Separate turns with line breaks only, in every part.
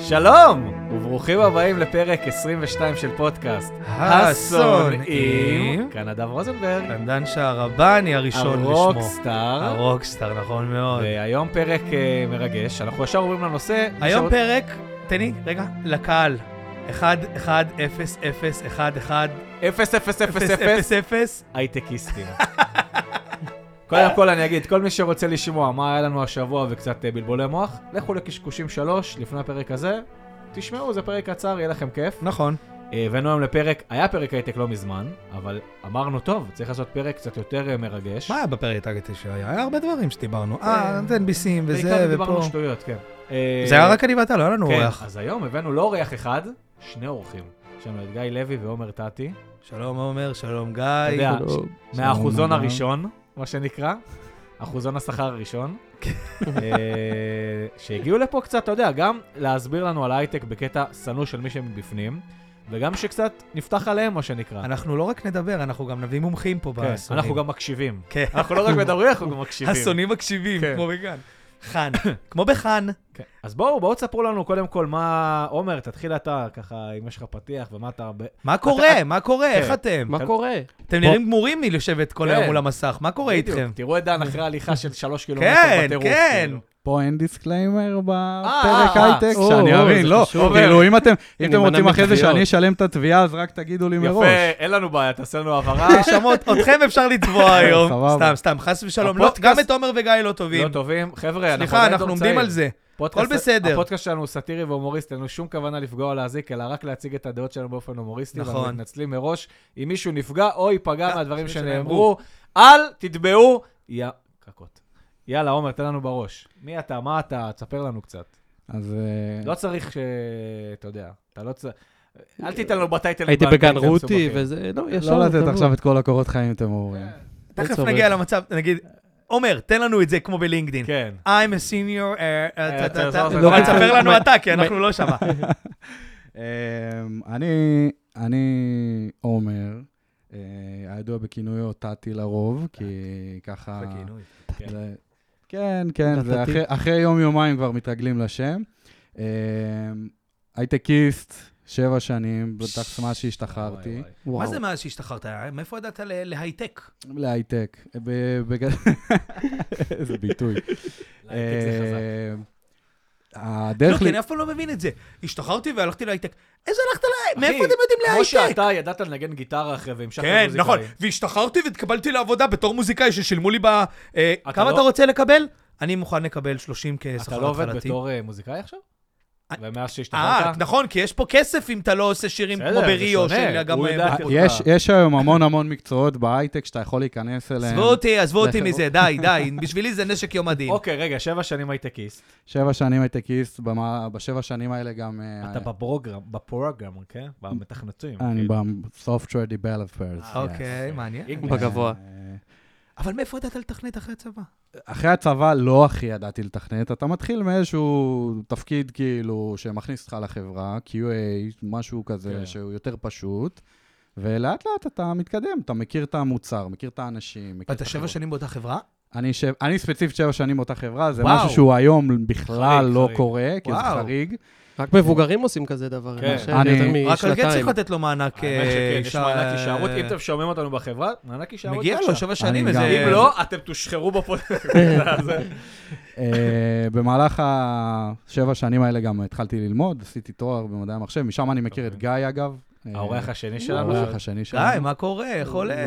שלום, וברוכים הבאים לפרק 22 של פודקאסט. השונאים. כאן אדם רוזנברג,
קנדן שהרבני הראשון בשמו.
הרוקסטאר,
הרוקסטאר, נכון מאוד.
והיום פרק אה, מרגש, אנחנו ישר עוברים לנושא.
היום
ישר-
פרק, תן לי, רגע, לקהל. 1, 1, 0, 0, 1, 1,
0 0 0
0,
0
0, 0.
הייטקיסטים. קודם כל אני אגיד, כל מי שרוצה לשמוע מה היה לנו השבוע וקצת אה, בלבולי מוח, לכו לקשקושים 3 לפני הפרק הזה, תשמעו, זה פרק קצר, יהיה לכם כיף.
נכון.
אה, הבאנו היום לפרק, היה פרק הייטק לא מזמן, אבל אמרנו, טוב, צריך לעשות פרק קצת יותר אה, מרגש.
מה היה בפרק הגתי שהיה? היה הרבה דברים שדיברנו. אה,
אה,
נותן ביסים
בעיקר
וזה
דיברנו
ופה.
שטויות, כן. אה,
זה היה רק אני ואתה, לא היה לנו
כן,
אורח.
אז היום הבאנו לא אורח אחד, שני אורחים. יש לנו את גיא לוי ועומר טאטי,
שלום עומר, שלום גיא.
אתה יודע,
שלום.
מהאחוזון
שלום,
הראשון, מה שנקרא, אחוזון השכר הראשון,
כן.
אה, שהגיעו לפה קצת, אתה יודע, גם להסביר לנו על ההייטק בקטע שנוא של מי שמבפנים, וגם שקצת נפתח עליהם, מה שנקרא.
אנחנו לא רק נדבר, אנחנו גם נביא מומחים פה
כן,
בסונים.
אנחנו גם מקשיבים.
כן.
אנחנו לא רק מדברים, אנחנו גם מקשיבים.
השונאים מקשיבים,
כן.
כמו בגן. חאן, כמו בחאן.
כן. אז בואו, בואו תספרו לנו קודם כל מה... עומר, תתחיל אתה, ככה, אם יש לך פתיח ומה אתה... ב-
מה קורה? מה קורה? איך אתם?
מה קורה?
אתם נראים גמורים מלשבת כל היום
כן.
מול המסך, מה קורה
בדיוק,
איתכם?
תראו את דן אחרי הליכה של שלוש קילומטר
כן,
בטירוף.
כן.
כאילו.
פה אין דיסקליימר
אה,
בפרק
אה,
הייטק,
אה,
שאני
אה,
אבין,
זה
לא.
חשוב.
כאילו, אם אתם אם אתם
נימנע
רוצים אחרי זה
מתביעות.
שאני אשלם את התביעה, אז רק תגידו לי מראש.
יפה, אין לנו בעיה, תעשה לנו הבהרה.
שמות, אתכם אפשר לתבוע היום.
סבבה.
סתם, סתם, חס ושלום. לא,
הפודקאסט-
גם את עומר וגיא לא טובים.
לא טובים. חבר'ה, אנחנו
סליחה,
עדיין
אנחנו
דור
עומדים
צעיר.
על זה.
פודקאסט-
הכל בסדר.
הפודקאסט שלנו הוא סאטירי והומוריסט, אין לנו שום כוונה לפגוע או להזיק, אלא רק להציג את הדעות שלנו באופן הומוריסטי.
נכון.
ואנחנו מתנצלים מראש אם מישהו נפגע או ייפגע
אה,
מהדברים שנאמרו.
שנאמרו.
אל תתבעו. יא... קקות. יאללה, עומר, תן לנו בראש. מי אתה? מה אתה? תספר לנו קצת.
אז אה,
כן.
לא צריך ש... אתה יודע, אתה לא צריך... אל תיתן לו בטייטל.
הייתי בגן רותי
וזה.
וזה, לא, ישר.
לא לתת
תבוא.
עכשיו את כל הקורות חיים אתם אומרים.
תכף
צורך.
נגיע למצב, נגיד, עומר, תן לנו את זה כמו בלינקדין.
כן.
I'm a senior... אה,
אה,
אה,
אתה-
אתה-
אתה-
אתה-
לא,
אבל תספר
אה,
לנו אתה, כי אנחנו לא שמה.
אמ, אני, אני עומר, אה, הידוע בכינויו טאטי לרוב, כי
אה.
ככה... זה- כן, כן, זה
טאטאטי.
אחרי- אחרי יום-יומיים כבר מתרגלים לשם. אמ, הייטקיסט, שבע שנים, בטח מה שהשתחררתי.
וואו.
מה זה מאז שהשתחררת? מאיפה ידעת ל- להייטק?
להייטק. ב- בגד- איזה ביטוי.
להייטק זה חזק. כן,
אה,
לא,
הדרך
כי
לי...
אני אף פעם לא מבין את זה. השתחררתי והלכתי להייטק. איזה הלכת ל...
אחי,
מאיפה אתם יודעים
כמו
להייטק?
שאתה ידעת לנגן גיטרה אחרי והמשכת
כן,
מוזיקאים.
נכון. והשתחררתי והתקבלתי לעבודה בתור מוזיקאי ששילמו לי ב... אה,
אתה
כמה
לא-
אתה רוצה לקבל? אני מוכן לקבל 30 כשכר התחלתי.
אתה לא עובד בתור אה, מוזיקאי עכשיו?
אה,
ומאז
אה,
שהשתחררת?
נכון, כי יש פה כסף אם אתה לא עושה שירים
בסדר,
כמו
זה
בריו,
שונה,
של גם...
הוא ידע-
אה,
אותך.
יש- יש היום המון המון מקצועות בהייטק שאתה יכול להיכנס אליהם.
עזבו אותי, עזבו אותי
לחברות.
מזה, די, די. בשבילי זה נשק יום הדין.
אוקיי, רגע, שבע שנים הייטקיסט.
שבע שנים הייטקיסט, במה- בשבע שנים האלה גם... אה,
אתה בפרוגרם, בפרוגרם, כן? במתכנתים.
אני
כאילו.
ב-software developers.
אה,
yes.
אוקיי, מעניין.
אינגליש.
בגבוה.
אה,
אבל מאיפה ידעת לתכנת אחרי הצבא?
אחרי הצבא לא הכי ידעתי לתכנת, אתה מתחיל מאיזשהו תפקיד כאילו שמכניס אותך לחברה, QA, משהו כזה
כן.
כן. שהוא יותר פשוט, ולאט לאט אתה מתקדם, אתה מכיר את המוצר, מכיר את האנשים, מכיר את
אתה שבע
החברה.
שנים באותה חברה?
אני, ש... אני ספציפית שבע שנים באותה חברה, זה
וואו.
משהו שהוא היום בכלל
חריג,
לא
חריג.
קורה, כי זה
וואו.
חריג.
רק מבוגרים עושים כזה דבר.
כן.
מאשר
אני-
יותר
רק על כן צריך
משנתיים.
לתת לו מענק... אה,
האמת שכן, יש
אישה-
מענק הישארות. אם אתם שומעים אותנו בחברה, מענק הישארות.
מגיע לו
בבקשה.
שבע שנים
אני
איזה...
גם.
אם לא, אתם תושחרו בפודקאסט. זה-
אה, במהלך השבע שנים האלה גם התחלתי ללמוד, עשיתי תואר במדעי המחשב, משם אני מכיר את גיא אגב. אה,
אוקיי. האורח השני שלנו.
האורח השני שלנו.
גיא, מה קורה? איך הולך?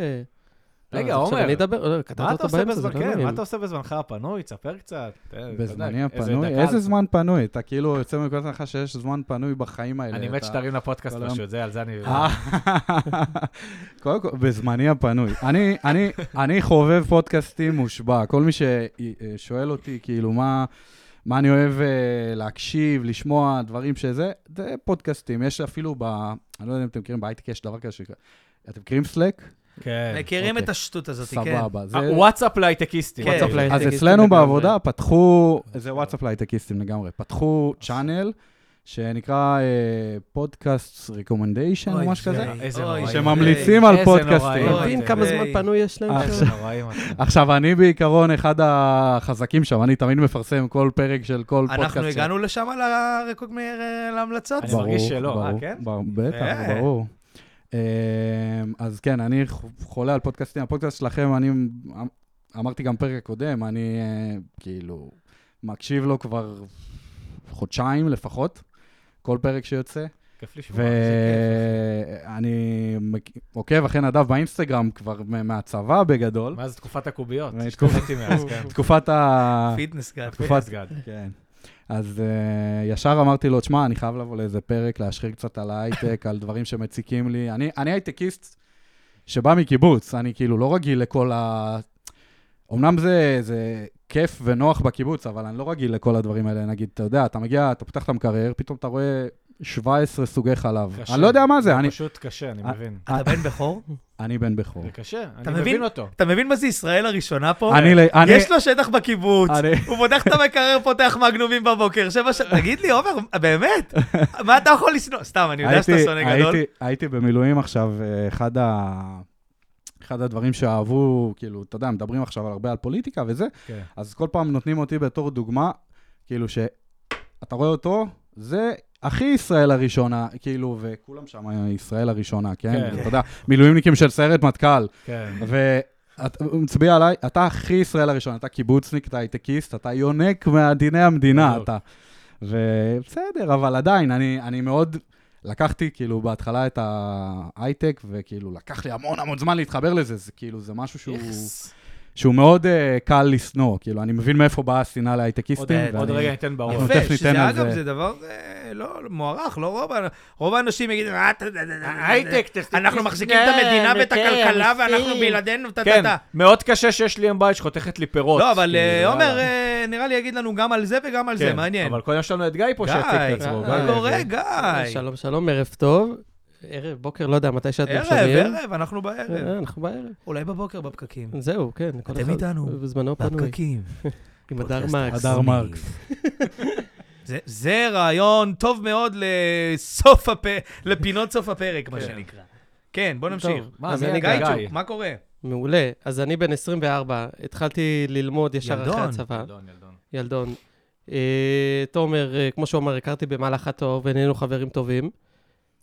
אה.
רגע,
לא, אז עכשיו
עומר.
אני אדבר, לא, קטעת
מה אתה
אותו
עושה
באמצע, זה
בזמן-
לא
כן,
נעים.
מה אתה עושה בזמנך הפנוי? תספר קצת. אה, אתה יודע,
בזמני
איזה
הפנוי?
דקה
איזה
על-
זמן פנוי? אתה כאילו יוצא מנקודת הנחה שיש זמן פנוי בחיים האלה.
אני מת
אתה-
שתרים לפודקאסט
אה, כל היום.
פשוט, זה על זה אני...
אה, קודם כל, בזמני הפנוי. אני- אני- אני חובב פודקאסטים מושבע. כל מי ששואל אותי, כאילו, מה... מה אני אוהב אה, להקשיב, לשמוע, דברים שזה, זה פודקאסטים. יש אפילו ב... אני לא יודע אם אתם מכירים, בהייטק יש דבר כזה שנקרא... אתם מכירים סלק?
כן.
מכירים
אוקיי.
את השטות הזאת, כן.
סבבה. זה-
אה, וואטסאפ להייטקיסטים.
כן.
וואטסאפ
וואטסאפ להייטקיסטים
אז אצלנו
לגמרי.
בעבודה פתחו, זה וואטסאפ להייטקיסטים לגמרי, פתחו צ'אנל שנקרא אה, פודקאסט ריקומנדיישן או
אוי,
משהו
זה-
כזה,
אה, איזה
אוי,
נוראי.
זה-
שממליצים על
איזה
פודקאסטים.
נוראי.
אתה מבין
זה-
כמה
זה-
זמן פנוי יש להם
איזה
שם?
נוראי, מתן.
עכשיו, אני בעיקרון אחד החזקים שם, אני תמיד מפרסם כל פרק של כל פודקאסט. כן.
אנחנו
ש-
הגענו לשם לרקוג אה, להמלצות.
אני מרגיש שלא, אה,
ברור,
כן?
בר- בטח,
יפה.
ברור. אמ, אז כן, אני ח- חולה על פודקאסטים. הפודקאסט שלכם, אני אמ- אמרתי גם פרק קודם, אני אה, כאילו מקשיב לו כבר חודשיים לפחות, כל פרק שיוצא.
כיף לשמוע. זה
ואני עוקב אחרי נדב באינסטגרם כבר מ- מהצבא בגדול.
כיף. מאז תקופת הקוביות.
מאז
השתניתי מאז, כן.
תקופת ה...
פיטנס גאד.
תקופת-
גד.
כן. אז uh, ישר אמרתי לו, תשמע, אני חייב לבוא לאיזה פרק, להשחיר קצת על ההייטק, על דברים שמציקים לי. אני, אני הייטקיסט שבא מקיבוץ, אני כאילו לא רגיל לכל ה... אמנם זה, זה כיף ונוח בקיבוץ, אבל אני לא רגיל לכל הדברים האלה. נגיד, אתה יודע, אתה מגיע, אתה פותח את המקרר, פתאום אתה רואה 17 סוגי חלב.
קשה.
אני לא יודע מה זה, אני,
פשוט קשה, אני
אה,
מבין.
אתה בן בכור?
אני בן בכור.
זה קשה, אני
אתה מבין?
מבין אותו.
אתה מבין מה זה ישראל הראשונה פה?
אני, אני,
אוקיי. יש לו שטח בקיבוץ,
אני-
הוא פותח את המקרר, פותח מגנומים בבוקר, שבע שעות, תגיד לי, עומר, באמת? מה אתה יכול לשנוא? סתם, אני יודע שאתה
הייתי-
שונא גדול.
הייתי- הייתי במילואים עכשיו, אה, אחד ה... אחד הדברים שאהבו, כאילו, אתה יודע, מדברים עכשיו הרבה על פוליטיקה וזה,
כן.
אז כל פעם נותנים אותי בתור דוגמה, כאילו שאתה רואה אותו, זה הכי ישראל הראשונה, כאילו, וכולם שם ישראל הראשונה, כן?
כן.
אתה יודע, מילואימניקים של סיירת מטכ"ל,
כן.
ואתה הוא מצביע עליי, אתה הכי ישראל הראשון, אתה קיבוצניק, אתה הייטקיסט, אתה יונק מדיני המדינה,
בדיוק.
אתה. ובסדר, אבל עדיין, אני, אני מאוד לקחתי, כאילו, בהתחלה את ההייטק, וכאילו, לקח לי המון המון זמן להתחבר לזה, זה כאילו, זה משהו שהוא,
יחס.
שהוא מאוד uh, קל לשנוא, כאילו, אני מבין מאיפה באה השנאה
עוד-
להייטקיסטים.
עוד
ואני-
רגע ניתן בראש.
תכף
יפה,
ניתן
שזה
על
אגב,
זה.
זה דבר אה, לא לא, מוערך, לא רוב ה- רוב האנשים יגידו, "אה, אתה- אתה- אתה- אתה-
הייטק, תפסיק
אנחנו
לסנן,
מחזיקים את המדינה ואת
כן,
הכלכלה, ואנחנו
מיסים."
בלעדינו, טה טה
כן,
טה.
מאוד קשה שיש לי אם בית שחותכת לי פירות.
לא, אבל אה,
כאילו,
עומר,
יאללה.
אה, נראה לי יגיד לנו גם על זה וגם על זה,
כן,
מעניין.
אבל קודם יש לנו את גיא פה שהציג את
גיא,
עצמו.
אה,
מה
גיא.
קורה, גיא?
שלום, שלום, ערב טוב. ערב, בוקר, לא יודע מתי שאתם
ערב,
שומעים.
ערב, אנחנו בערב.
אה, אנחנו בערב.
אולי בבוקר בפקקים.
זהו, כן. כל
אתם
אחד
איתנו.
בזמנו אה, פנוי.
בפקקים.
עם הדר
פודקאסט
מקס.
הדר מרקס.
זה- זה רעיון טוב מאוד לסוף הפרק, לפינות סוף הפרק, מה
כן.
שנקרא. כן, בוא נמשיך.
טוב,
מה,
אז
מי
אני
הגיא?
גיא.
גייצ'וק, מה קורה?
מעולה. אז אני בן 24, התחלתי ללמוד ישר אחרי
ילדון,
הצבא.
ילדון, ילדון.
ילדון. אה, תומר, אה, כמו שהוא אמר, הכרתי במהלך התואר ונהיינו חברים טובים.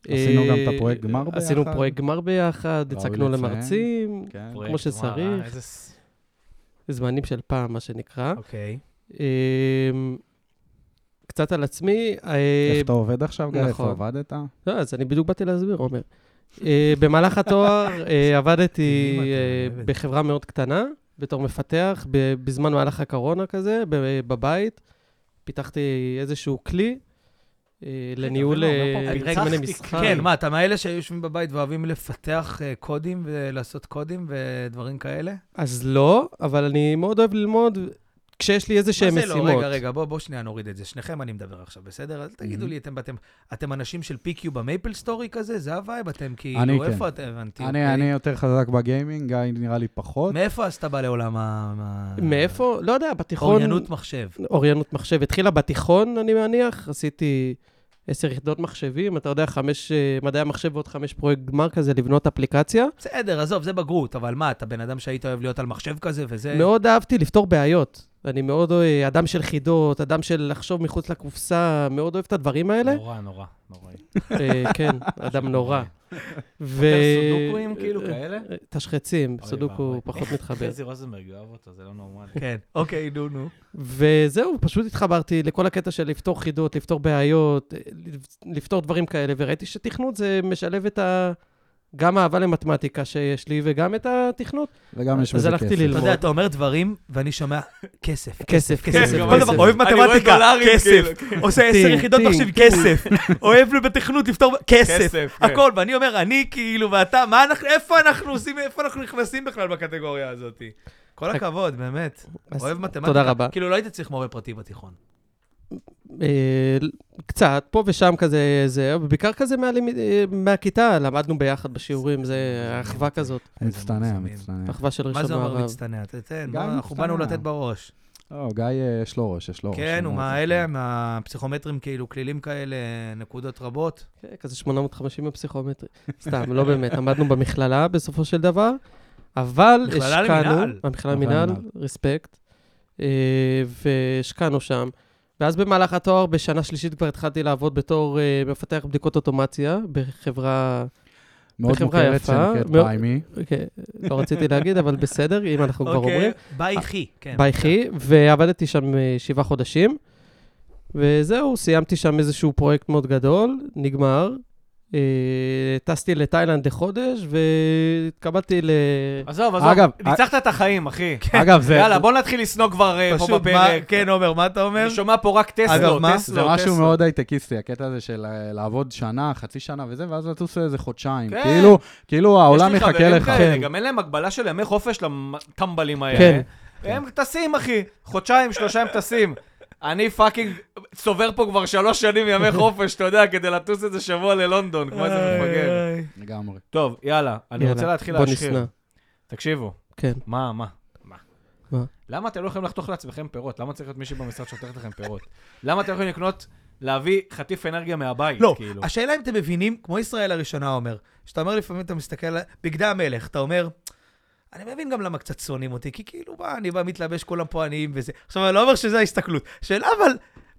עשינו
אה,
גם את הפרויקט גמר ביחד.
עשינו פרויקט גמר ביחד,
ראוי
הצגנו
לציין.
למרצים,
כן.
פרויקט,
כמו שצריך.
וואלה, איזה ס-
זמנים של פעם, מה שנקרא.
אוקיי.
אמ, קצת על עצמי. אה,
איך אתה עובד עכשיו, גיא? איפה
נכון.
עבדת?
לא, אז אני בדיוק באתי להסביר, עומר. אה, במהלך התואר אה, עבדתי
מדהים, אתה
אה,
באמת.
בחברה מאוד קטנה, בתור מפתח, ב- בזמן מהלך הקורונה כזה, ב- בבית. פיתחתי איזשהו כלי אה, לניהול
אבל לא,
אה,
אבל פה
כל מיני
פיצחתי,
משחק.
כן, מה, אתה מאלה שיושבים בבית ואוהבים לפתח אה, קודים ולעשות קודים ודברים כאלה?
אז לא, אבל אני מאוד אוהב ללמוד כשיש לי איזה שהם
מה זה לא?
אה, משימות.
רגע, רגע, בוא, בוא שנייה נוריד את זה. שניכם אני מדבר עכשיו, בסדר? אז תגידו
Mhm.
לי, אתם, אתם, אתם אנשים של PQ במייפל סטורי כזה? זה הווייב? אתם
אני
כאילו,
כן.
איפה אתם? הבנתי.
אני
אוקיי.
אני יותר חזק בגיימינג, גיא נראה לי פחות.
מאיפה אז אתה בא לעולם ה... ה-
מאיפה? לא יודע, בתיכון...
אוריינות מחשב.
אוריינות מחשב. התחילה בתיכון, אני מניח, עשיתי עשר יחידות מחשבים, אתה יודע, חמש אה, מדעי המחשב ועוד חמש פרויקט גמר כזה, לבנות אפליקציה.
בסדר, עזוב, זה בגרות, אבל מה, אתה בן אדם שהיית אוהב להיות על מחשב כזה וזה?
מאוד אהבתי לפתור בעיות. אני מאוד אה, אדם של חידות, אדם של לחשוב מחוץ לקופסה, מאוד אוהב את הדברים האלה.
נורא, נורא, נוראי.
אה, כן, אדם נורא. ו...
יותר סודוקואים כאילו כאלה?
אה, תשחצים,
אוי
סודוקו
ואבוי.
פחות
אה,
מתחבר.
חזי רוזנברג יאהב אותו, זה לא נורמלי.
כן, אוקיי, נו, נו.
וזהו, פשוט התחברתי לכל הקטע של לפתור חידות, לפתור בעיות, אה, לפתור דברים כאלה, וראיתי שתכנות זה משלב את ה... גם האהבה למתמטיקה שיש לי, וגם את התכנות.
וגם יש
אז
בזה כסף.
הלכתי ללמוד.
אתה יודע, אתה אומר דברים, ואני שומע כסף.
כסף, כסף,
כסף,
כן, גם
כל
אני.
דבר,
כסף.
כן, אוהב
אני רואה
מתמטיקה,
דולרים,
כסף,
כאילו, כן.
עושה עשר
טינג,
יחידות
טינג,
מחשב, כסף, אוהב בתכנות לפתור, כסף,
כסף, כן.
הכל, ואני אומר, אני כאילו, ואתה, מה אנחנו, איפה אנחנו עושים, איפה אנחנו נכנסים בכלל בקטגוריה הזאת? כל הכבוד, באמת,
אז
אוהב מתמטיקה.
תודה רבה.
כאילו, לא היית צריך מורה פרטי בתיכון.
אה, קצת, פה ושם כזה, זה, ובעיקר כזה מהלימ... אה, מהכיתה, למדנו ביחד בשיעורים, זה אחווה כזאת,
מצטנע,
מוגזמים.
מצטנע.
אחווה של
מה זה
ראשון
אומר
מערב.
מצטנע? תתן,
גם
אנחנו באנו
מצטנע.
לתת בראש.
לא, גיא, אה, יש לו ראש, אוקיי. יש לו ראש.
כן,
הוא
הוא
מאוד
מהאלה, מהפסיכומטרים, כאילו, כלילים כאלה, נקודות רבות.
כן, כזה 850 בפסיכומטרי. סתם, לא באמת, עמדנו במכללה בסופו של דבר, אבל
מכללה
השקענו...
למינהל.
המכללה
אבל
למינהל,
למינהל.
רספקט, אה, והשקענו שם. ואז במהלך התואר, בשנה שלישית כבר התחלתי לעבוד בתור אה, מפתח בדיקות אוטומציה בחברה,
מאוד
בחברה
מוכרת
יפה,
שנקראת
מאוד-
פריימי.
אוקיי, לא רציתי להגיד, אבל בסדר, אם אנחנו כבר
אוקיי.
אומרים.
ביי חי, כן.
ביי חי, ועבדתי שם אה, שבעה חודשים, וזהו, סיימתי שם איזשהו פרויקט מאוד גדול, נגמר. אה, טסתי לתאילנד לחודש, והתקבלתי ל...
עזוב, עזוב,
אגב, כן.
ניצחת את החיים, אחי.
אגב, זה
כן. יאללה, בוא נתחיל לשנוא כבר אה, פה
פשוט, מה,
בפרק.
כן, עומר, מה אתה אומר?
אני שומע פה רק טסלות,
אגב, מה?
טסלות,
זה
טסלות.
משהו מאוד הייטקיסטי, הקטע הזה של אה, לעבוד שנה, חצי שנה וזה, ואז לטוס איזה חודשיים.
כן.
כאילו, כאילו העולם
יש לי
יחכה
חברים
לך.
כאלה, גם אין להם הגבלה של ימי חופש לטמבלים האלה.
כן.
הם טסים, אחי. חודשיים, שלושה הם טסים. אני פאקינג צובר פה כבר שלוש שנים ימי חופש, אתה יודע, כדי לטוס איזה שבוע ללונדון, כמו איזה
אה.
מפגר.
איי, איי.
לגמרי.
טוב, יאללה, אני רוצה
יאללה,
להתחיל
בוא
להשחיר.
נשנא.
תקשיבו,
כן.
מה, מה? מה?
מה?
למה אתם לא יכולים לחתוך לעצמכם פירות? למה צריך להיות מישהי במשרד שחותכת לכם פירות? למה אתם לא יכולים לקנות, להביא חטיף אנרגיה מהבית,
לא,
כאילו?
השאלה אם אתם מבינים, כמו ישראל הראשונה אומר, שאתה אומר לפעמים, אתה מסתכל על בגדי המלך, אתה אומר, אני מבין גם למה קצת שונאים אותי, כי כאילו, מה, אני בא, מתלבש, כולם פה עניים וזה. עכשיו, אני לא אומר שזה ההסתכלות. שאלה, אבל,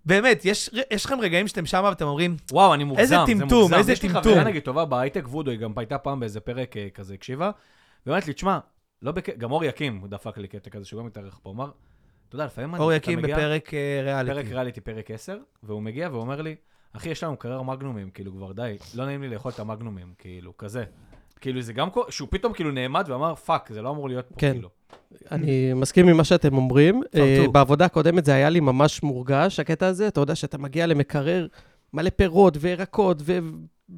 באמת, יש יש לכם רגעים שאתם שם ואתם אומרים,
וואו, אני מוגזם,
איזה
זה
טמטום,
מוגזם.
איזה
יש לי חברה
טמטום.
נגיד טובה בהייטק וודו, היא גם הייתה פעם באיזה פרק אה, כזה, הקשיבה, ואומרת לי, תשמע, לא בק... גם אור יקים, הוא דפק לי קטע כזה, שהוא גם התארח פה, הוא אמר, אתה יודע, לפעמים אני-
אור
אתה
יקים
מגיע-
בפרק אה,
פרק
ריאליטי.
ריאליטי, פרק 10, והוא מגיע ואומר לי, אחי, יש לנו קרר מגנומים, כאילו, כבר די, לא נעים לי לאכול את המגנומים, כאילו, כזה. כאילו, זה גם, קו- שהוא פתאום כאילו נעמד ואמר, פאק, זה לא אמור להיות פה,
כן.
כאילו.
אני מסכים עם מה שאתם אומרים.
צרצור.
אה, בעבודה הקודמת זה היה לי ממש מורגש, הקטע הזה. אתה יודע שאתה מגיע למקרר מלא פירות וירקות ו-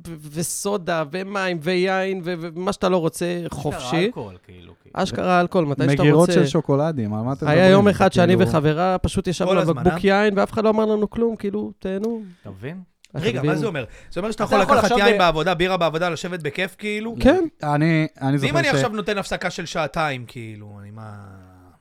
ו- וסודה ומים ויין ו- ומה שאתה לא רוצה,
קרה
חופשי.
אלכוהול, כאילו. כאילו.
אשכרה אלכוהול, מתי שאתה רוצה.
מגירות של שוקולדים, על מה אתם מדברים?
היה יום אחד
זה
שאני
כאילו-
וחברה, פשוט ישבנו
כל
על
הזמן, אה?
בקבוק יין, ואף אחד לא אמר לנו כלום, כאילו, תהנו.
אתה מבין?
רגע,
אתה
מה
מבין?
זה אומר? זה אומר שאתה
אתה
יכול
יכול
לקחת
עכשיו
יין
ב-
בעבודה, בירה בעבודה, לשבת בכיף, כאילו?
כן.
אני, אני
ואם
זוכר
אני
ש...
עכשיו נותן הפסקה של שעתיים, כאילו, אני מה...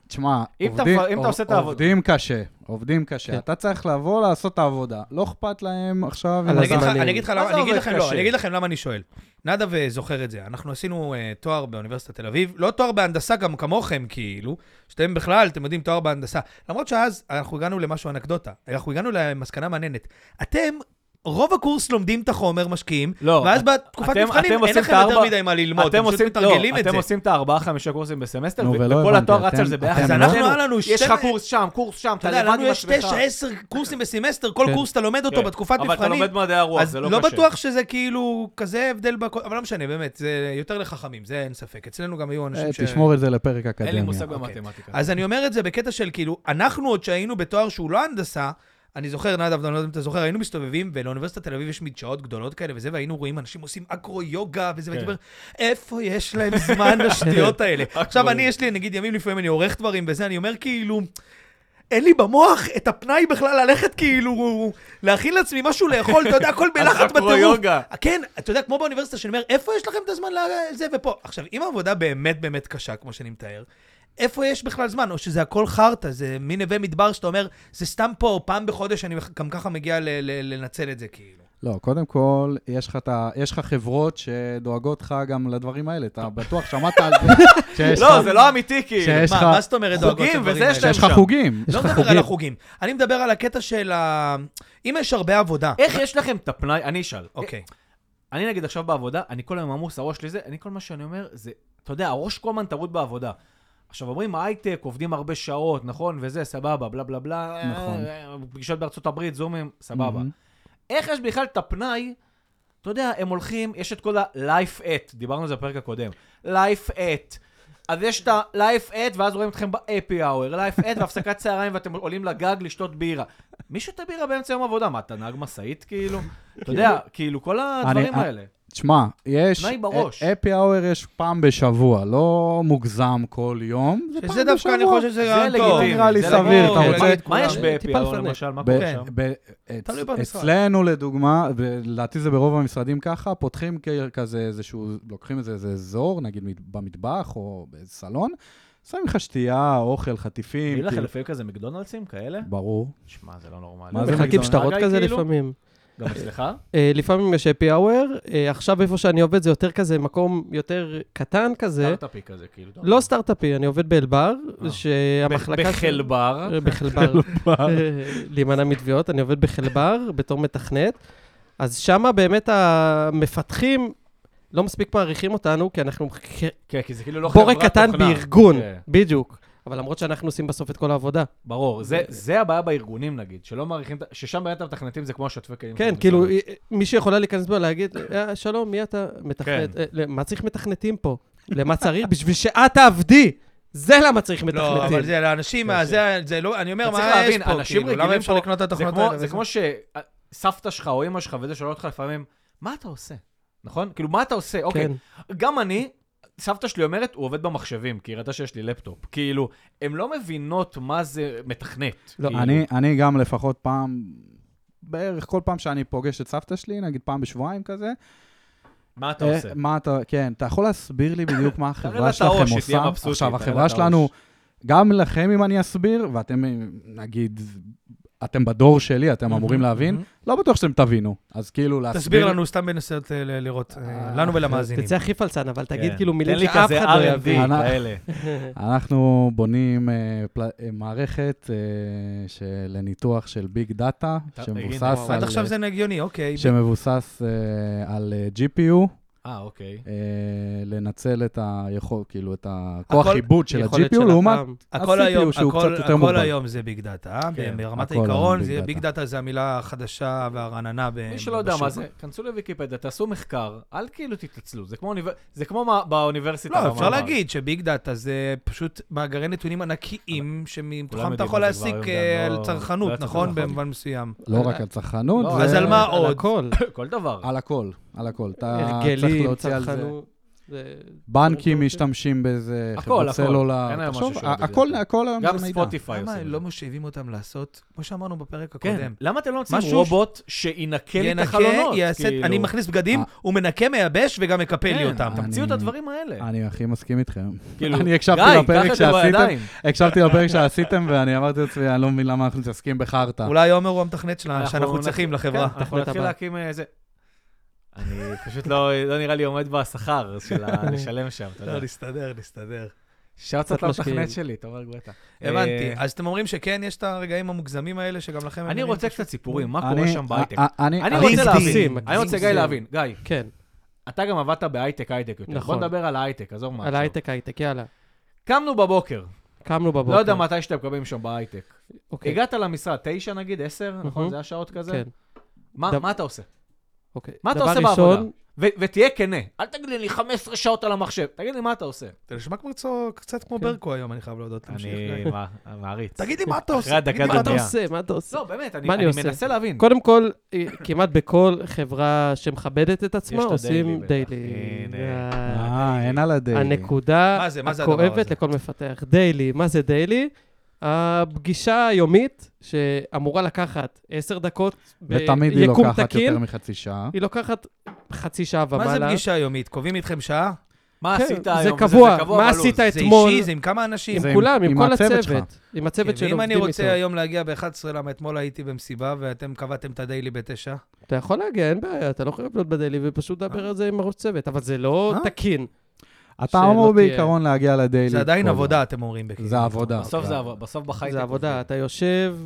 תשמע,
אם אתה
עובדים-
מפ- אם אתה
עוב-
עושה את העבודה-
עובדים קשה, עובדים
כן.
קשה. אתה צריך לבוא לעשות את העבודה. לא אכפת להם עכשיו...
על
אם
אני
אתה-
אגיד לך-
הזמנים.
אני אגיד לך
מה
למה-
זה
אני אגיד
עובד
לכם, לא,
קשה?
אני אגיד לכם למה אני שואל. נדב אה, זוכר את זה, אנחנו עשינו אה, תואר באוניברסיטת תל אביב, לא תואר בהנדסה גם כמוכם, כאילו, שאתם בכלל, אתם יודעים, תואר בהנדסה. למרות שאז אנחנו הגענו למשהו אנקדוטה, אנחנו הגענו למסקנה מעניינת. אתם, רוב הקורס לומדים את החומר, משקיעים,
לא,
ואז
את-
בתקופת
אתם-
מבחנים
אתם
אין
עושים
לכם
את
יותר
הארבע-
מדי מה ללמוד, אתם
אתם
פשוט
עושים, לא,
מתרגלים את
אתם
זה.
עושים את הארבעה-חמישה קורסים בסמסטר,
נו,
ו-
ולא
וכל
הבנתי,
התואר רץ
אתם-
על זה ביחד.
אז
אנחנו,
אצלנו,
היה לנו
יש לך
שתי-
קורס שם, קורס שם,
אתה
אתה
יודע,
לבד
לנו
עם
יש
עצמך.
9-10 קורסים בסמסטר, כל
כן.
קורס אתה לומד אותו
כן.
בתקופת
אבל אתה
מבחנים.
לומד מדעי הרוח,
אז
זה
לא,
לא
לא
קשה.
בטוח שזה כאילו כזה הבדל, בכ... אבל לא משנה, באמת, זה יותר לחכמים, זה אין ספק. אצלנו גם היו אנשים
אה,
ש...
תשמור את זה לפרק אקדמיה.
אין לי מושג
אוקיי.
במתמטיקה.
אז אני אומר את זה בקטע של כאילו, אנחנו עוד שהיינו בתואר שהוא לא הנדסה, אני זוכר, נדב, אני לא יודע אם אתה זוכר, היינו מסתובבים, ולאוניברסיטת תל אביב יש מדשאות גדולות כאלה וזה, והיינו רואים אנשים עושים אגרו-יוגה וזה, והייתי
כן.
אומר, איפה יש להם זמן לשטויות האלה? עכשיו, אני, יש לי, נגיד, ימים לפעמים אני עורך דברים וזה, אני אומר כאילו... אין לי במוח את הפנאי בכלל ללכת כאילו, להכין לעצמי משהו לאכול, אתה יודע, הכל בלחץ בטירוף.
אגרו-יוגה.
כן, אתה יודע, כמו באוניברסיטה, שאני אומר, איפה יש לכם את הזמן לזה ופה? עכשיו, אם העבודה באמת באמת קשה, כמו שאני מתאר, איפה יש בכלל זמן? או שזה הכל חרטא, זה מין נווה מדבר שאתה אומר, זה סתם פה, פעם בחודש אני גם ככה מגיע ל- ל- לנצל את זה, כאילו.
לא, קודם כל, יש לך, את ה- יש לך חברות שדואגות לך גם לדברים האלה. אתה בטוח שמעת על זה. שיש לך-
לא, זה לא אמיתי, כאילו.
שיש
מה,
אה, לך-
מה זאת אומרת דואגות
חוגים
לדברים
וזה יש
האלה?
להם
שיש לך
שם.
חוגים.
יש
לא
לך
מדבר על
חוגים.
החוגים, אני מדבר על הקטע של ה... אם יש הרבה עבודה,
אה,
איך יש לכם את הפנאי? אני
כן.
אשאל.
אוקיי.
אני נגיד עכשיו בעבודה, אני כל היום עמוס, הראש שלי זה, אני כל מה שאני אומר זה, אתה יודע, הראש כל הזמן טרוד בעבודה. עכשיו אומרים, הייטק, עובדים הרבה שעות, נכון, וזה, סבבה, בלה בלה בלה,
נכון.
אה, פגישות בארצות הברית, זומים, סבבה.
מהמם.
איך יש בכלל את הפנאי, אתה יודע, הם הולכים, יש את כל ה-life at, דיברנו על זה בפרק הקודם, life at. אז יש את ה-life at, ואז רואים אתכם ב-happy hour, life at והפסקת צהריים, ואתם עולים לגג לשתות בירה. מי שותה בירה באמצע יום עבודה? מה, אתה נהג משאית כאילו? אתה יודע, כאילו, כל הדברים
אני-
האלה.
תשמע, יש...
תנאי בראש.
אפי האואר יש פעם בשבוע, לא מוגזם כל יום, זה פעם בשבוע.
שזה דווקא אני חושב שזה
זה
גם טוב. לא,
לגיטימי.
נראה לי
זה
סביר,
לגיטימי. לא,
אתה
מה-
רוצה-
מה יש
כולם-
ב-happy
טיפה
hour
לפני.
למשל? מה
ב-
קורה
כן.
שם?
ב- אצ-
תלוי במשרד.
אצלנו לדוגמה, לדעתי זה ברוב המשרדים ככה, פותחים כ- כזה איזשהו, לוקחים איזה איזה אזור, נגיד מת- במטבח או באיזה סלון, שמים לך שתייה, אוכל, חטיפים.
נראה לך
כאילו-
לפעמים כזה מקדונלדסים כאלה?
ברור.
שמע, זה לא נורמלי.
מה זה
מחלקים
מגדל?
שטרות
הגיא,
כזה
כאילו?
לפעמים.
גם אצלך?
אה, לפעמים יש happy hour, אה, עכשיו איפה שאני עובד זה יותר כזה מקום יותר קטן כזה.
סטארט-אפי כזה, כאילו. אתה
לא סטארט-אפי, אני עובד באלבר,
אה.
שהמחלקה...
ב-
ש-
בחלבר.
אה, בחלבר. אה, להימנע מתביעות, אני עובד בחלבר בתור מתכנת. אז שמה באמת המפתחים לא מספיק מעריכים אותנו, כי אנחנו כ-
כן, כי זה כאילו לא חברת
בורג
תוכנה.
קטן בארגון,
כן,
בדיוק. אבל למרות שאנחנו עושים בסוף את כל העבודה.
ברור, זה- זה הבעיה בארגונים, נגיד, שלא מעריכים, את ה- ששם באמת המתכנתים זה כמו השוטפי כלים.
כן,
של
כאילו,
משרד.
מי שיכולה להיכנס בו להגיד, "אה, שלום, מי אתה מתכנת?
כן.
אה, למה צריך מתכנתים פה? למה צריך? בשביל שאת תעבדי! זה למה צריך
לא,
מתכנתים.
אבל זה לאנשים,
כן,
ה-
כן.
זה- זה לא, אני אומר,
אתה צריך
מה יש
להבין,
פה,
אנשים
כאילו, למה
רגילים
אפשר
פה-
לקנות את
זה
התוכנות
כמו-
האלה?
זה כמו שסבתא שלך או אמא שלך וזה שואל אותך לפעמים, מה אתה עושה? נכון? כאילו, מה אתה עושה? אוקיי,
כן.
גם אני, סבתא שלי אומרת, הוא עובד במחשבים, כי היא ראתה שיש לי לפטופ. כאילו, הן לא מבינות מה זה מתכנת.
לא,
כאילו.
אני, אני גם לפחות פעם, בערך כל פעם שאני פוגש את סבתא שלי, נגיד פעם בשבועיים כזה,
מה אתה
אה,
עושה?
מה אתה, כן, אתה יכול להסביר לי בדיוק מה
תראה לה
החברה
את הראש,
שלכם
היא תהיה
עושה?
מבסוטית,
עכשיו,
תראה לה
החברה
את
שלנו,
הראש.
גם לכם אם אני אסביר, ואתם, אה, נגיד, אתם בדור שלי, אתם אמורים להבין,
מהמם.
לא בטוח שאתם תבינו. אז כאילו להסביר...
תסביר לנו, סתם בנסות אה, ל- לראות, אה, לנו ולמאזינים.
תצא הכי פלצן, אבל תגיד
כן.
כאילו מילים
תן לי
שאף אחד
כזה
לא
R&D
יבין.
אנחנו-
כאלה.
אנחנו בונים אה, פל... אה, מערכת אה, של ניתוח של ביג דאטה,
אתה- הנה,
שמבוסס
וואו,
על...
עד עכשיו זה הגיוני, אוקיי.
שמבוסס אה, על אה, GPU,
אה, אוקיי.
אה, לנצל את היכול, כאילו, את הכוח
הכל-
עיבוד של
יכולת
ה-GPU לעומת...
הפעם.
הכל
ה-CPU
היום,
שהוא
הכל-
קצת יותר
הכל
מוגבל.
היום זה ביג דאטה, אה?
כן.
ברמת
הכל היום
העיקרון,
ביג
זה-
דאטה.
ביג דאטה זה המילה החדשה והרעננה ב-
מי שלא יודע מה
אה, בשוק.
זה, כנסו לוויקיפדיה, תעשו מחקר, אל כאילו תתעצלו. זה כמו אוניבר- זה כמו מה- באוניברסיטה.
לא,
במאמר.
אפשר להגיד שביג דאטה זה פשוט מאגרי נתונים ענקיים שמתוכם
כולם
אתה
יודעים
יכול
על זה כבר
להסיק
היום,
אה,
גם
על
לא- לא
צרכנות,
יצא
נכון?
כזה נכון.
במובן מסוים.
לא רק על צרכנות,
לא,
זה...
אז על מה
על
עוד?
הכל.
כל דבר.
על הכל, על הכל. אתה אה, צריך
הרגלים,
להוציא על זה.
צרכנות. זה-
בנקים משתמשים בזה,
הכל,
חברות
הכל. אין
סלולר.
היום
תחשוב,
משהו שלא בזה.
הכל הכל היום
גם
זה מידע.
ספוטיפיי עושים
למה
את זה.
לא מושיבים אותם לעשות, כמו שאמרנו בפרק
כן,
הקודם?
למה אתם לא מוצאים
משהו ש-
רובוט שינקה לי את החלונות?
יעשה,
כאילו?
אני מכניס בגדים,
אה.
הוא מנקה, מייבש וגם מקפל לי
כן,
אותם.
תמציאו את
אני-
הדברים האלה.
אני הכי מסכים איתכם.
כאילו,
אני הקשבתי
גיא,
לפרק
קח את זה
שעשיתם,
בידיים.
אה,
הקשבתי לפרק שעשיתם, ואני אמרתי לעצמי, אני לא מבין למה אנחנו מתעסקים בחרטא.
אולי עומר הוא המתכנת שלנו,
אנחנו
שאנחנו
נתחיל-
צריכים לחברה.
כן, אנחנו נתחיל
הבא.
להקים איזה... אני פשוט לא לא נראה לי עומד בשכר של ה- לשלם שם,
לא,
אתה יודע.
נסתדר, נסתדר.
שרצת
קצת משקיעים.
למתכנת שלי, תומר גואטה.
הבנתי.
אה,
אז אתם אומרים שכן, יש את הרגעים המוגזמים האלה שגם לכם... הם
אני
נראים
רוצה
פשוט-
קצת סיפורים, מה
אני- אה,
קורה שם בהייטק.
א- א-
אני
אני-
רוצה להבין,
זיגזים,
אני רוצה גיא
זיגזים.
להבין. גיא,
כן,
אתה גם עבדת בהייטק, הייטק יותר. בוא
נכון.
נדבר על ההייטק, עזוב מה.
על
עכשיו.
הייטק, הייטק, יאללה.
קמנו בבוקר,
קמנו בבוקר.
לא יודע מתי שאתם מקבלים שם בהייטק.
אוקיי,
הגעת למשרד, תשע נגיד, עשר, נכון?
מהמם.
זה השעות כזה?
כן,
מה
דבר-
מה אתה עושה?
אוקיי.
מה אתה
דבר
עושה בעבודה?
ראשון,
ו- ותהיה כנה, אל תגיד לי 15 שעות על המחשב, תגיד לי מה אתה עושה.
אתה נשמע כמו צו- קצת כמו
כן.
ברקו היום, אני חייב להודות. תמשיך, גיא.
מה, מעריץ.
תגיד לי מה אתה
אחרי
עושה,
הדקה
תגיד לי מה
הזאת
אתה
מה אתה
שנייה.
עושה? מה אתה עושה?
לא, באמת, אני
מה אני
אני
עושה?
מנסה להבין.
קודם כל, אה, כמעט בכל חברה שמכבדת את עצמה,
את
עושים
הדיילי בטח.
דיילי.
הנה.
אה,
אה, אין על הדיילי.
הנקודה
מה זה- מה זה הדבר
הכואבת
הזה?
לכל מפתח. דיילי, מה זה דיילי? הפגישה היומית שאמורה לקחת עשר דקות
ותמיד היא
ביקום
לוקחת
תקין,
יותר מחצי שעה.
היא לוקחת חצי שעה ומעלה.
מה זה פגישה יומית? קובעים איתכם שעה?
מה
כן,
עשית
זה
היום?
קבוע. מה
בלו"ז.
עשית
זה
אתמול.
אישי, זה עם כמה אנשים.
זה
עם
עם-
כולם, עם
עם
כל
הצוות שלך.
הצוות. עם הצוות של
ואם אני
עובדים
רוצה
איתו.
היום להגיע ב-11, למה אתמול הייתי במסיבה ואתם קבעתם את הדיילי ב-9?
אתה יכול להגיע, אין בעיה, אתה לא חייב להיות בדיילי ופשוט לדבר על זה עם הראש צוות, אבל זה לא
אה?
תקין.
אתה
שלא
אמור
תהיה.
בעיקרון להגיע לדיילי.
זה עדיין
כל
עבודה,
יום.
אתם אומרים. בכאילו.
זה עבודה.
בסוף זה עבודה, כן. בסוף בחייטק.
זה עבודה, אתה יושב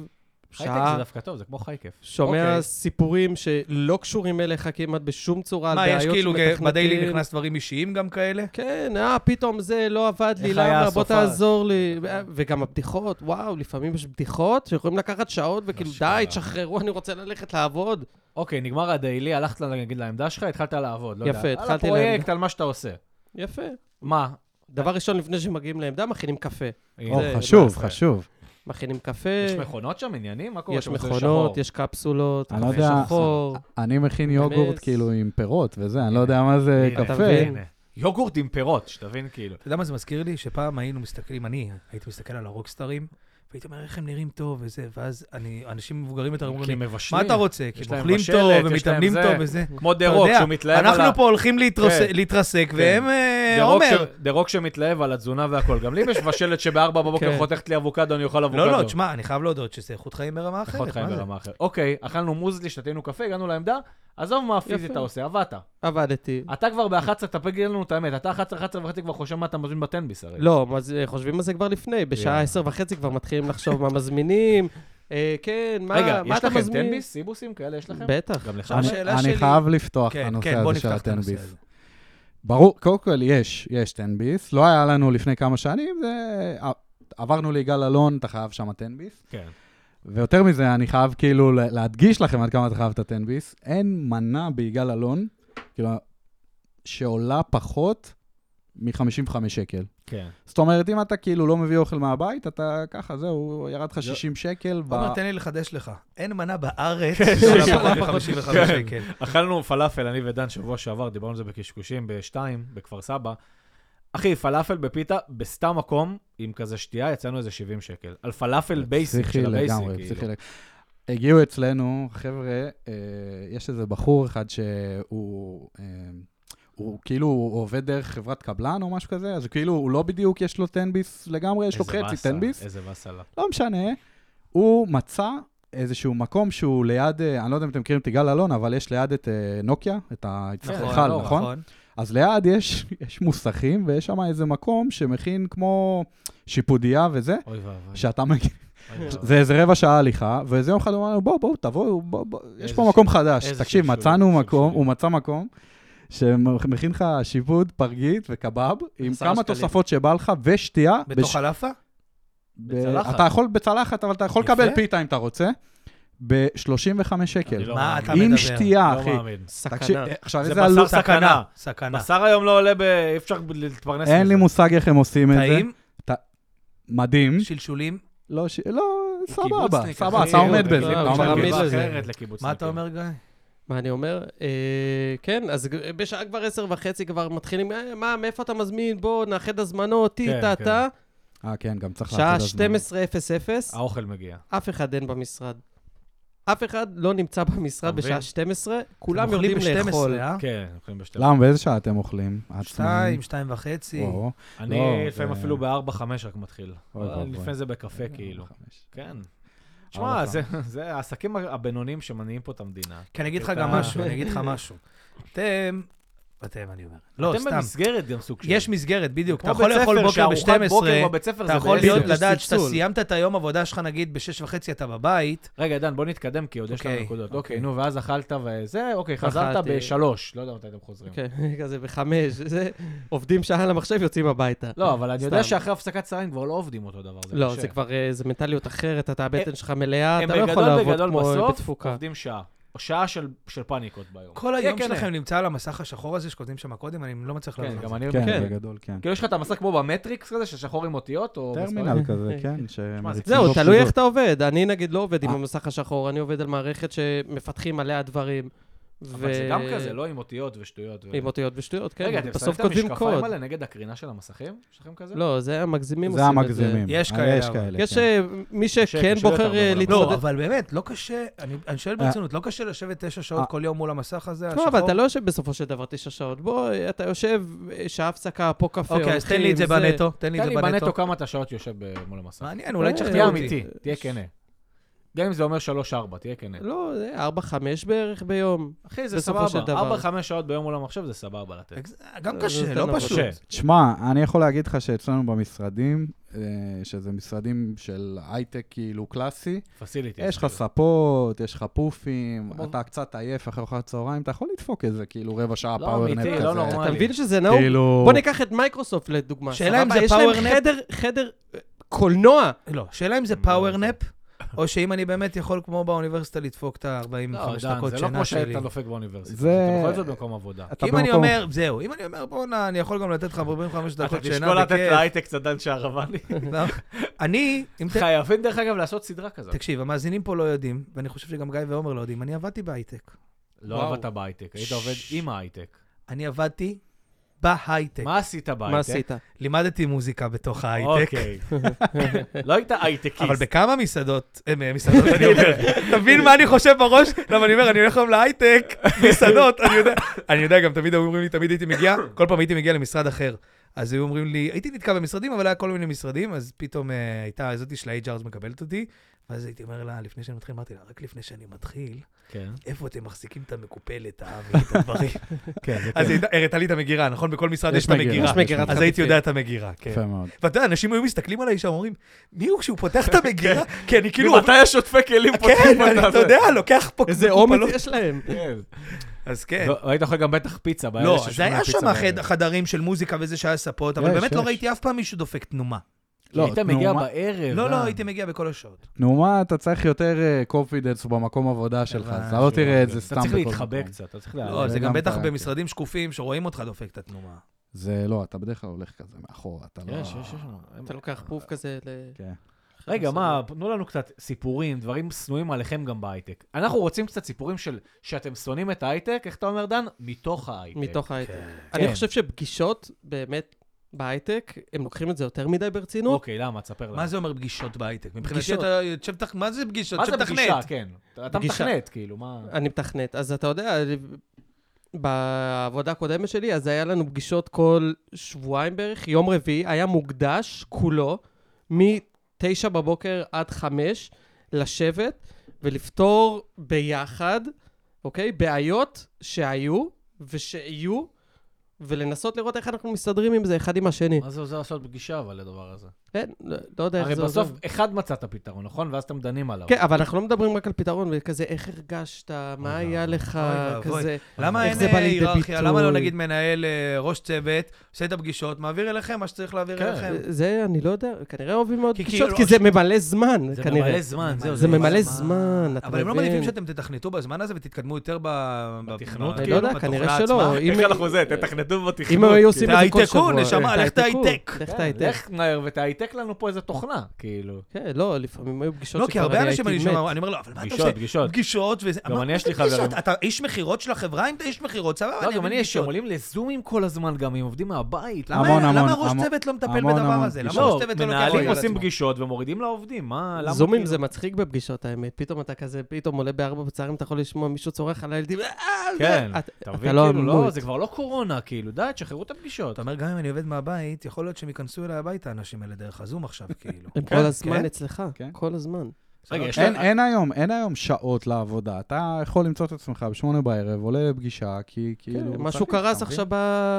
הייטק זה
שעה,
דווקא טוב, זה כמו חייקף.
שומע
אוקיי.
סיפורים שלא קשורים אליך כמעט בשום צורה, על
מה, יש
בעיות
כאילו
שמתכנתים.
בדיילי נכנס דברים אישיים גם כאלה?
כן, אה, פתאום זה לא עבד לי,
איך היה
למה? בוא
הסופה?
תעזור לי. ו- וגם הבדיחות, וואו, לפעמים יש בדיחות שיכולים לקחת שעות, וכאילו,
אשכרה.
די, תשחררו, אני רוצה ללכת לעבוד.
אוקיי, נגמר הדיילי, הלכת נגיד לעמדה שלך, התחלת לעבוד. לא יודע,
יפה,
על
התחלתי
הפרויקט,
לעמדה.
על מה שאתה עושה.
יפה.
מה?
דבר ראשון, לפני שמגיעים לעמדה, מכינים קפה.
או,
זה-
חשוב,
זה-
חשוב.
מכינים קפה,
יש מכונות שם, עניינים? מה קורה?
יש
שם מסלול
מכונות,
שחור?
יש קפסולות,
אני לא
קפה
יודע-
שחור.
אני מכין יוגורט
באמת?
כאילו עם פירות וזה, אני לא יודע מה
אה,
זה
הנה,
אתה
קפה.
מבין?
הנה. יוגורט עם פירות, שתבין כאילו.
אתה יודע מה זה מזכיר לי? שפעם היינו מסתכלים, אני הייתי מסתכל על הרוקסטרים, והייתי אומר, איך הם נראים טוב וזה, ואז אני, אנשים מבוגרים יותר אומרים לי,
הם מבשלים.
מה אתה רוצה? כי
יש
הם
להם
אוכלים
בשלט,
טוב
יש להם
ומתאמנים
זה.
טוב וזה.
כמו דה
אתה
רוק,
יודע,
שהוא מתלהב על ה...
אנחנו פה הולכים להתרסק-
כן.
להתרסק, והם, אה,
דה רוק
עומר.
ש- דה רוק שמתלהב על התזונה והכל. גם לי יש בשלט שבארבע בבוקר
כן.
חותכת לי אבוקדו, אני אוכל אבוקדו.
לא, לא, תשמע, אני חייב להודות שזה איכות חיים ברמה אחרת.
פחות חיים
מה זה?
ברמה אחרת. אוקיי, אכלנו מוזלי, שתינו קפה, הגענו לעמדה, עזוב מה פיזית
יפה.
אתה עושה, עבדת.
עבדתי.
אתה כבר ב-11, תגיד לנו את האמת, אתה 11, 11 וחצי כבר חושב מה אתה מזמין בטנביס הרי.
לא, מה זה- חושבים על זה כבר לפני, בשעה
יאללה.
עשר וחצי כבר מתחילים לחשוב מה מזמינים, אה, כן, מה
רגע,
מה
יש
אתה
לכם
מזמין?
טנביס? סיבוסים כאלה יש לכם?
בטח.
גם לך?
אני-
עומר?
השאלה
אני
שלי-
חייב לפתוח
כן,
את
כן,
הנושא
בוא
הזה של
נפתח את הנושא
הטנביס.
הזה.
ברור, קודם כל, יש, יש 10 ביס. לא היה לנו לפני כמה שנים, זה... עברנו ליגאל אלון, אתה חייב שם 10 ביס.
כן.
ויותר מזה, אני חייב כאילו לה- להדגיש לכם עד כמה אתה חייב את 10 ביס. אין מנה ביגאל אלון, כאילו, שעולה פחות מ-55 שקל.
כן.
זאת אומרת, אם אתה כאילו לא מביא אוכל מהבית, אתה ככה, זהו, ירד
לא.
לך 60 שקל. ב-
עומר, תן לי לחדש לך. אין מנה בארץ
שעולה
שעולה
פחות.
פחות מ-55
כן.
שקל.
אכלנו פלאפל, אני ודן, שבוע שעבר, דיברנו על זה בקשקושים, בשתיים, בכפר סבא. אחי, פלאפל בפיתה, בסתם מקום, עם כזה שתייה, יצאנו איזה 70 שקל. על פלאפל בייסיק
פסיכי
של הבייסיק,
לגמרי,
כאילו.
פסיכי לגמרי. הגיעו אצלנו, חבר'ה, אה, יש איזה בחור אחד שהוא... אה, הוא כאילו הוא עובד דרך חברת קבלן או משהו כזה, אז הוא כאילו הוא לא בדיוק יש לו תנביס לגמרי, יש לו
איזה
חצי
באסה,
תנביס.
איזה באסה לה.
לא משנה, הוא מצא איזשהו מקום שהוא ליד, אה, אני לא יודע אם אתם מכירים את יגאל אלון, אבל יש ליד את אה, נוקיה, את
כן,
ההיכל,
לא,
נכון? אז ליד יש, יש מוסכים, ויש שם איזה מקום שמכין כמו שיפודייה וזה,
אוי ואבוי.
שאתה מגיע,
אוי ואבוי.
זה איזה רבע שעה הליכה, ואיזה יום אחד הוא אמר לנו, בואו, בואו, תבואו, בואו, בואו, יש
איזה
פה
ש-
מקום חדש.
איזה
תקשיב,
שלשול,
מצאנו
שלשול.
מקום, הוא מצא מקום. שמכין לך שיפוד, פרגית וקבב, עם
עשרה
כמה
שקלים.
תוספות שבא לך, ושתייה. בש-
בתוך הלאפה?
ב-
בצלחת.
אתה יכול בצלחת, אבל אתה יכול
יפה.
לקבל פיתה אם אתה רוצה, ב-35 שקל.
אני לא
מה אתה מדבר? אה,
עם שתייה,
לא
אחי.
מאמין.
תקשיב,
סכנה.
עכשיו
זה
איזה עלות,
בשר סכנה.
סכנה.
בשר היום לא עולה ב... אי אפשר ב- להתפרנס מזה.
אין לי מושג איך הם עושים את זה.
טעים,
Hmm?
מדהים.
שלשולים.
לא, ש- לא, סבבה,
קיבוצניק,
סבבה,
אחי.
אתה עומד
לא,
בזה, אתה
לא,
עומד
לא,
בזה.
לא,
לקיבוצניקים.
לזה.
אחרת לקיבוצניקים.
מה אתה אומר, גיא?
מה אני אומר? אה, כן, אז ג- בשעה כבר עשר וחצי כבר מתחילים, אה, מה, מאיפה אתה מזמין? בוא, נאחד הזמנות, טי,
כן,
טה,
כן.
טה.
אה, כן, גם צריך
שעה
לעשות את הזמן.
12:00,
האוכל מגיע.
אף אחד אין במשרד. אף אחד לא נמצא
אתה
במשרד
מבין?
בשעה 12, כולם
אתם אוכלים
יורדים
ב- 12,
לאכול.
אה?
כן, אוכלים בשתי...
למה, באיזה שעה אתם אוכלים?
כן.
העצמאים?
שתיים, שתיים וחצי.
וואו,
אני
לא,
לפעמים
זה-
אפילו ב-4-5 רק מתחיל.
אוי,
אבל
אוי,
לפני
אוי.
זה בקפה, כאילו.
חמש.
כן. שמע,
ארבע,
זה- זה העסקים הבינוניים שמניעים פה את המדינה.
כי כן, אני אגיד לך
אתה-
גם משהו, אני אגיד לך משהו. אתם, אתם, אני אומר. לא,
אתם
סתם.
במסגרת גם סוג של...
יש מסגרת, בדיוק. אתה
כמו
יכול
בית
לאכול
ספר,
בוקר
שארוחת בוקר
ב-12,
בבית ספר
אתה
זה
יכול
בעשר.
להיות
בדיוק, יש
לדעת שאתה
צלצול.
סיימת את היום עבודה שלך, נגיד, ב-6 וחצי אתה בבית,
רגע, דן, בוא נתקדם, כי עוד יש לנו
אוקיי,
נקודות.
אוקיי.
אוקיי, נו, ואז אכלת וזה, אוקיי, חזרת
אכלתי.
בשלוש. לא יודע מתי אתם חוזרים.
כן, כזה בחמש, זה, עובדים שעה על המחשב, יוצאים הביתה.
לא, אבל אני יודע
סתם.
שאחרי הפסקת צהריים כבר לא עובדים אותו דבר. זה
לא,
קשה.
זה כבר, אה, זה מנטליות אחרת, אתה, הבטן שלך מלאה,
הם
אתה לא יכול
בגדול,
לעבוד
בגדול,
כמו אה,
בסוף
בתפוקה.
עובדים שעה. או שעה של של פאניקות ביום.
כל היום
כן,
שלכם נמצא על המסך השחור הזה שכותבים שם קודם, אני לא מצליח
כן,
להבין.
גם אני...
כן,
כן.
בגדול, כן.
כאילו יש לך את המסך כמו במטריקס כזה, ששחור עם אותיות, או... מספרים?
טרמינל כזה, כן, שמריצים
זהו,
בו
תלוי איך
פקודות.
אתה עובד. אני נגיד לא עובד עם
אה.
המסך השחור, אני עובד על מערכת שמפתחים עליה דברים.
אבל זה גם כזה, לא עם אותיות ושטויות. ו-
עם אותיות ושטויות, כן.
רגע, אתם שמים
בסוף
את
כותבים
המשקפיים
קוד.
האלה נגד הקרינה של המסכים? יש לכם כזה?
לא, זה המגזימים
זה
עושים את זה.
המגזימים.
יש
אה,
כאלה,
יש
אבל.
כאלה,
יש
כן.
אה, מי שכן
קשה יותר,
בוחר
אבל
אה,
לא.
לצעוד
לא,
את...
אבל באמת, לא קשה, אני אני שואל
אה.
ברצינות, לא קשה לשבת תשע
אה.
שעות כל יום מול המסך הזה,
לא,
השחור?
אבל אתה לא יושב בסופו של דבר תשע שעות. בוא, אה, אתה יושב אה, שעה הפסקה, פה קפה,
אוקיי, אז תן לי את זה
הולכים,
בנטו, תן לי את
תן
זה
לי
בנטו.
בנטו כמה אתה שעות יושב אה, מול המסך.
מעניין, אולי
אה,
תשכנע
תהיה
אותי.
אמיתי, תהיה כנה. גם אם זה אומר 3-4, תהיה כנה.
לא, זה ארבע, חמש בערך ביום.
אחי, זה
בסופו של דבר.
סבבה. 4-5 שעות ביום מול המחשב זה סבבה לתת.
גם
זה
קשה,
יותר
לא
עבודה.
פשוט.
קשה.
תשמע, אני יכול להגיד לך שאצלנו במשרדים, אה, שזה משרדים של הייטק כאילו קלאסי,
אה, פסיליטי.
יש לך ספות, יש לך פופים,
אבל-
אתה קצת עייף אחרי ארוחת צהריים, אתה יכול לדפוק את זה, כאילו רבע שעה
לא,
פאוורנט
אמיתי,
כזה.
לא נורמלי.
אתה מבין שזה נהוג?
כאילו...
בוא ניקח את מייקרוסופט לדוגמה.
שאלה אם
סבבה?
זה
יש להם
power nap?
חדר, חדר אה, קולנוע.
לא, שאלה אם זה
לא,
פאוורנפ, או שאם אני באמת יכול, כמו באוניברסיטה, לדפוק את
לא,
ה-45
דן,
דקות
זה לא
שינה
כמו
שלי.
שאתה דופק באוניברסיטה.
זה-
אתה בכל זאת במקום עבודה.
אתה
אם אני
במקום-
אומר, זהו, אם אני אומר, בואנה, אני יכול גם לתת לך 45
אתה
דקות שינה
תשקול לתת
בכיף.
להייטק קצת דן שערבני.
לא. אני, אם ת-
חייבים דרך אגב לעשות סדרה כזאת.
תקשיב, המאזינים פה לא יודעים, ואני חושב שגם גיא ועומר לא יודעים, אני עבדתי בהייטק.
לא
וואו.
עבדת בהייטק, היית עובד עם ההייטק.
אני עבדתי בהייטק.
מה עשית בהייטק?
מה עשית?
לימדתי מוזיקה בתוך ההייטק.
אוקיי. לא היית הייטקיסט.
אבל בכמה מסעדות, אה, מסעדות, אני אומר, תבין מה אני חושב בראש, למה אני אומר, אני הולך היום להייטק, מסעדות, אני יודע, אני יודע, גם תמיד היו אומרים לי, תמיד הייתי מגיע, כל פעם הייתי מגיע למשרד אחר. אז היו אומרים לי, הייתי נתקע במשרדים, אבל היה כל מיני משרדים, אז פתאום אה, הייתה זאתי של ה-HR מקבלת אותי, ואז הייתי אומר לה, לפני שאני מתחיל, אמרתי לה, רק לפני שאני מתחיל,
כן,
איפה אתם מחזיקים את המקופלת, האבי, את הדברים?
כן, זה
אז
כן.
היא הראתה לי את המגירה, נכון? בכל משרד
יש
יש את
מגירה,
המגירה.
יש מגירת
אז הייתי
חטיפים.
יודע את המגירה, כן.
יפה מאוד.
ואתה יודע, אנשים היו מסתכלים עליי שם, אומרים, מי הוא כשהוא פותח את המגירה? כי אני כאילו...
ממתי השוטפי כלים
כן,
פותחים
אני-
את
אתה
זה?
יודע, לוקח פה...
איזה
קופלות.
אומץ יש להם.
כן.
אז כן.
לא, היית אוכל גם בטח פיצה. באלה
לא,
ששמונה
זה היה
פיצה
שם
בערב.
חד- חדרים של מוזיקה וזה שהיה ספות, אבל
יש,
באמת לא
יש.
ראיתי אף פעם מישהו דופק תנומה.
כי
לא,
היית מגיע
תנומה-
בערב.
לא, לא,
אה.
הייתי מגיע בכל השעות.
תנומה, אתה צריך יותר קופידנס במקום עבודה שלך, אז אתה לא תראה את זה סתם.
אתה צריך
בכל
להתחבא
מקום.
קצת, אתה צריך
לא,
להעלות.
זה גם
גם
בטח
אתה-
במשרדים שקופים שרואים אותך דופק את התנומה.
זה לא, אתה בדרך כלל הולך כזה מאחורה, אתה לא...
יש, יש, יש.
אתה לוקח פוף
אה,
כזה ל...
כן.
רגע, מה, תנו לנו קצת סיפורים, דברים שנואים עליכם גם בהייטק. אנחנו רוצים קצת סיפורים של שאתם שונאים את ההייטק, איך אתה אומר, דן? מתוך ההייטק.
מתוך ההייטק.
כן.
אני חושב שפגישות, באמת, בהייטק, הם לוקחים את זה יותר מדי ברצינות.
אוקיי, למה? תספר לנו.
מה זה אומר פגישות בהייטק? מבחינתי
פגישות.
אתה... תשב תח- מה זה פגישות?
מה
תשב
זה פגישה?
תחנת.
כן. אתה
פגישה.
מתכנת, כאילו, מה...
אני מתכנת. אז אתה יודע, בעבודה הקודמת שלי, אז היה לנו פגישות כל שבועיים בערך, יום רביעי, היה מוקדש כולו, מ-9 בבוקר עד 5, לשבת ולפתור ביחד, אוקיי? בעיות שהיו ושיהיו, ולנסות לראות איך אנחנו מסתדרים עם זה אחד עם השני.
מה זה עוזר לעשות פגישה, אבל, לדבר הזה?
כן, לא- לא יודע איך
הרי
זה עוזר.
בסוף, אחד מצא את הפתרון, נכון? ואז אתם דנים עליו.
כן, אבל אנחנו לא מדברים רק על פתרון, וכזה, איך הרגשת, מה
אוי
היה לך,
אוי ואבוי.
כזה.
למה
איך
אין
זה בא
אה,
לידי
היררכיה? למה לא
ביטוי?
נגיד מנהל אה, ראש צוות, עושה את הפגישות, מעביר אליכם מה שצריך להעביר
כן.
אליכם?
זה, אני לא יודע, כנראה אוהבים מאוד
כי
פגישות,
כאילו-
כי זה ממלא זמן,
זה
כנראה.
ממלא זמן, זהו.
זה ממלא זמן, אתה מבין?
אבל הם לא מעדיפים שאתם תתכנתו בזמן הזה ותתקדמו יותר ב- ב-
בתכנות,
ב-
אני לא
כאילו,
יודע,
בתוכנה
כנראה
עצמה.
שלא. אם-
איך אנחנו זה? תתכנתו בתכנות.
אם הם היו עושים את זה כל
תהייטקו,
שבוע.
נשמה, לך
תהייטקו,
תהייטק.
לך
כן,
תהייטק.
לך מהר ותהייטק לנו פה איזה תוכנה, כאילו.
כן, לא, לפעמים היו פגישות
לא, כי הרבה
אני
אנשים אני
הייתי
שומע,
מת.
אני אומר לו, אבל מה אתה
פגישות,
עושה?
פגישות.
פגישות וזה.
גם
מה-
אני
מה
יש
זה
לי חברים.
פגישות? אתה איש מכירות של החברה? אם אתה איש מכירות, סבבה,
לא, גם
אבין
אני יש שהם
פגישות.
עולים לזומים כל הזמן גם, הם עובדים מהבית.
למה-
המון, המון,
למה ראש
המון.
צוות לא מטפל
המון,
בדבר
המון
הזה? למה
פגישות.
ראש
לא,
צוות לא לוקח
מנהלים
אחריות על
עושים
עצמו?
פגישות ומורידים לעובדים, מה, למה?
זומים
כאילו?
זה מצחיק בפגישות, האמת. פתאום אתה כזה, פתאום עולה בארבע בצהריים, אתה יכול לשמוע מישהו צורח על הילדים, "אה, זה-"
כן,
אתה-
אתה
אתה
מבין,
לא
כאילו, לא,
אמור.
זה כבר לא קורונה, כאילו, די, תשחררו את הפגישות.
אתה אומר, גם אם אני עובד מהבית, יכול להיות שהם ייכנסו אליי הביתה, האנשים האלה, דרך הזום עכשיו, כאילו.
הם
כן,
כל הזמן
כן.
אצלך,
כן.
כל הזמן.
רגע, יש
אין,
לה-
אין היום, אין היום שעות לעבודה. אתה יכול למצוא את עצמך בשמונה בערב, עולה לפגישה, כי כאילו...
כן, משהו
צריך
קרס
אתה מבין?
עכשיו ב...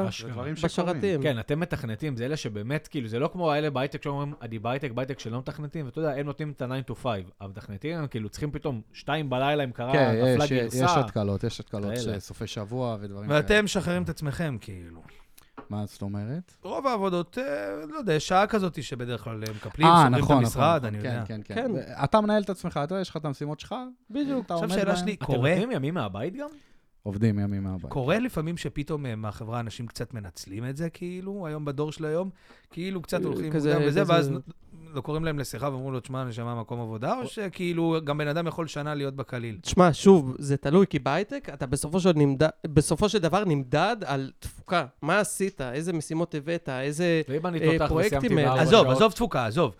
אשכרה.
דברים שקורים.
בשרתים.
כן, אתם מתכנתים, זה אלה שבאמת, כאילו, זה לא כמו האלה בהייטק שאומרים, אני בהייטק, בהייטק שלא מתכנתים, ואתה יודע, הם נותנים את ה-9 to 5. המתכנתים, הם כאילו, צריכים פתאום, שתיים בלילה, אם קרה,
כן,
נפלה
יש- יש
גרסה.
התקלות, יש התקלות
אה, כאלה.
של סופי שבוע ודברים כאלה.
ואתם משחררים את עצמכם, כאילו.
מה זאת אומרת?
רוב העבודות, אה, לא יודע, יש שעה כזאת שבדרך כלל הם מקפלים,
אה,
סוגרים את
נכון,
המשרד,
נכון.
אני
כן,
יודע.
כן, כן.
כן.
אתה מנהל את עצמך, אתה, יש לך את המשימות שלך,
בדיוק.
אתה
עכשיו
עומד
שאלה
בהן.
שלי,
אתם
קורה?
נותנים ימים מהבית גם?
עובדים ימים מהבית.
קורה לפעמים שפתאום אה, מהחברה אנשים קצת מנצלים את זה, כאילו, היום בדור של היום, כאילו קצת
אה,
הולכים
כזה-
מוקדם וזה,
כזה-
ואז נ- לא קוראים להם לשיחה ואומרים לו, תשמע, נשמע מקום עבודה, או שכאילו גם בן אדם יכול שנה להיות בקליל.
תשמע, שוב, זה תלוי, כי בהייטק אתה בסופו של, נמד... בסופו של דבר נמדד על תפוקה. מה עשית, איזה משימות הבאת, איזה...
ואם אני
אה,
תותח
פרויקטים
וסיימתי
האלה.
בארבע שעות...
עזוב, עזוב תפוקה, עזוב.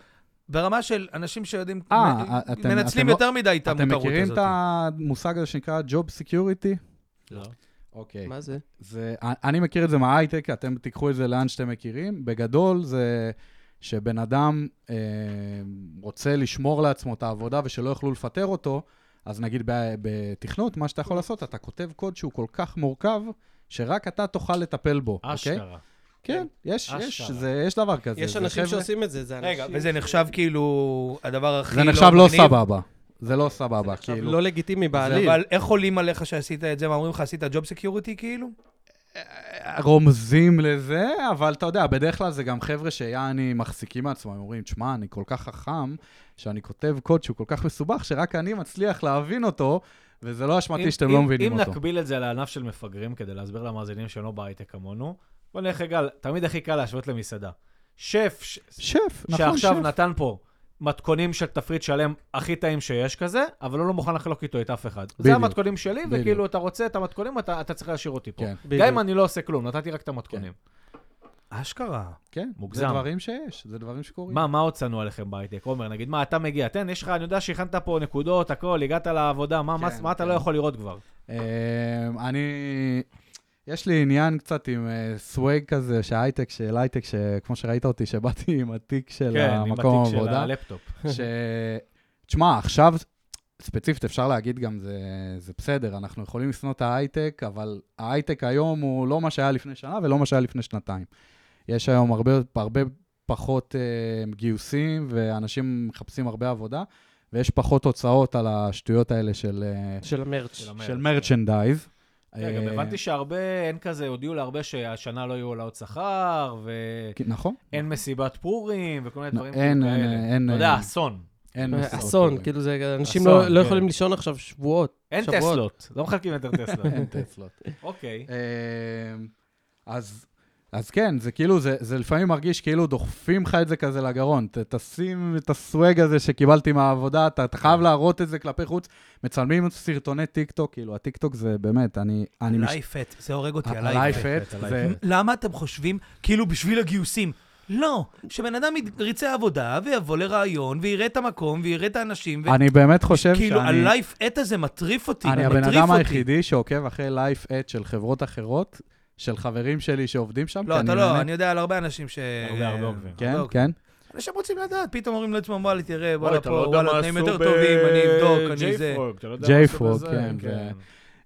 ברמה של אנשים שיודעים,
אה,
מ-
אה, אתם-
מנצלים
אתם לא-
יותר מדי את
אתם
המותרות
מכירים את
הזאת.
המושג הזה שנקרא Job Security?
לא.
אוקיי.
מה זה?
זה, אני מכיר את זה מההייטק, אתם תיקחו את זה לאן שאתם מכירים. בגדול זה שבן אדם אה, רוצה לשמור לעצמו את העבודה ושלא יוכלו לפטר אותו, אז נגיד ב- בתכנות, מה שאתה יכול לעשות, אתה כותב קוד שהוא כל כך מורכב, שרק אתה תוכל לטפל בו, אוקיי?
אשכרה.
כן, יש, יש,
אשכרה.
זה, יש דבר כזה.
יש
זה
אנשים
חבר'ה-
שעושים את זה, זה אנשים...
רגע, וזה נחשב כאילו הדבר הכי
זה נחשב לא
מגניב,
סבבה. זה לא סבבה,
עכשיו,
כאילו.
לא לגיטימי בעליל.
אבל איך עולים עליך שעשית את זה? מה אומרים לך, עשית ג'וב סקיוריטי כאילו?
רומזים לזה, אבל אתה יודע, בדרך כלל זה גם חבר'ה שיעני מחזיקים מעצמם, הם אומרים, תשמע, אני כל כך חכם, שאני כותב קוד שהוא כל כך מסובך, שרק אני מצליח להבין אותו, וזה לא
אם-
אשמתי שאתם
אם-
לא מבינים
אם
אותו.
נקביל את זה לענף של מפגרים, כדי להסביר למאזינים שלא בהייטק כמונו, בוא נלך רגע, על- תמיד הכי קל להשוות למסעדה. שף, ש-
שף, נכון, שף.
שעכשיו נתן פה מתכונים של תפריט שלם הכי טעים שיש כזה, אבל הוא לא מוכן לחלוק איתו את אף אחד. זה
בדיוק.
המתכונים שלי,
בדיוק.
וכאילו, אתה רוצה את המתכונים, אתה אתה צריך להשאיר אותי פה.
כן.
גם אם אני לא עושה כלום, נתתי רק את המתכונים.
אשכרה.
כן,
מוגזם.
זה דברים שיש, זה דברים שקורים.
מה, מה עוד שנוא עליכם בהייטק? עומר, נגיד, מה, אתה מגיע, תן, יש לך, אני יודע שהכנת פה נקודות, הכל, הגעת לעבודה, מה- מה
כן,
מה אתה
כן.
לא יכול לראות כבר?
אמ, אני... יש לי עניין קצת עם אה, סוויג כזה, שהייטק של הייטק, שכמו שראית אותי, שבאתי עם התיק של
כן, עם
המקום
התיק של
העבודה.
הלפטופ.
ש... תשמע, עכשיו, ספציפית אפשר להגיד גם, זה, זה בסדר, אנחנו יכולים לשנוא את ההייטק, אבל ההייטק היום הוא לא מה שהיה לפני שנה ולא מה שהיה לפני שנתיים. יש היום הרבה, הרבה פחות אה, גיוסים, ואנשים מחפשים הרבה עבודה, ויש פחות הוצאות על השטויות האלה של, אה,
של המרץ'.
של המרץ.
של מרצ'נדייז. אה,
כן, גם הבנתי שהרבה, אין כזה, הודיעו להרבה שהשנה לא יהיו העלאות שכר, ואין
נכון.
מסיבת פורים, וכל מיני
לא,
דברים
אין,
כאלה.
אין, אין,
אתה יודע,
אין.
אסון.
אין אוקיי.
אה,
מסיבות
אסון,
הורים.
כאילו זה, אנשים
אסון,
לא- לא
כן.
יכולים לישון עכשיו שבועות.
אין
שבועות.
טסלות, לא מחלקים יותר טסלות.
אין טסלות.
אוקיי.
אמ, אז, אז כן, זה כאילו, זה, זה לפעמים מרגיש כאילו דוחפים לך את זה כזה לגרון. ת, תשים את הסוואג הזה שקיבלתי מהעבודה, אתה, אתה חייב להראות את זה כלפי חוץ. מצלמים סרטוני טיקטוק, כאילו, הטיקטוק זה באמת, אני... אני מש- אה,
הלייפט, זה הורג אותי,
ה-
הלייפט.
הלייפט,
הלייפט,
זה...
למה אתם חושבים, כאילו בשביל הגיוסים? לא, שבן אדם ירצה עבודה ויבוא לראיון ויראה את המקום ויראה את האנשים. ו-
אני באמת חושב
כאילו,
שאני...
הלייף את הזה מטריף אותי,
אני
מטריף אותי.
הבן אדם היחידי שעוקב אחרי לייף אט של חברות אחרות, של חברים שלי שעובדים שם.
לא,
כי
אתה
אני
לא,
באמת-
אני יודע על הרבה אנשים ש...
הרבה, הרבה עוקבים.
כן,
הרבה עוקבים.
כן.
אנשים רוצים לדעת, פתאום אומרים לעצמם, וואלה, תראה,
וואי,
וואלה,
אתה
פה,
לא יודע
וואלה,
מה
תנאים
עשו
יותר טובים, אני אבדוק, אני
ב-
זה.
JFrog, אתה לא יודע מה עשו
JFrog,
בזה,
כן, זה-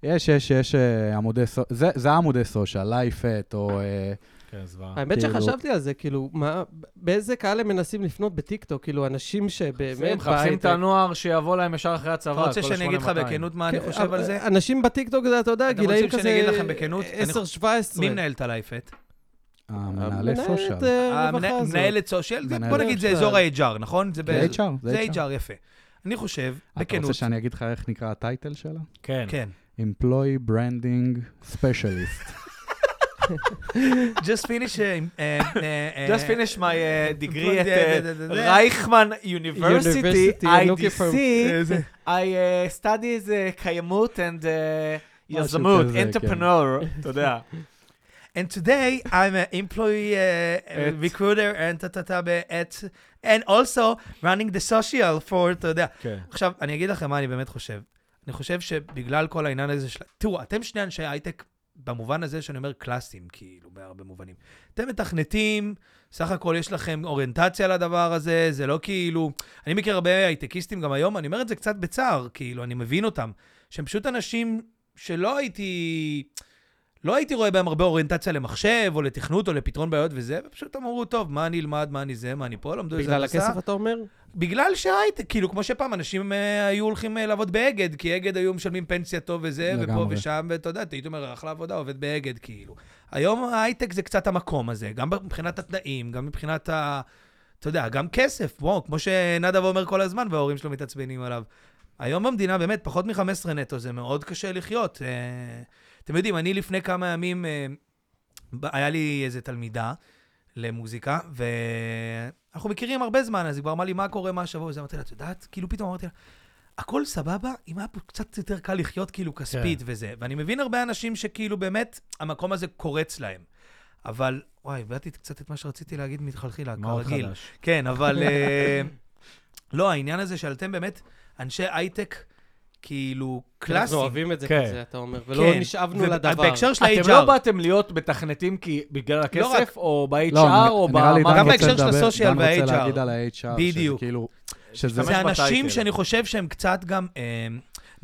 יש, יש, יש אה, עמודי סו... זה, זה עמודי סושיאל, לייפט, או... אה,
כן, זוועה.
האמת
כאילו-
שחשבתי על זה, כאילו, מה, באיזה קהל הם מנסים לפנות בטיקטוק? כאילו, אנשים
הם
שבאמת
מחפשים את הנוער שיבוא להם ישר אחרי הצבא,
אתה רוצה
כל
שאני אגיד לך
8200.
בכנות מה אני
כן,
חושב על
אבל
זה?
אה,
אנשים בטיקטוק, זה, אתה יודע,
אתם
גילאים
רוצים
כזה...
שאני אגיד לכם בכנות? אני
10,
חו-
17.
אה,
מי מנהל את הלייפט?
המנהלי סושיאל.
המנהלת, אה, הרווחה הזאת.
המנהלת סושיאל, זה- בוא
מנהלת
נגיד זה
סושיאל.
אזור ה-HR, נכון? זה
זה
ב-
HR,
זה HR, יפה. אני חושב,
אתה
בכנות,
רוצה שאני אגיד לך איך נקרא הטייטל שלה?
כן.
כן.
Employee Branding Specialist.
Just finish... eh, אה, אה, אה,
Just finish my uh, degree at uh,
אה, אה,
Reichman University,
University, I'm looking
IDC.
אה, זה-
I uh, study the קיימות and uh,
משהו
יזמות,
כזה,
entrepreneur, אתה יודע.
And today I'm an employee uh,
At-
recruiter and ta ta ta ב- at and also running the social for אתה יודע.
כן.
עכשיו אני אגיד לכם מה אני באמת חושב. אני חושב שבגלל כל העניין הזה של... תראו, אתם שני אנשי הייטק במובן הזה שאני אומר קלאסיים, כאילו, בהרבה מובנים. אתם מתכנתים, סך הכל יש לכם אוריינטציה לדבר הזה, זה לא כאילו... אני מכיר הרבה הייטקיסטים גם היום, אני אומר את זה קצת בצער, כאילו, אני מבין אותם. שהם פשוט אנשים שלא הייתי... לא הייתי רואה בהם הרבה אוריינטציה למחשב, או לתכנות, או לפתרון בעיות וזה, ופשוט אמרו, טוב, מה אני אלמד, מה אני זה, מה אני פה, למדו איזה
בגלל
הנדסה."
הכסף, אתה אומר?
בגלל שהייטק, כאילו, כמו שפעם אנשים אה, היו הולכים אה, לעבוד באגד, כי אגד היו משלמים פנסיה טוב וזה, ופה
לגמרי.
ושם, ואתה יודע, אתה היית אומר, אחלה עבודה, עובד באגד, כאילו. היום ההייטק זה קצת המקום הזה, גם מבחינת התנאים, גם מבחינת ה... אתה יודע, גם כסף, וואו, כמו שנדב אומר כל הזמן, וההורים שלו מתעצבנים עליו. היום במדינה, באמת, פחות מ-15 נטו, זה מאוד קשה לחיות. אה, אתם יודעים, אני לפני כמה ימים, אה, ב- היה לי איזה תלמידה למוזיקה, ואנחנו מכירים הרבה זמן, אז היא כבר אמרה לי, מה קורה, מה השבוע? וזה אמרתי לה, את יודעת? כאילו, פתאום אמרתי לה, הכל סבבה, אם היה פה קצת יותר קל לחיות, כאילו, כספית כן. וזה. ואני מבין הרבה אנשים שכאילו, באמת, המקום הזה קורץ להם. אבל, וואי, איבדתי קצת את מה שרציתי להגיד מלכתחילה, כרגיל. כן, אבל... אה, לא, העניין הזה שאתם באמת אנשי הייטק, כאילו,
אנחנו
קלאסיים.
אוהבים את זה
כן.
כזה, אתה אומר, ולא
כן.
נשאבנו
ו-
לדבר.
בהקשר של
אתם לא
ה-HR,
באתם להיות מתכנתים כי בגלל
לא
הכסף, או ב-HR,
לא, נראה-
או
נראה לי
ברמה...
דן
גם
רוצה
בהקשר של
לדבר-
הסושיאל
דן
וה-HR.
רוצה להגיד על ה-HR, שזה
בדיוק.
כאילו... שזה...
משתמש
זה אנשים
בטייטל.
שאני חושב שהם קצת גם אה,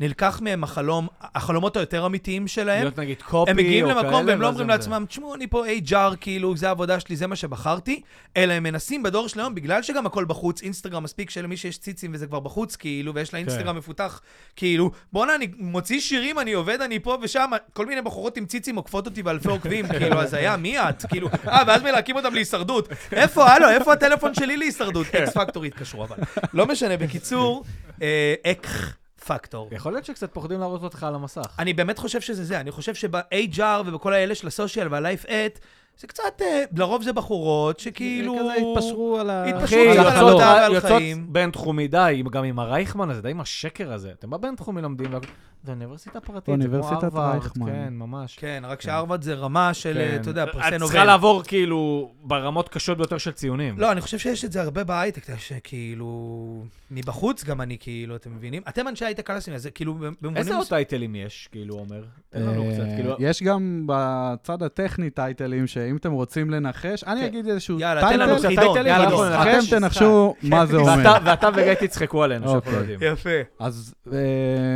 נלקח מהם החלום, החלומות היותר אמיתיים שלהם.
להיות נגיד קופי,
הם מגיעים
או
למקום
כאלה,
והם לא
ואז
אומרים
הם
לעצמם, תשמעו, אני פה HR, כאילו, זה העבודה שלי, זה מה שבחרתי, אלא הם מנסים בדור של היום, בגלל שגם הכל בחוץ, אינסטגרם מספיק שלמי שיש ציצים וזה כבר בחוץ, כאילו, ויש לה
כן.
אינסטגרם מפותח, כאילו, בואנה, אני מוציא שירים, אני עובד, אני פה ושם, כל מיני בחורות עם ציצים עוקפות אותי באלפי עוקבים, כאילו, הזיה, מי את? כאילו, אה, ואז מלהקים אותם להישרדות. איפה, הלו, איפה הטלפון שלי להישרדות?
כן.
אקס פקטור התקשרו, אבל. לא משנה, בקיצור, אה, אקח פקטור.
זה. יכול להיות שקצת פוחדים להראות אותך על המסך.
אני באמת חושב שזה זה. אני חושב שב-HR ובכל האלה של הסושיאל והלייף אט, זה קצת, אה, לרוב זה בחורות שכאילו...
כזה התפשרו על ה...
כאילו-
כן.
אחי,
התפשרו פשוט על
יוצאות-
עבודה ועל
יוצאות
חיים.
בינתחומי, די, עם- גם עם הרייכמן הזה, די עם השקר הזה. אתם בבינתחומי לומדים, והכל- זה אוניברסיטה פרטית, זה כמו
אוניברסיטת
הרווארד,
רייכמן.
כן, ממש.
כן, רק שהרווארד זה רמה של, אה,
כן.
אתה יודע, פרסי
את
נובל.
צריכה לעבור כאילו ברמות קשות ביותר של ציונים.
לא, אני חושב שיש את זה הרבה בהייטק, אתה יודע, שכאילו... מבחוץ גם אני, כאילו, אתם מבינים? אתם אנשי הייטק קלאסיים, אז זה כאילו במובנים...
איזה עוד
מסוימים-
טייטלים יש, כאילו, עומר? תן לנו
אה,
קצת, כאילו...
יש גם בצד הטכני טייטלים, שאם אתם רוצים לנחש, אני אגיד איזשהו
כן. יאללה, תן לנו
טייטל,
קצת
חידון.
טייטלים,
יאללה,
אנחנו
בוא.
ננחש.
אתם תנחשו מה זה אומר.
ואתה- ואתה וגיא תצחקו עלינו, שאנחנו לא
אוקיי.
יודעים.
יפה.
אז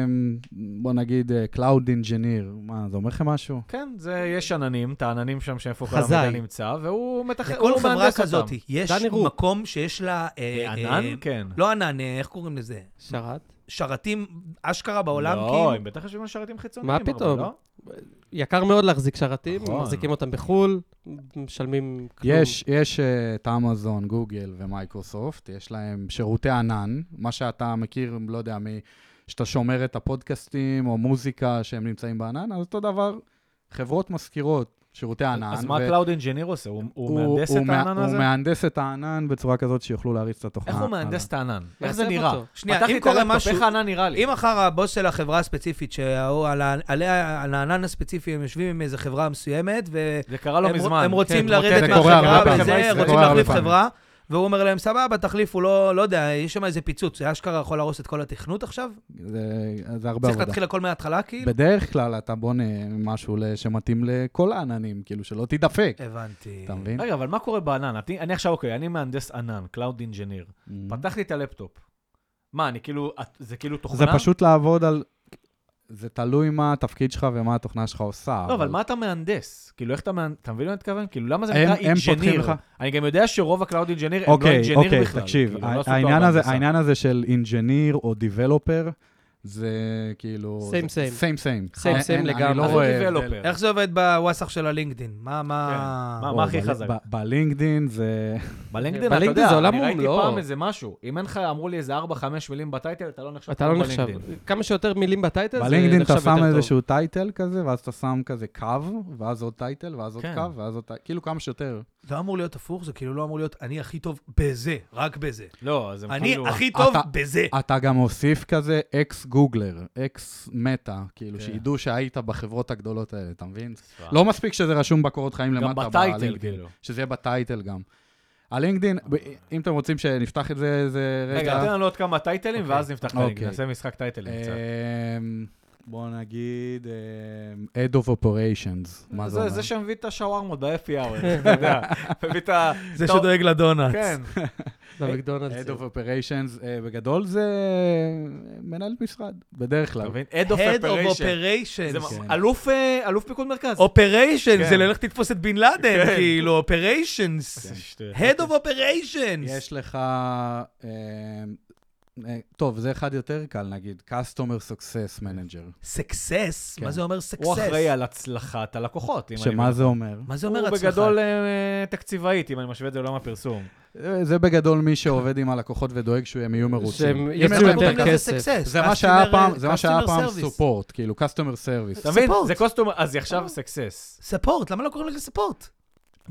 אמ, בוא נגיד אה, Cloud Engineer, מה, זה אומר לכם משהו?
כן, זה, יש עננים, את העננים שם שאיפה כל
חזאי.
המידע נמצא, והוא מתכנן, הוא
לכל חברה
מהנדס אותם.
כזאת, יש
דני רופ.
מקום שיש לה... אה,
ענן?
אה,
כן.
לא ענן, אה, איך קוראים לזה?
שרת?
שרתים אשכרה בעולם, כאילו?
לא, הם בטח יושבים על שרתים חיצוניים.
מה
אבל
פתאום?
לא?
יקר מאוד להחזיק שרתים,
נכון.
מחזיקים אותם בחו"ל, משלמים כלום.
יש, יש אה, את אמזון, גוגל ומייקרוסופט, יש להם שירותי ענן, מה שאתה מכיר, לא יודע, מ... שאתה שומר את הפודקאסטים או מוזיקה שהם נמצאים בענן, אז אותו דבר, חברות משכירות שירותי ענן.
אז מה
אה, ו-
הקלאוד אינג'יניר עושה? הוא- הוא מהנדס
הוא
את
מה- אה,
הענן הזה?
הוא מהנדס את הענן בצורה כזאת שיוכלו להריץ את התוכנה.
איך הוא מהנדס את הענן? איך זה
מעצב
נראה?
אותו.
שנייה,
פתחתי
אם
את
קורה
הלפטופ,
משהו...
איך הענן נראה לי?
אם מחר הבוס של החברה הספציפית, שעל הענן הספציפי הם יושבים עם איזה חברה מסוימת, ו...
זה קרה לו
הם-
מזמן.
הם רוצים
כן, מוטט.
לרדת
לא זה קורה הרבה
מהחברה
פעמים.
וזה,
זה
רוצים
קורה
להחליף
הרבה
חברה, והוא אומר להם, סבבה, תחליפו, לא לא יודע, יש שם איזה פיצוץ, זה אשכרה יכול להרוס את כל התכנות עכשיו?
זה, זה הרבה
צריך
עבודה.
להתחיל הכל מההתחלה, כאילו?
בדרך כלל אתה בונה משהו ל- שמתאים לכל העננים, כאילו, שלא תידפק,
הבנתי.
אתה מבין?
רגע, אבל מה קורה בענן? אני- אני עכשיו, אוקיי, אני מהנדס ענן, קלאוד אינג'יניר.
Mm-hmm.
פתחתי את הלפטופ. מה, אני כאילו, את- זה כאילו תוכנה?
זה פשוט לעבוד על... זה תלוי מה התפקיד שלך ומה התוכנה שלך עושה.
לא, אבל מה אתה מהנדס? כאילו, איך אתה מהנדס? אתה מבין מה אני מתכוון? כאילו, למה זה
הם-
נקרא
הם פותחים
אינג'יניר?
לך-
אני גם יודע שרוב הקלאוד אינג'יניר הם לא
אוקיי,
אינג'יניר בכלל.
אוקיי, תקשיב,
כאילו, הם לא עשו
העניין
תואר
הזה-
בהנדסה.
העניין הזה של אינג'יניר או דיבלופר, זה כאילו...
Same, same.
סיים סיים.
Same, same
אני
לגמרי.
לא
אז הוא
רואה... הבדל.
developer.
איך זה עובד בווסאח של הלינקדין? מה,
כן.
מה...
מה הכי
ב-
חזק?
ב- בלינקדין זה...
בלינקדאין, אתה
בלינקדאין
יודע,
זה עולם
אני ראיתי
ומלואו.
פעם איזה משהו. אם אין לך, אמרו לי איזה 4-5 מילים בטייטל, אתה לא נחשב
אתה
כמו
לא נחשב.
בלינקדאין.
כמה שיותר מילים בטייטל, זה נחשב
בלינקדין
יותר
אתה
טוב.
שם איזשהו טייטל כזה, ואז אתה שם כזה קו, ואז עוד טייטל, ואז עוד
כן.
קו, ואז עוד... טי- כאילו כמה שיותר.
לא אמור להיות הפוך, זה כאילו לא אמור להיות, אני הכי טוב בזה, רק בזה.
לא, אז הם
אני
כאילו...
הכי טוב
אתה-
בזה.
אתה גם מוסיף כזה אקס גוגלר, אקס מטה, כאילו
כן.
שידעו שהיית בחברות הגדולות האלה, אתה מבין?
סבבה.
לא מספיק שזה רשום בקורות חיים
גם
למטה
בטייטל,
בלינקדאין,
כאילו. אה.
שזה יהיה בטייטל גם. הלינקדאין, ב- אם אתם רוצים שנפתח את זה איזה רגע... אה,
רגע, תן לנו עוד כמה טייטלים, ואז נפתח את הלינק.
אוקיי.
נעשה משחק טייטלים קצת.
אמ, בוא נגיד, אמ, Head of Operations, מה זה
זה
אומר?
זה שמביא את השווארמות ב-happy hour, אתה יודע. מביא את ה...
זה
טוב,
שדואג לדונלדס.
כן.
במקדונלדס.
Head of Operations, אה, בגדול זה מנהל משרד, בדרך
אתה
כלל.
מבין? Head of
Head of
Operation. זה
Operations.
מה- אלוף, אה, אלוף פיקוד מרכז.
אופריישן, זה
כן.
ללכת לתפוס את בן לאדן,
כן.
כאילו, אופריישנס.
זה כן. שטויות.
כן. Head of Operations.
יש לך... אמ, אה, טוב, זה אחד יותר קל, נגיד, Customer Success Manager.
סקסס?
כן.
מה זה אומר
הוא
סקסס?
אחראי על הצלחת הלקוחות, אם אני
לא
שמה זה אומר?
מה זה אומר
הוא
הצלחה?
בגדול אה, תקציבאית, אם אני משווה את זה לעולם הפרסום.
אה, זה בגדול מי שעובד עם הלקוחות ודואג שהם יהיו מרוצים.
שהם
אם
יצאו
הם-
למה קוראים
יותר
לזה
כסף.
success?
זה מה שהיה
Customer-
פעם, זה מה שהיה
Customer
פעם
Service.
סופורט, כאילו, Customer Service.
אתה מבין?
Support.
זה קוסטומר, אז היא עכשיו סקסס.
ספורט, למה לא קוראים לזה ספורט?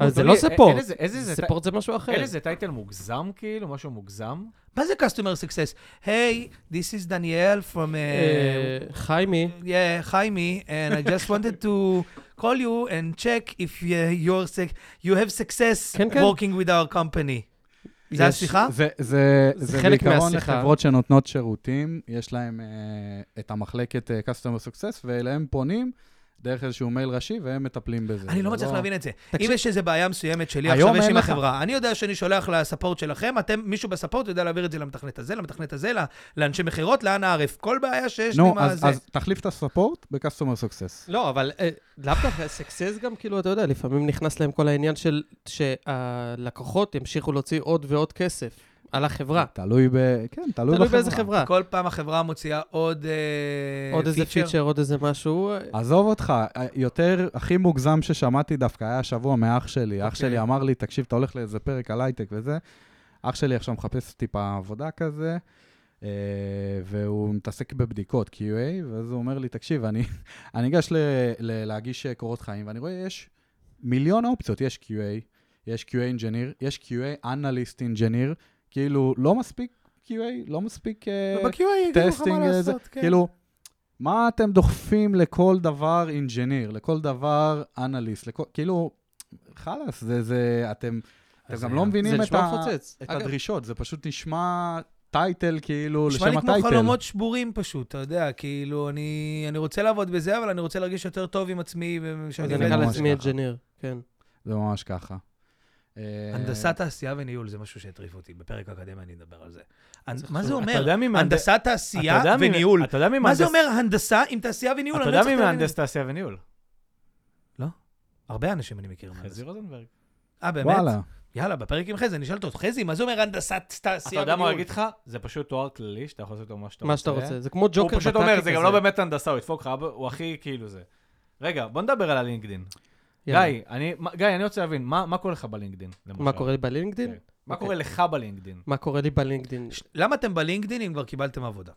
אז זה
תגיד,
לא
אה, אין
ספורט.
איזה- איזה זה-
ספורט זה משהו אחר.
אין איזה טייטל מוגזם כאילו, משהו מוגזם?
מה זה customer success? היי, this is דניאל from...
אה,
uh,
חיימי,
Yeah, Jaime, and I just wanted to call you and check if uh, you're suc- you have success
כן, כן.
working with our company. זה
יש-
השיחה?
זה, זה,
זה
זה
חלק
בעיקרון
מהשיחה.
לחברות שנותנות שירותים, יש להם אה, את המחלקת אה, Customer Success, ואליהם פונים דרך איזשהו מייל ראשי, והם מטפלים בזה.
אני
זה
לא מצליח להבין את זה. אם
תקשיב-
יש איזו בעיה מסוימת שלי
היום
עכשיו יש
אין
עם
לך.
החברה, אני יודע שאני שולח לספורט שלכם, אתם, מישהו בספורט יודע להעביר את זה למתכנת הזה, למתכנת הזה, ל- לאנשי מכירות, לאן הערף. כל בעיה שיש לי
נו,
מה
אז,
זה.
אז תחליף את הספורט ב-Customer Success.
לא, אבל אה, לאו דווקא סקסס גם, כאילו, אתה יודע, לפעמים נכנס להם כל העניין של שהלקוחות ימשיכו להוציא עוד ועוד כסף על החברה.
תלוי ב... כן, תלוי בחברה.
תלוי באיזה חברה.
כל פעם החברה מוציאה עוד אה,
עוד איזה פיצ'ר, עוד איזה משהו.
עזוב אותך, יותר, הכי מוגזם ששמעתי דווקא היה השבוע מאח שלי. אח
אוקיי.
שלי אמר לי, תקשיב, אתה הולך לאיזה פרק על הייטק וזה. אח שלי עכשיו מחפש טיפה עבודה כזה, אה, והוא מתעסק בבדיקות QA, ואז הוא אומר לי, תקשיב, אני, אני ניגש ל, ל, להגיש קורות חיים, ואני רואה, יש מיליון אופציות. יש QA, יש QA engineer, יש QA analyst engineer, כאילו, לא מספיק QA, לא מספיק... אה,
וב-QA יגידו לך כאילו, מה
טסטינג, אה, זה-
לעשות, כן.
כאילו, מה אתם דוחפים לכל דבר אינג'יניר, לכל דבר אנליסט, לכל, כאילו, חלאס, זה, זה, אתם, אתם
אז
גם
היה.
לא מבינים
זה
את,
נשמע
ה...
מפוצץ.
את
אגב,
הדרישות, זה פשוט נשמע טייטל, כאילו,
נשמע לי
לשם
כמו
הטייטל.
חלומות שבורים פשוט, אתה יודע, כאילו, אני, אני רוצה לעבוד בזה, אבל אני רוצה להרגיש יותר טוב עם עצמי. ושאני
זה
עובד
נקרא
בזה.
ממש
לעצמי
ככה.
אנג'יניר, כן.
זה ממש ככה. אה,
הנדסת תעשייה וניהול, זה משהו שהטריף אותי. בפרק האקדמיה אני אדבר על זה. הנ- מה זה
אתה
אומר?
יודע מי מהנד-
הנדסת
אתה
תעשייה
יודע מי-
וניהול.
אתה יודע מי
מה
מהנדס...
זה אומר הנדסה עם תעשייה וניהול?
אתה
אני
יודע
לא
מי
צריך להבין.
מהנדס תעשייה וניהול?
הרבה אנשים אני מכיר. מהנדסים.
חזיר רוזנברג.
אה, באמת?
וואלה.
יאללה, בפרק עם חזי, אני אשאל אותו, חזי, מה זה אומר הנדסת תעשייה
אתה יודע מה הוא
וניהול?"
יגיד לך? זה פשוט תואר כללי שאתה יכול לעשות אותו מה שאתה רוצה.
מה שאתה רוצה. זה כמו ג'וקר
הוא פשוט אומר,
בטאקי
זה גם
כזה.
לא באמת הנדסה, הוא ידפוק לך, אבא", הוא הכי כאילו זה. רגע, בוא נדבר על הלינקדין. גיא,
יאללה.
אני- מה- גיא, אני רוצה להבין, מה מה קורה לך בלינקדין? למשל?
מה קורה לי בלינקדין? אוקיי.
כן. מה קורה לך בלינקדין?
מה קורה לי בלינקדין?
ש- למה אתם בלינקדאין אם כבר קיבלתם עבודה?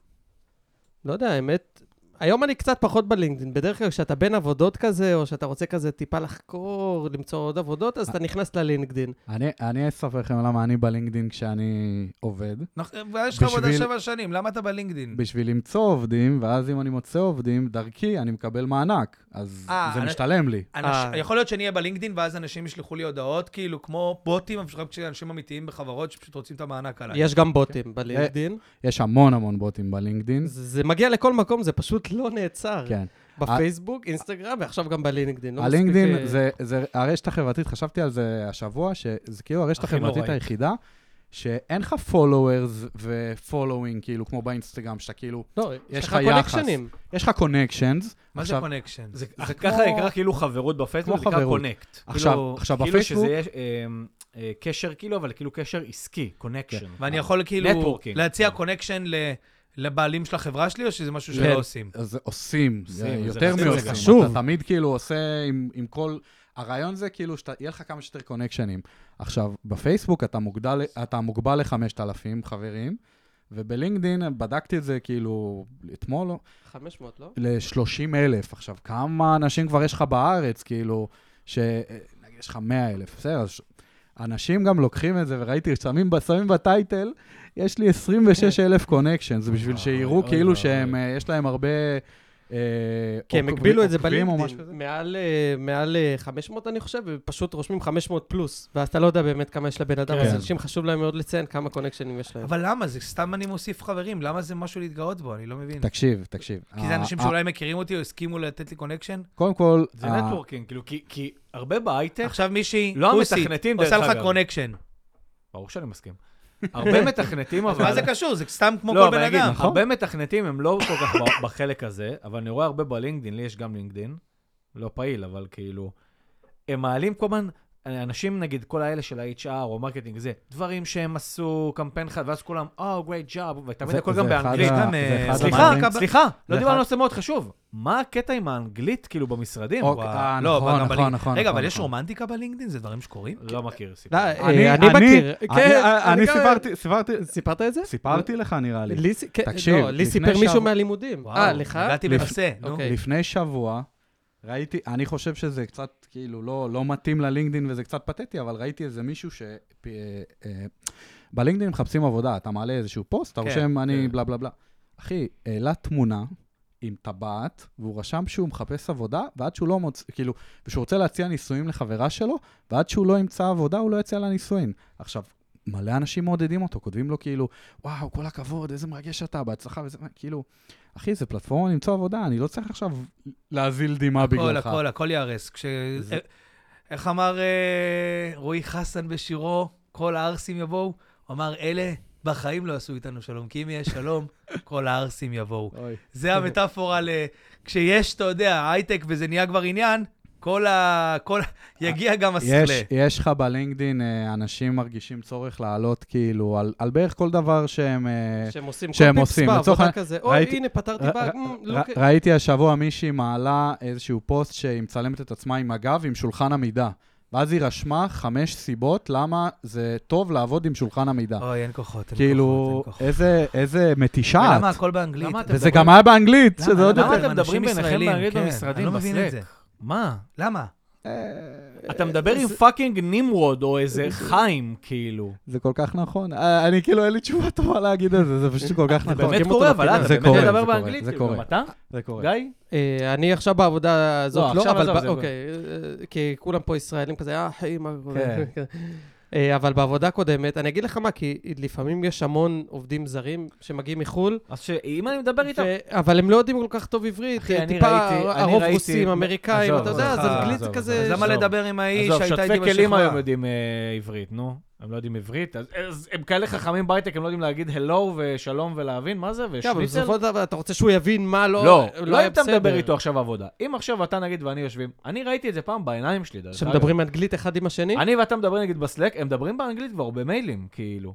לא יודע, האמת, היום אני קצת פחות בלינקדאין. בדרך כלל כשאתה בין עבודות כזה, או שאתה רוצה כזה טיפה לחקור, למצוא עוד עבודות,
אה.
אז אתה נכנס ללינקדאין.
אני- אני אספר לכם למה אני בלינקדאין כשאני עובד.
נכון, ויש לך עבודה
בשביל-
שבע שנים, למה אתה בלינקדאין?
בשביל למצוא עובדים, ואז אם אני מוצא עובדים, דרכי אני מקבל מענק. אז
אה,
זה
אני-
משתלם לי.
אנש-
אה.
יכול להיות שאני אהיה בלינקדאין, ואז אנשים ישלחו לי הודעות, כאילו, כמו בוטים, אבל רק של אנשים אמיתיים בחברות שפשוט רוצים את המענק
אה.
עליי.
יש
כן.
גם בוטים בלינקדאין.
יש המון המון בוטים בלינקדאין.
זה זה מגיע לכל מקום, זה פשוט לא נעצר.
כן.
בפייסבוק, אינסטגרם, ועכשיו גם בלינקדאין. לא מספיק,
הלינקדאין
אה,
זה, זה הרשת החברתית, חשבתי על זה השבוע, שזה כאילו הרשת
הכי
החברתית
נוראית.
היחידה, שאין לך followers ו-following, כאילו, כמו באינסטגרם, שאתה כאילו,
לא,
יש
יש לך
לך יחס.
קונקשנים.
יש לך connections.
מה זה
עכשיו-
קונקשן?
זה ככה
זה כמו-
נקרא כאילו חברות בפייסבוק,
כמו
זה נקרא
חברות.
קונקט.
עכשיו-
כאילו-
עכשיו
כאילו
בפייסבוק-
שזה יהיה אה, אה, קשר כאילו, אבל כאילו קשר עסקי,
כן.
אה. קונקשן.
ואני יכול כאילו
נטוורקינג.
להציע קונקשן לבעלים של החברה שלי, או שזה משהו
כן.
שלא עושים?
אז עושים,
עושים,
זה
זה
יותר
חשוב,
מעושים.
זה
חשוב.
אתה תמיד כאילו עושה עם, עם כל... הרעיון זה כאילו שיהיה לך כמה שיותר קונקשנים. עכשיו, בפייסבוק אתה, מוגדל, אתה מוגבל ל-5,000 חברים, ובלינקדאין בדקתי את זה כאילו אתמול, לא?
500, לא?
ל-30 אלף. עכשיו, כמה אנשים כבר יש לך בארץ, כאילו, ש... נגיד, יש לך 100 אלף, בסדר? אז ש- אנשים גם לוקחים את זה, וראיתי, שמים, ב- שמים בטייטל, יש לי 26 אלף קונקשנס, בשביל שיראו
אוי,
כאילו
אוי.
שהם, אה, יש להם הרבה... אה,
כי הם
עוקב-
הגבילו את זה
עוקבים או משהו כזה.
בלינקדאין. מעל, אה, מעל אה, 500, אני חושב, ופשוט רושמים 500 פלוס. ואז אתה לא יודע באמת כמה יש לבן אדם,
כן.
אז אנשים חשוב להם מאוד לציין כמה קונקשנים
כן.
יש להם.
אבל למה? זה סתם אני מוסיף חברים, למה זה משהו להתגאות בו? אני לא מבין.
תקשיב, תקשיב.
כי זה אנשים
ה- ה-
שאולי מכירים אותי או הסכימו לתת לי קונקשן?
קודם כל... אה,
זה
ה-
נטוורקינג, כאילו, כי- כי הרבה
כן.
בהייטק,
עכשיו מישהי,
לא
כוסית,
המתכנתים, דרך
עושה לך
אגב.
קונקשן.
ברור שאני מסכים. הרבה מתכנתים, אבל...
מה זה קשור? זה סתם כמו
לא,
כל
אבל
בן
נגיד,
אדם.
נכון.
הרבה מתכנתים הם לא כל כך ב- בחלק הזה, אבל אני רואה הרבה בלינקדין, לי יש גם לינקדין, לא פעיל, אבל כאילו, הם מעלים כל הזמן, אנשים נגיד, כל האלה של ה-HR או מרקטינג, זה דברים שהם עשו, קמפיין חד, ואז כולם, או, גרייט ג'אב, ותמיד
זה-
הכל
זה
גם
אחד
באנגלית.
ה-
גם,
זה
אה,
אחד
סליחה,
הדברים-
כמה-
סליחה, לא
זה
דיברנו
אחד-
על נושא מאוד חשוב. מה הקטע עם האנגלית, כאילו, במשרדים?
אוקיי, אה,
לא, אבל
נכון,
גם
נכון,
בלינק-
נכון.
רגע,
נכון,
אבל יש
נכון.
רומנטיקה בלינקדאין? זה דברים שקורים?
לא מכיר סיפור.
לא, אה, אני מכיר. כן,
אני- אה, אני
גם-
סיפרתי, סיפרתי,
סיפרת את זה?
סיפרתי לך, נראה לי.
לי ס- כן,
תקשיב,
לא, לי
לפני
סיפר מישהו
שעב-
מהלימודים.
וואו,
אה, לך?
הגעתי
לפ-
בנושא, נו.
אוקיי.
לפני שבוע ראיתי, אני חושב שזה קצת כאילו לא, לא מתאים ללינקדין וזה קצת פתטי, אבל ראיתי איזה מישהו ש... פ- אה, אה, בלינקדין מחפשים עבודה, אתה מעלה איזשהו פוסט, אתה
כן,
רושם אני
כן.
בלה בלה בלה. אחי, העלה תמונה עם טבעת, והוא רשם שהוא מחפש עבודה, ועד שהוא לא מוצא, כאילו, ושהוא רוצה להציע נישואים לחברה שלו, ועד שהוא לא ימצא עבודה, הוא לא יצא לנישואים. עכשיו, מלא אנשים מעודדים אותו, כותבים לו כאילו, וואו, כל הכבוד, איזה מרגש אתה, בהצלחה וזה, כאילו, אחי, זה פלטפורמה למצוא עבודה, אני לא צריך עכשיו להזיל דמעה
הכל,
בגללך.
הכל, הכל ייהרס. כש-
זה-
אה, איך אמר אה, רועי חסן בשירו, כל הערסים יבואו? הוא אמר, אלה בחיים לא עשו איתנו שלום, כי אם יהיה שלום, כל הערסים יבואו.
אוי.
זה המטאפורה ל... כשיש, אתה יודע, הייטק וזה נהיה כבר עניין, כל ה... כל... יגיע גם
יש,
הסכלה.
יש לך בלינקדין אה, אנשים מרגישים צורך לעלות כאילו על, על בערך כל דבר שהם... אה,
שהם עושים
שהם
קופיפס
עושים,
בעבודה
לצורך העניין,
כזה, אוי,
ראיתי-
הנה, פתרתי לא
ר- ר-
בעיה,
לא
ר- ראיתי השבוע מישהי מעלה איזשהו פוסט שהיא מצלמת את עצמה עם הגב עם שולחן עמידה. ואז היא רשמה חמש סיבות למה זה טוב לעבוד עם שולחן עמידה.
אוי, אין כוחות, אין
כאילו,
כוחות, אין כוחות.
איזה, איזה מתישה את.
למה הכל באנגלית?
למה אתם
וזה
מדברים?
גם היה באנגלית, שזה עוד
למה
יותר...
אתם מדברים
אנשים
ביניכם
ישראלים,
באנגלית
כן,
במשרדים,
אני לא מבין את
בסלק?
זה.
מה?
למה?
אה,
אתה מדבר עם פאקינג נמרוד או איזה חיים, כאילו.
זה כל כך נכון. אה, אני כאילו, אין לי תשובה טובה להגיד על זה, זה פשוט כל כך
זה
נכון.
באמת
אותו
קורה, אבל
לפינה.
אה, אתה
זה
באמת
קורה,
מדבר
זה קורה,
באנגלית,
זה
כאילו,
קורה.
גם אתה?
זה קורה.
גיא?
אה, אני עכשיו בעבודה
לא,
הזאת, לא,
עכשיו
אבל...
עזוב,
ב-
זה-
אוקיי, אה, כי כולם פה ישראלים כזה, אה, אחי, מה קורה?
כן.
אה, אבל בעבודה קודמת, אני אגיד לך מה, כי לפעמים יש המון עובדים זרים שמגיעים מחו"ל,
אז שאם אני מדבר איתם...
ו- אבל הם לא יודעים כל כך טוב עברית,
אחי, אני
טיפה
ראיתי- אני
הרוב
ראיתי-
רוסים, אמריקאים,
עזוב,
אתה יודע,
עזוב,
אז אנגלית
עזוב,
זה
אז
כזה...
למה
עזוב.
לדבר עם האיש
עזוב,
שהייתה איתי
שוטפי כלים
בשכבה?
היום יודעים אה, עברית, נו. הם לא יודעים עברית. אז- אז הם כאלה חכמים בהייטק, הם לא יודעים להגיד הלו ושלום ולהבין מה זה,
כן, אבל
ושניצל.
בסופו של דבר אתה רוצה שהוא יבין מה לא...
לא,
היה
לא אם אתה
בסדר.
מדבר איתו עכשיו עבודה. אם עכשיו אתה נגיד ואני יושבים, אני ראיתי את זה פעם בעיניים שלי, דרך אגב.
שמדברים אנגלית אחד עם השני?
אני ואתה מדברים נגיד בסלק, הם מדברים באנגלית כבר במיילים, כאילו.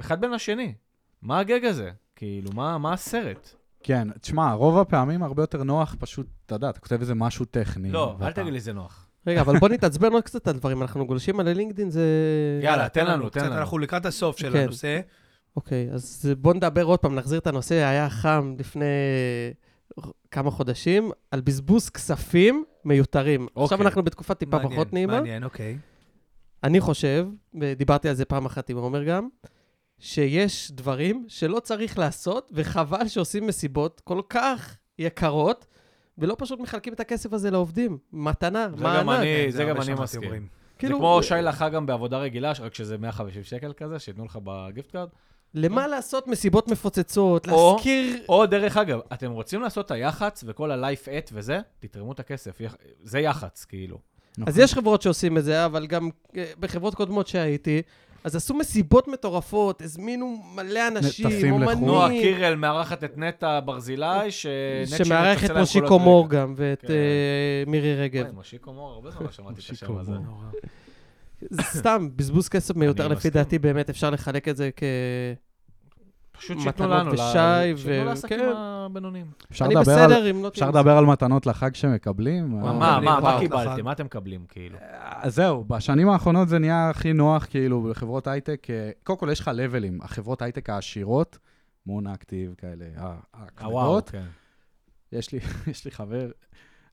אחד בין השני. מה הגג הזה? כאילו, מה מה הסרט?
כן, תשמע, רוב הפעמים הרבה יותר נוח פשוט, אתה יודע, אתה כותב איזה משהו טכני.
לא, אל
ואתה-
תגיד לי זה נוח.
רגע, אבל בוא נתעצבן עוד קצת על דברים, אנחנו גולשים על הלינקדאין, זה...
יאללה, תן לנו, תן
קצת
לנו.
אנחנו לקראת הסוף של
כן.
הנושא.
אוקיי, אז בוא נדבר עוד פעם, נחזיר את הנושא, היה חם לפני כמה חודשים, על בזבוז כספים מיותרים. עכשיו
אוקיי.
אנחנו בתקופה טיפה
מעניין,
פחות נעימה.
מעניין, אוקיי.
אני חושב, ודיברתי על זה פעם אחת עם עומר גם, שיש דברים שלא צריך לעשות, וחבל שעושים מסיבות כל כך יקרות, ולא פשוט מחלקים את הכסף הזה לעובדים. מתנה,
זה גם
מענק.
אני-
כן,
אה, זה גם
הרבה
אני
שמעתי
מסכים.
אומרים.
זה
כאילו-
כמו שי לחג גם בעבודה רגילה, רק שזה 150 שקל כזה, שייתנו לך בגיפט קארד.
אה. למה לעשות מסיבות מפוצצות?
או-
להזכיר...
או דרך אגב, אתם רוצים לעשות את היח"צ וכל הלייף אט וזה, תתרמו את הכסף. יח- זה יח"צ, כאילו.
נכון.
אז יש חברות שעושים את זה, אבל גם אה, בחברות קודמות שהייתי, אז עשו מסיבות מטורפות, הזמינו מלא
טסים
אנשים,
לחו"ל.
אומנים.
נועה אה, קירל מארחת את נטע ברזילי, ש... נט
שמארח את
שמפצל להם
מושיקו
קולות
מור
רקע.
גם, ואת
כן.
אה, מירי רגב.
וואי, מושיקו מור, הרבה זמן לא שמעתי את השם
מושיקו
הזה.
מור.
סתם, בזבוז כסף מיותר
אני
לפי
מסכים.
דעתי, באמת אפשר לחלק את זה כ...
פשוט שייתנו
מתנות
לנו, ל-
ושי
שייתנו
ו-
לעסקים
כן.
הבינוניים.
אפשר
אני
לדבר על-
בסדר אם לא
אפשר
תהיה...
לדבר על מתנות לחג שמקבלים?
מה, מה,
אה,
מקבלים
מה, מה
כבר.
קיבלתם?
לחג.
מה אתם מקבלים, כאילו?
אז זהו, בשנים האחרונות זה נהיה הכי נוח, כאילו, לחברות הייטק. אה, קודם כל, יש לך לבלים. החברות הייטק העשירות, מונה אקטיב כאלה,
אה,
ה-
הוואו,
הכבדות.
כן.
יש לי- יש לי חבר,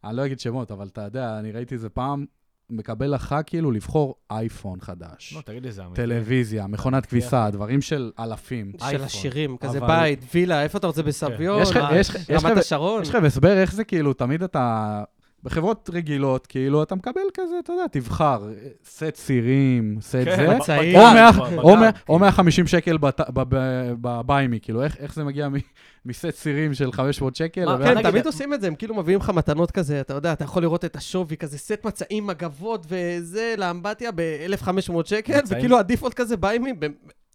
אני לא אגיד שמות, אבל אתה יודע, אני ראיתי איזה פעם, מקבל לחג כאילו לבחור אייפון חדש,
נו, תגיד לי, זה אמיתי.
טלוויזיה,
כן.
מכונת כביסה, דברים של אלפים.
של
אייפון.
עשירים, כזה
אבל-
בית, וילה, איפה אתה רוצה בסביון?
יש לך-
מה,
יש לך- יש
רמת
לך-
השרון?
יש לכם הסבר איך זה כאילו, תמיד אתה... בחברות רגילות, כאילו, אתה מקבל כזה, אתה יודע, תבחר, סט סירים, סט
כן,
זה.
בגג,
צעיר.
או
כן,
מאה-
בגג,
או מאה-
כאילו.
או 150 שקל בת- ב- ב- בביימי, כאילו, איך איך זה מגיע מ- מסט סירים של 500 שקל?
מה,
ו-
נגיד-
כן, תמיד עושים את זה, הם כאילו מביאים לך מתנות כזה, אתה יודע, אתה יכול לראות את השווי, כזה סט מצעים, מגבות וזה, לאמבטיה ב-1,500 שקל,
מצעים.
וכאילו הדיפולט כזה בא עימי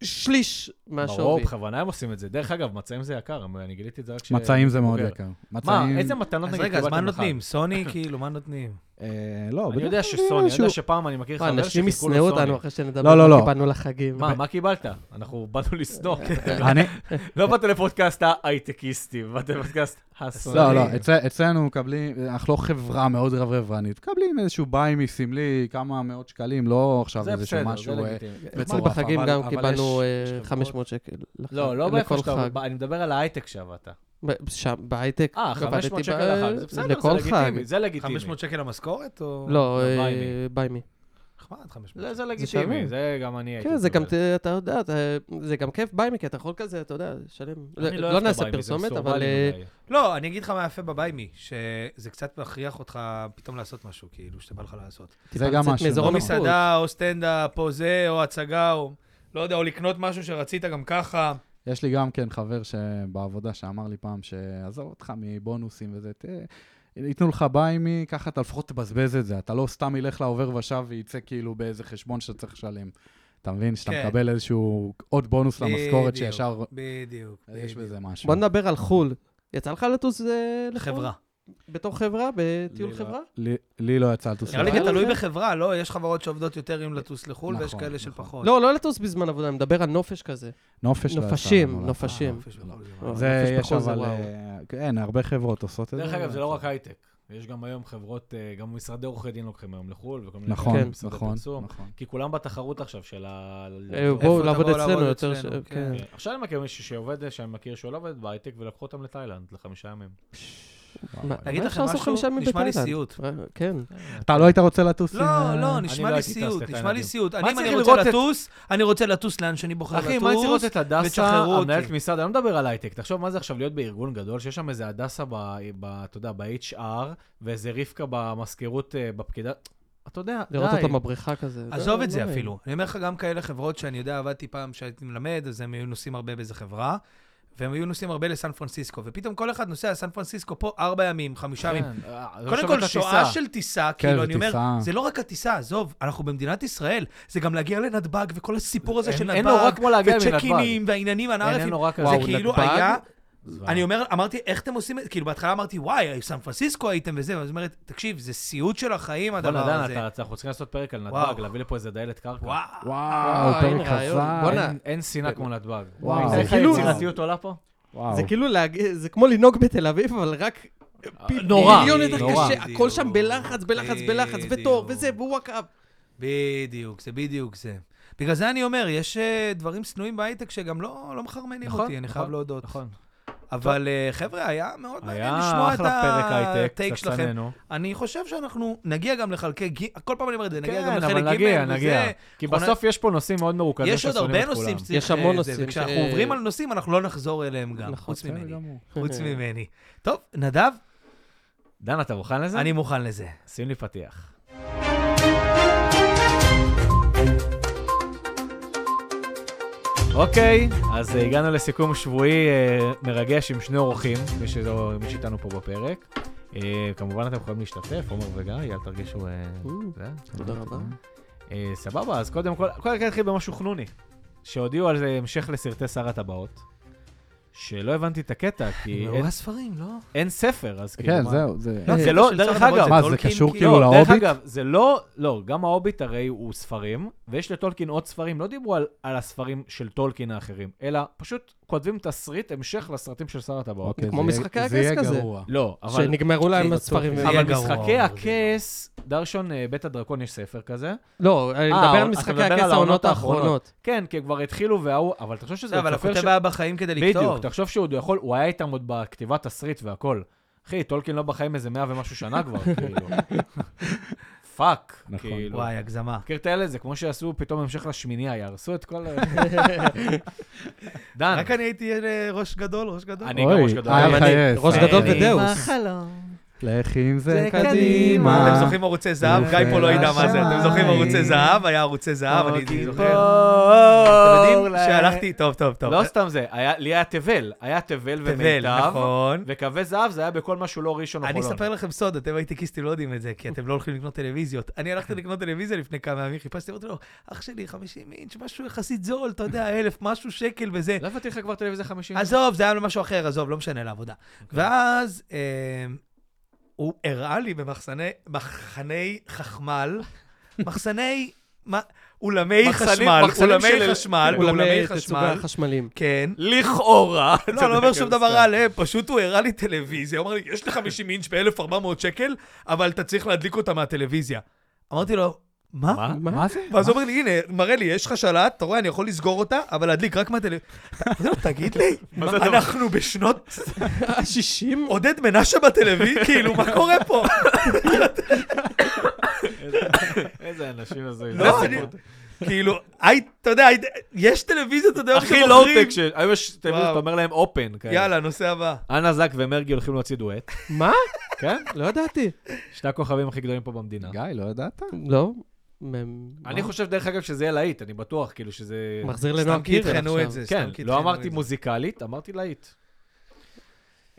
בשליש
ברור,
מהשווי.
בכוונה הם עושים את זה. דרך אגב, מצעים זה יקר, אני גיליתי את זה רק ש...
מצעים זה מאוד
בוגר.
יקר.
מה,
מצעים-
איזה מתנות
אז
לא נגיד
רגע, אז מה
קיבלתם לך?
נותנים? סוני, כאילו, מה נותנים?
אה, לא,
אני
בדרך
יודע
כלל
שסוני, אני
משהו-
יודע שפעם אני מכיר
מה,
חבר
אנשים
שחיכו
ישנאו
לו
אותנו
סוני.
אחרי שנדבר,
לא, לא,
מה
לא.
קיבלנו לחגים.
מה, מה קיבלת? אנחנו באנו לשנוא.
אני-
לא באת לפודקאסט ההייטקיסטים, באת לפודקאסט הסוני.
לא, לא, אצל- אצלנו מקבלים, אנחנו לא חברה מאוד רברברנית, מקבלים איזשהו ביימי סמלי, כמה מאות שקלים, לא עכשיו
זה
איזשהו
בסדר, זה
משהו... אה,
לגיטימי.
אצלי
מטורף,
בחגים
אבל-
גם
אבל
קיבלנו
יש-
אה,
יש חברות-
500 שקל. לח-
לא, לא באיפה
לכל
שאתה,
חג.
ב- אני מדבר על ההייטק שעבדת.
ב- שם, בהייטק.
לא,
אה, 500
עבדתי
שקל
ב-
לחג, זה בסדר, זה
לכל חג.
לגיטימי, זה לגיטימי.
500 שקל המשכורת, או...
לא, אה,
ביימי.
ביימי.
נחמד, 500.
לא, זה לגיטימי,
שווה.
זה גם אני הייתי.
כן, זה גם,
מקבל.
אתה יודע, אתה- זה גם כיף ביימי, כי אתה יכול כזה, אתה יודע, לשלם.
אני
לא
אוהב את
נעשה
הביימי, זה
פרסומת,
מסורבל
אבל... אה,
מדי.
לא, אני אגיד לך מה יפה בביימי, שזה קצת מכריח אותך פתאום לעשות משהו, כאילו, שאתה בא לך לעשות.
זה
טיפה
גם
לצאת
משהו.
מאזור
לא
או
הנוחות.
מסעדה, או סטנדאפ, או זה, או הצגה, או... לא יודע, או לקנות משהו שרצית גם ככה.
יש לי גם כן חבר שבעבודה שאמר לי פעם, שעזוב אותך מבונוסים וזה, ת... ייתנו לך ביימי, ככה אתה לפחות תבזבז את זה, אתה לא סתם ילך לעובר ושב וייצא כאילו באיזה חשבון שאתה צריך לשלם. אתה מבין? שאתה
כן.
מקבל איזשהו עוד בונוס
בדיוק,
למשכורת שישר...
בדיוק.
יש
בדיוק.
בזה משהו.
בוא נדבר על חו"ל. יצא לך לטוס אה, לחו"ל?
חברה.
נכון.
בתור חברה? בטיול
לי
חברה?
לא- לי- לי לא יצא לטוס.
נראה לי
סבבה
זה תלוי
לכם?
בחברה, לא? יש חברות שעובדות יותר עם לטוס לחו"ל, ויש
נכון,
כאלה של
נכון.
פחות.
לא, לא לטוס בזמן עבודה, אני מדבר על נופש כזה.
נופש לא יצא.
נופשים,
לנו, לא.
נופשים.
אה, נופש בחו"ל זה מעניין.
זה
נופש
יש
נכון, בחו"ל זה
אבל...
וואו.
אה, כן, הרבה חברות עושות את זה. כן.
דרך אגב, זה לא רק
יצא.
הייטק. יש גם היום חברות, אה, גם משרדי עורכי דין לוקחים היום לחו"ל, וכל מיני
נכון,
כאלה,
כן.
משרדי
נכון,
פרסום.
נכון.
כי כולם בתחרות עכשיו של ה...
אה,
איפה- אה,
בואו לעבוד
תבואו
אצלנו
לעבוד
יותר. ש-
אצלנו,
כן.
עכשיו אני מכיר מישהו שעובד, שאני מכיר שהוא לא עובד בהייטק, ולקחו אותם לתאילנד לחמישה ימים.
מה-
אני אגיד לכם
מה אפשר לעשות
משהו,
חמישה ימים
נשמע לי
בתאילנד?
סיוט.
אה, כן.
אתה לא היית רוצה לטוס?
לא,
עם- אה,
לא,
לא
נשמע לי
הייתי טס
סיוט, נשמע לי
לתאילנדים.
סיוט.
מה
אני, אם
צריך
אני
לראות
רוצה
את-
לטוס, אני רוצה לטוס לאן שאני בוחר
אחי, מה אני צריך לראות
לטוס.
את הדסה,
ותשחררו אותי.
המנהלת משרד, אני לא מדבר על הייטק, תחשוב מה זה עכשיו להיות בארגון גדול, שיש שם איזה הדסה, ב- ב- אתה יודע, ב-HR, ואיזה רבקה במזכירות, אה, בפקידה, אתה יודע, די.
לראות אותם בבריכה כזה.
עזוב
לא-
את
לא
זה
נעים.
אפילו. אני אומר לך, גם כאלה חברות שאני יודע, עבדתי פעם כשהייתי מלמד, אז הם היו נוסעים הרבה באיזה חברה, והם היו נוסעים הרבה לסן פרנסיסקו, ופתאום כל אחד נוסע לסן פרנסיסקו פה ארבע ימים, חמישה ימים.
כן, אה, לא
קודם
שווה את
כל, שואה
הטיסה.
של טיסה,
כן,
כאילו,
זה
אני אומר,
טיסה.
זה לא רק הטיסה, עזוב, אנחנו במדינת ישראל, זה גם להגיע לנתב"ג, וכל הסיפור הזה
אין-
של
אין נורא
נתב"ג,
כמו להגיע מנתב"ג.
וצ'קינים, והעניינים
אין, אין
הנערפים,
נורא כזה.
זה
וואו,
כאילו
נתב"ג?
היה...
זוועה.
אני אומר, אמרתי, איך אתם עושים את זה? כאילו, בהתחלה אמרתי, וואי, סן פרנסיסקו הייתם וזה, ואז היא אומרת, תקשיב, זה סיוט של החיים,
בואנה,
הדבר
דן,
הזה.
אתה- אנחנו צריכים לעשות פרק על נתב"ג,
וואו.
להביא לפה איזה דיילת קרקע.
וואו.
וואו,
אה,
פרק
הנה רעיון. בואנה.
חזק.
אין- אין שנאה כמו נתב"ג. אה,
וואו.
ראית
זה
איך
כאילו-
היצירתיות עולה פה?
וואו.
זה כאילו להגיד, זה כמו לנהוג בתל אביב, אבל רק פי-
אה, נורא,
מיליון יותר
נורא.
קשה, הכל שם בלחץ, בלחץ, בלחץ,
בדיוק.
וטוב, וזה, בוואקאפ.
בדיוק, זה בדיוק זה. בגלל זה אני אומר, יש אה, דברים שנואים בהייטק שגם לא לא מחרמנים
נכון,
אותי, אני
נכון,
חייב להודות.
נכון.
אבל אה, חבר'ה, היה מאוד מעניין
היה
לשמוע את
אחלה פרק הייטק,
הטייק שלכם.
צצננו.
אני חושב שאנחנו נגיע גם לחלקי ג', כל פעם אני אומר את זה, נגיע גם
כן,
לחלק ג',
אבל נגיע,
וזה-
נגיע. כי
אחרונה-
בסוף יש פה נושאים מאוד מרוכזים
יש עוד
ששונאים
הרבה
את כולם.
נושאים שצריך...
יש המון
אה, זה,
נושאים
וכשאנחנו
ש-
עוברים על נושאים, אנחנו לא נחזור אליהם גם,
נכון,
חוץ
בסדר
ממני.
גמור.
חוץ
כן.
ממני. טוב, נדב,
דן, אתה מוכן לזה?
אני מוכן לזה.
שים לי פתיח. אוקיי, אז אה, הגענו לסיכום שבועי אה, מרגש עם שני אורחים, מי שלא- מי שאיתנו פה בפרק. אה, כמובן אתם יכולים להשתתף, עומר וגיא, אל תרגישו... אה, זה. לא
תודה רבה.
אה, סבבה, אז קודם כל, קודם כל נתחיל במשהו חנוני, שהודיעו על אה, המשך לסרטי שר הטבעות, שלא הבנתי את הקטע, כי
מאור
אין-
הספרים, לא?
אין ספר, אז כאילו...
כן,
מה-
זהו, זה...
לא, אה, זה לא,
של
דרך
שר הטבעות
אגב,
מה, זה
טולקין,
קשור
כאילו?
כאילו
לא, דרך
להוביט?
אגב, זה לא, לא, גם ההוביט הרי הוא ספרים, ויש לטולקין עוד ספרים, לא דיברו על, על הספרים של טולקין האחרים, אלא פשוט כותבים תסריט המשך לסרטים של שר הטבעות.
אוקיי,
כמו
זה יהיה-
משחקי
זה יהיה
הכס כזה.
גרוע.
לא, אבל...
שנגמרו להם
זה
הספרים.
בטוח.
אבל
יהיה גרוע,
משחקי
אבל זה יהיה
הכס, דרשון, אה, בית הדרקון, יש ספר כזה.
לא, אני
אה,
מדבר על
אתה
משחקי
מדבר על
הכס
העונות
העונות האחרונות.
כן, כי כבר התחילו וההוא, אבל תחשוב שזה
לא, אבל
סופר
הכותב היה בחיים כדי לכתוב.
בדיוק, תחשוב שהוא עוד יכול, הוא היה איתם עוד בכתיבת תסריט והכל. אחי, טולקין לא בחיים איזה מאה ומשהו שנה כבר, כאילו. פאק,
נכון.
כאילו.
וואי, הגזמה.
מכיר את האלה? זה כמו שעשו פתאום המשך לשמינייה, יהרסו את כל... ה- דן,
רק אני הייתי אה, ראש גדול, ראש גדול.
אני גם ראש גדול.
אוי, אה,
גם
אל
אני.
תחייס.
ראש
אל
גדול
אוקיי.
תחייס.
ודאוס.
לכי עם זה
מה,
קדימה.
אתם זוכרים ערוצי זהב? גיא פה לא ידע מה זה. אתם זוכרים ערוצי זהב? היה ערוצי זהב, אני- אני זוכר. אתם יודעים שהלכתי, טוב, טוב, טוב.
לא סתם זה, היה- לי היה תבל. היה תבל
תבל,
ומיטב,
נכון.
וקווי זהב זה היה בכל מה שהוא לא ראשון או
אני
חולון.
אספר לכם סוד, אתם הייטקיסטים לא יודעים את זה, כי אתם לא הולכים לקנות טלוויזיות. אני הלכתי לקנות טלוויזיה לפני כמה ימים, חיפשתי, אמרתי לו, אח שלי, 50 אינץ', משהו יחסית זול, אתה יודע, אלף, משהו שקל וזה.
לא הבאתי לך כבר טלוויזיה 50?
עזוב, זה היה למשהו אחר, עזוב, לא משנה לעבודה.
אוקיי.
ואז אה, הוא הראה לי במחסני מחני חשמל, מחסני, מה- אולמי
מחסנים-
חשמל,
מחסנים של-
אולמי
אה,
חשמל,
אולמי
אולמי
תצוגה
חשמל,
חשמלים.
כן.
לכאורה.
לא, אני לא אומר שום דבר רע עליהם, פשוט הוא הראה לי טלוויזיה, הוא אמר לי, יש לי 50 אינץ' ב-1400 שקל, אבל אתה צריך להדליק אותה מהטלוויזיה. אמרתי לו, מה?
מה?
מה זה?
ואז הוא אומר לי, הנה, מראה לי, יש לך שלט, אתה רואה, אני יכול לסגור אותה, אבל להדליק רק מהטלוויזיה. אמרתי לו, תגיד לי,
זה אתה-
אנחנו בשנות
שישים?
עודד מנשה בטלוויזיה, כאילו, מה קורה פה?
איזה אנשים הזויים.
לא, אני... כאילו, היי, אתה יודע, היי- יש טלוויזיות, אתה יודע,
הכי
שמוכרים.
לואו-טק לא ש... היום יש טלוויזיה
וואו.
שאתה אומר להם אופן. כאלה.
יאללה, נושא הבא.
אנה זק ומרגי הולכים להוציא דואט.
מה?
כן?
לא ידעתי.
שני הכוכבים הכי גדולים פה במדינה.
גיא, לא ידעת?
לא. מ-
אני
מה?
חושב, דרך אגב, שזה יהיה להיט, אני בטוח, כאילו שזה...
מחזיר
סתם
לנועם
כי
קירל
יטחנו את
עכשיו.
זה. סתם
כן,
כי
לא
יטחנו
אמרתי
את זה.
מוזיקלית, אמרתי להיט.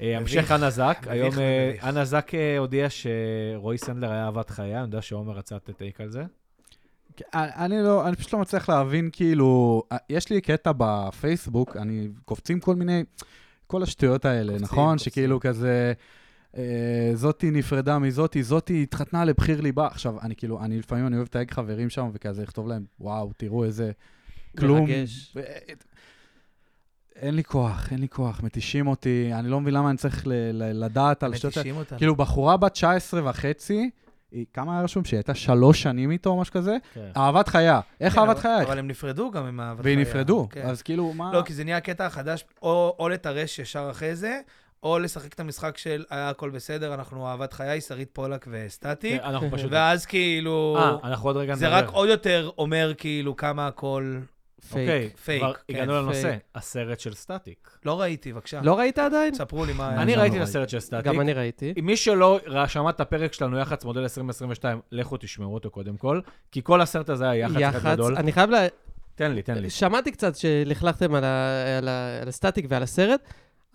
אה,
מביך,
המשך אנה זק, היום אה,
מביך.
אנה זק אה, הודיע שרועי סנדלר היה אהבת חיי, אני יודע שעומר רצה לתת טייק על זה.
אני לא, אני פשוט לא מצליח להבין, כאילו, יש לי קטע בפייסבוק, אני, קופצים כל מיני, כל השטויות האלה,
קופצים,
נכון?
קופצים.
שכאילו כזה, אה, זאתי נפרדה מזאתי, זאתי התחתנה לבחיר ליבה. עכשיו, אני כאילו, אני לפעמים, אני אוהב לתייג חברים שם וכזה, לכתוב להם, וואו, תראו איזה כלום.
מרגש.
ו- אה, אין לי כוח, אין לי כוח, מתישים אותי, אני לא מבין למה אני צריך ל- ל- לדעת על השטויות האלה.
מתישים אותנו.
כאילו, בחורה בת 19 וחצי, היא, כמה היה רשום? שהיא הייתה שלוש שנים איתו או משהו כזה? אהבת חיה. איך
כן,
אהבת
אבל-
חיה?
אבל הם נפרדו גם עם אהבת
והיא
חיה.
נפרדו.
כן.
אז כאילו, מה...
לא, כי זה נהיה הקטע החדש, או או לטרש ישר אחרי זה, או לשחק את המשחק של היה הכל בסדר, אנחנו אהבת חיי, שרית פולק וסטטיק,
כן, אנחנו פשוט...
ואז כאילו,
אה, אנחנו עוד רגע
זה רק עוד יותר אומר כאילו כמה הכל...
אוקיי,
פייק.
פייק,
כבר
כן,
הגענו לנושא,
פייק.
הסרט של סטטיק.
לא ראיתי, בבקשה.
לא ראית עדיין?
ספרו לי מה...
אני
לא
ראיתי את
ראיתי.
הסרט של סטטיק.
גם אני ראיתי.
מי שלא ראה- שמע את הפרק שלנו יח"צ מודל 2022, לכו תשמעו אותו קודם כל, כי כל הסרט הזה היה יח"צ אחד גדול.
אני חייב ל...
תן לי, תן לי.
שמעתי קצת שלכלכתם על, ה... על, ה... על הסטטיק ועל הסרט,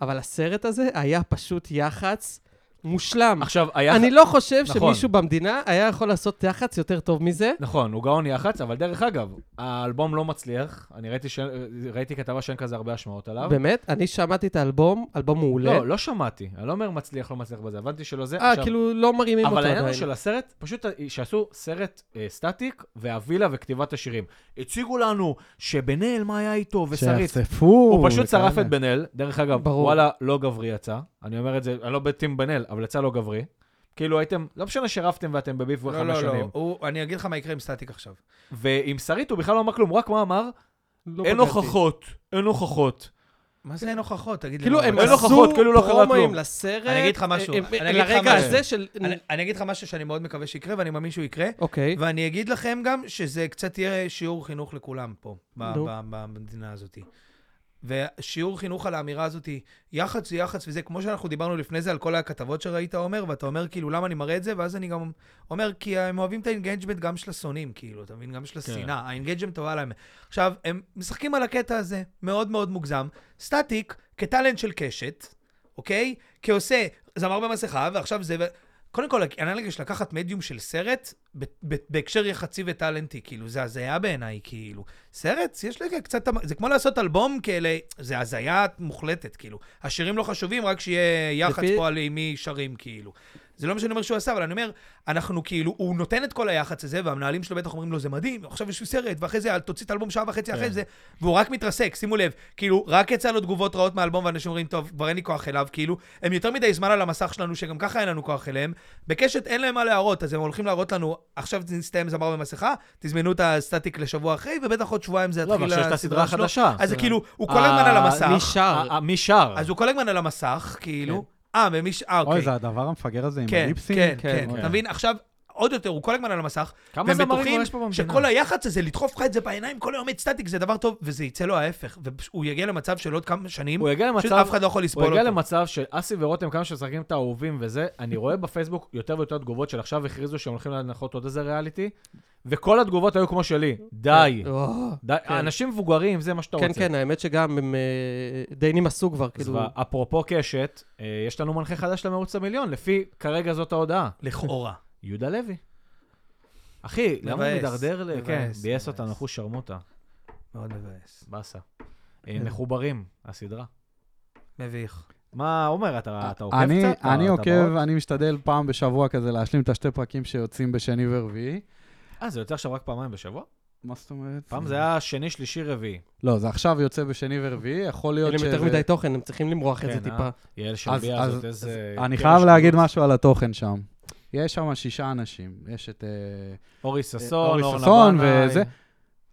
אבל הסרט הזה היה פשוט יח"צ מושלם.
עכשיו, היח"צ...
אני לא חושב
נכון.
שמישהו במדינה היה יכול לעשות יח"צ יותר טוב מזה.
נכון, הוא גאון יח"צ, אבל דרך אגב, האלבום לא מצליח. אני ראיתי ש- ראיתי כתבה שאין כזה הרבה השמעות עליו.
באמת, אני שמעתי את האלבום, אלבום מעולה.
לא, לא שמעתי. אני לא אומר מצליח, לא מצליח בזה, הבנתי שלא זה.
אה,
עכשיו,
כאילו לא מרימים אותו
אבל
עדיין.
העניין הוא של הסרט, פשוט שעשו סרט אה, סטטיק והווילה וכתיבת השירים. הציגו לנו שבן אל, מה היה איתו, ושרית.
שיחשפו.
הוא פשוט
וכאלה.
שרף את בן אל, דרך אגב,
ברור.
וואלה, לא גברי יצא. אני אומר את זה, אני לא בטים בן אל, אבל יצא לא גברי. כאילו הייתם, לא משנה שרפתם ואתם בביף כבר
לא,
חמש
לא, לא.
שנים.
הוא- אני אגיד לך מה יקרה עם סטטיק עכשיו.
ועם שרית הוא בכלל לא אמר כלום, הוא רק מה אמר?
לא
אין
פגעתי.
הוכחות, אין הוכחות.
מה זה אין הוכחות? תגיד לי.
כאילו,
מה
הם
זה.
אין הוכחות,
עשו
כאילו לא קרה
פרומואים
כלום.
לסרט.
אני אגיד לך משהו,
הם-
אני אגיד לך
לרגע
משהו.
הזה של...
אני- אני אגיד לך משהו שאני מאוד מקווה שיקרה, ואני מאמין שהוא יקרה.
אוקיי.
ואני אגיד לכם גם שזה קצת יהיה שיעור חינוך לכולם פה, ב-
נו.
ב- במדינה הזאת. ושיעור חינוך על האמירה הזאת, יח"צ זה יח"צ וזה, כמו שאנחנו דיברנו לפני זה על כל הכתבות שראית, עומר, ואתה אומר, כאילו, למה אני מראה את זה? ואז אני גם אומר, כי הם אוהבים את האינגייג'מנט גם של השונאים, כאילו, אתה מבין? גם של
כן.
השנאה. האינגייג'מנט עולה להם. עכשיו, הם משחקים על הקטע הזה, מאוד מאוד מוגזם. סטטיק, כטאלנט של קשת, אוקיי? כעושה זמר במסכה, ועכשיו זה... ו- קודם כל, האנלוגיה של לקחת מדיום של סרט, ב- ב- בהקשר יחסי וטאלנטי, כאילו, זה הזיה בעיניי, כאילו. סרט, יש לזה קצת... זה כמו לעשות אלבום כאלה, זה הזיה מוחלטת, כאילו. השירים לא חשובים, רק שיהיה יח"צ
לפי-
פה על מי שרים, כאילו. זה לא מה שאני אומר שהוא עשה, אבל אני אומר, אנחנו כאילו, הוא נותן את כל היח"צ הזה, והמנהלים שלו בטח אומרים לו, זה מדהים, עכשיו יש לי סרט, ואחרי זה אל תוציא את האלבום שעה וחצי
כן.
אחרי זה, והוא רק מתרסק, שימו לב, כאילו, רק יצא לו תגובות רעות מהאלבום, ואנשים אומרים, טוב, כבר אין לי כוח אליו, כאילו, הם יותר מדי זמן על המסך שלנו, שגם ככה אין לנו כוח אליהם. בקשת אין להם מה להראות, אז הם הולכים להראות לנו, עכשיו זה נסתיים זמר במסכה, תזמנו את הסטטיק לשבוע אחרי, ובטח עוד שבועיים זה
לא,
יתחיל
אבל כשיש את הסדרה
שלו.
החדשה. כן.
אז זה כאילו, הוא כל הזמן על
אה,
מי
המסך,
שר?
אה, אה, מי שר?
אז הוא כל הזמן על המסך, כאילו,
כן.
אה, ומי ש... אה,
אוי,
אוקיי.
זה הדבר המפגר הזה עם
כן,
הליפסים?
כן,
כן,
כן.
אוקיי.
אתה מבין? עכשיו, עוד יותר, הוא כל הזמן על המסך,
כמה
והם
זמרים כבר
בטוחים
יש פה במדינה?
שכל היח"צ הזה, לדחוף לך את זה בעיניים כל היום את סטטיק, זה דבר טוב, וזה יצא לו ההפך. והוא יגיע למצב של עוד כמה שנים,
הוא יגיע
פשוט
למצב...
אף אחד לא יכול
הוא
לסבול
הגיע
אותו.
למצב שאסי ורותם, כמה שמשחקים את האהובים וזה, אני רואה בפייסבוק יותר ויותר תגובות של עכשיו הכריזו שהם הולכים להנחות עוד איזה ריאליטי, וכל התגובות היו כמו שלי, די.
כן.
או,
די, אנשים מבוגרים, זה מה שאתה
כן,
אה, רוצה.
כן, האמת שגם הם אה, די נמאסו כבר,
אז
כאילו.
אפרופו קשת, אה, יש לנו מנחה חדש למרוץ המיליון, לפי כרגע זאת ההודעה,
לכאורה.
יהודה לוי. אחי, למה הוא
מבאס,
מידרדר? ל-
מבאס,
כן, ביאס
מבאס.
אותנו, אחוז שרמוטה,
מאוד מבאס.
באסה.
כן.
אה, מחוברים, הסדרה.
מביך.
מה, עומר,
אה,
אתה אתה עוקב
אני,
קצת?
אני
אתה
עוקב, לא,
באות?
אני משתדל פעם בשבוע כזה להשלים את השתי פרקים שיוצאים בשני ורביעי.
אה, זה יוצא עכשיו רק פעמיים בשבוע?
מה זאת אומרת?
פעם זה היה שני, שלישי, רביעי.
לא, זה עכשיו יוצא בשני ורביעי, יכול
אין
להיות
להם
ש...
יותר מדי תוכן, הם צריכים למרוח את
אה, כן,
זה טיפה.
אה? יעל
אז-
שלביה
אז-
הזאת, איזה... כן,
אני
קרש
חייב
גדול.
להגיד משהו על התוכן שם. יש שם שישה אנשים, יש את... אה,
אורי ששון,
אורי
אורנה
ששון
בנאי.
וזה.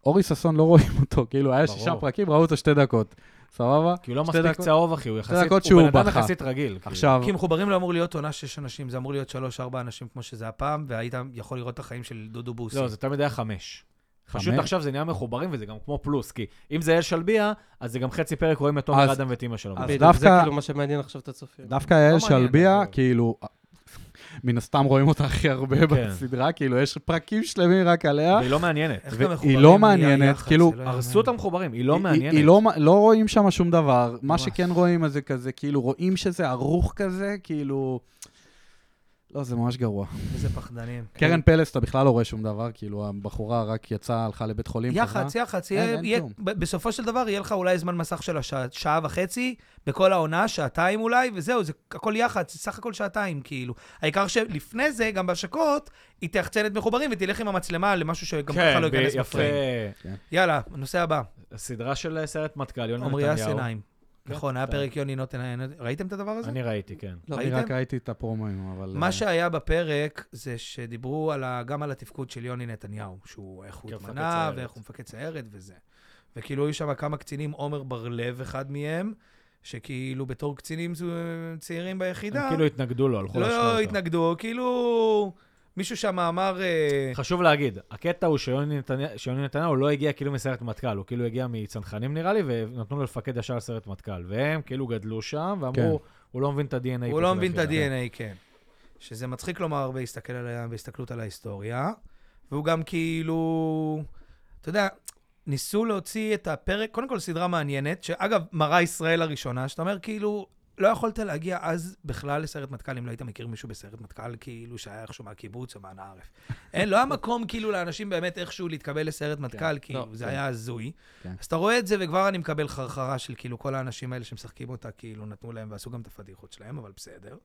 אורי ששון לא רואים אותו, כאילו, היה
ברור.
שישה פרקים, ראו אותו שתי דקות. סבבה?
כי הוא לא
שתי
מספיק
דקות-
צהוב, אחי, הוא
שתי
יחסית...
דקות
הוא
שהוא
בן אדם
בכה.
יחסית רגיל. כאילו.
עכשיו,
כי מחוברים לא אמור להיות עונה שש אנשים, זה אמור להיות שלוש-ארבע אנשים כמו שזה הפעם, והיית יכול לראות את החיים של דודו בוסי.
לא, זה תמיד היה חמש. פשוט
חמש?
עכשיו זה נהיה מחוברים וזה גם כמו פלוס, כי אם זה יעל שלביה, אז זה גם חצי פרק רואים את
אז-
תומר אדם ואת אימא שלו.
אז
בדיוק, זה
דווקא-
כאילו מה שמעניין עכשיו את הצופים.
דווקא יעל
כן. לא מעניין,
שלביה,
אבל-
כאילו, מן הסתם רואים אותה הכי הרבה
כן.
בסדרה, כאילו, יש פרקים שלמים רק עליה.
והיא לא מעניינת.
איך גם
והיא
מחוברים
לא
נהיה
מעניינת,
יח"צ,
כאילו,
זה לא
הרסו
יאמן.
את המחוברים, היא לא
היא- היא-
מעניינת.
היא לא, מ- לא רואים שם שום דבר. מה
ממש.
שכן רואים אז זה כזה, כאילו, רואים שזה ערוך כזה, כאילו... לא, זה ממש גרוע.
כן.
איזה פחדנים.
קרן פלס, אתה בכלל לא רואה שום דבר, כאילו, הבחורה רק יצאה, הלכה לבית חולים, חזרה.
יח"צ, יח"צ, יהיה-
אין, אין
יהיה-
כלום.
ב- בסופו של דבר יהיה לך אולי זמן מסך של השעה שעה וחצי, בכל העונה, שעתיים אולי, וזהו, זה הכל יח"צ, זה סך הכל שעתיים, כאילו. העיקר שלפני זה, גם בהשקות, היא תחצן את מחוברים ותלך עם המצלמה למשהו שגם ככה
כן,
לא ייכנס
יפה.
בפריים. יאללה, הנושא הבא,
סדרה של אה, סרט מטכ"ל, יוני
עמרי אס
נתניהו. כן,
עיניים. נכון, היה
טוב.
פרק יוני נותן עיניים. ראיתם את הדבר הזה?
אני ראיתי, כן.
לא, אני
ראיתם?
רק ראיתי את הפרומואים, אבל...
מה
אה,
שהיה בפרק זה שדיברו על ה, גם על התפקוד של יוני נתניהו, שהוא, איך הוא
כמפקד
התמנה,
סיירת.
ואיך הוא מפקד סיירת וזה. וכאילו היו שם כמה קצינים, עומר בר לב אחד מהם, שכאילו בתור קצינים זו- צעירים ביחידה,
הם כאילו התנגדו לו, הלכו אה. להשקיע
לא
אותו.
התנגדו, כאילו מישהו שם אמר... אה,
חשוב להגיד, הקטע הוא שיוני נתניה- שיוני נתניהו לא הגיע כאילו מסיירת מטכ"ל, הוא כאילו הגיע מצנחנים נראה לי, ונתנו לו לפקד ישר לסיירת מטכ"ל. והם כאילו גדלו שם, ואמרו, הוא לא מבין את ה-DNA.
הוא לא מבין את ה-DNA, כן. שזה מצחיק לומר בהסתכל עליה, בהסתכלות על ההיסטוריה, והוא גם כאילו, אתה יודע, ניסו להוציא את הפרק, קודם כל סדרה מעניינת, שאגב, מראה ישראל הראשונה, שאתה אומר כאילו, לא יכולת להגיע אז בכלל לסיירת מטכ"ל, אם לא היית מכיר מישהו בסיירת מטכ"ל, כאילו, שהיה איכשהו מהקיבוץ או מהנערף. אין, לא היה מקום כאילו לאנשים באמת איכשהו להתקבל לסיירת מטכ"ל, כאילו,
לא,
זה
כן.
היה הזוי.
כן.
אז אתה רואה את זה, וכבר אני מקבל חרחרה של כאילו כל האנשים האלה שמשחקים אותה, כאילו נתנו להם ועשו גם את הפדיחות שלהם, אבל בסדר.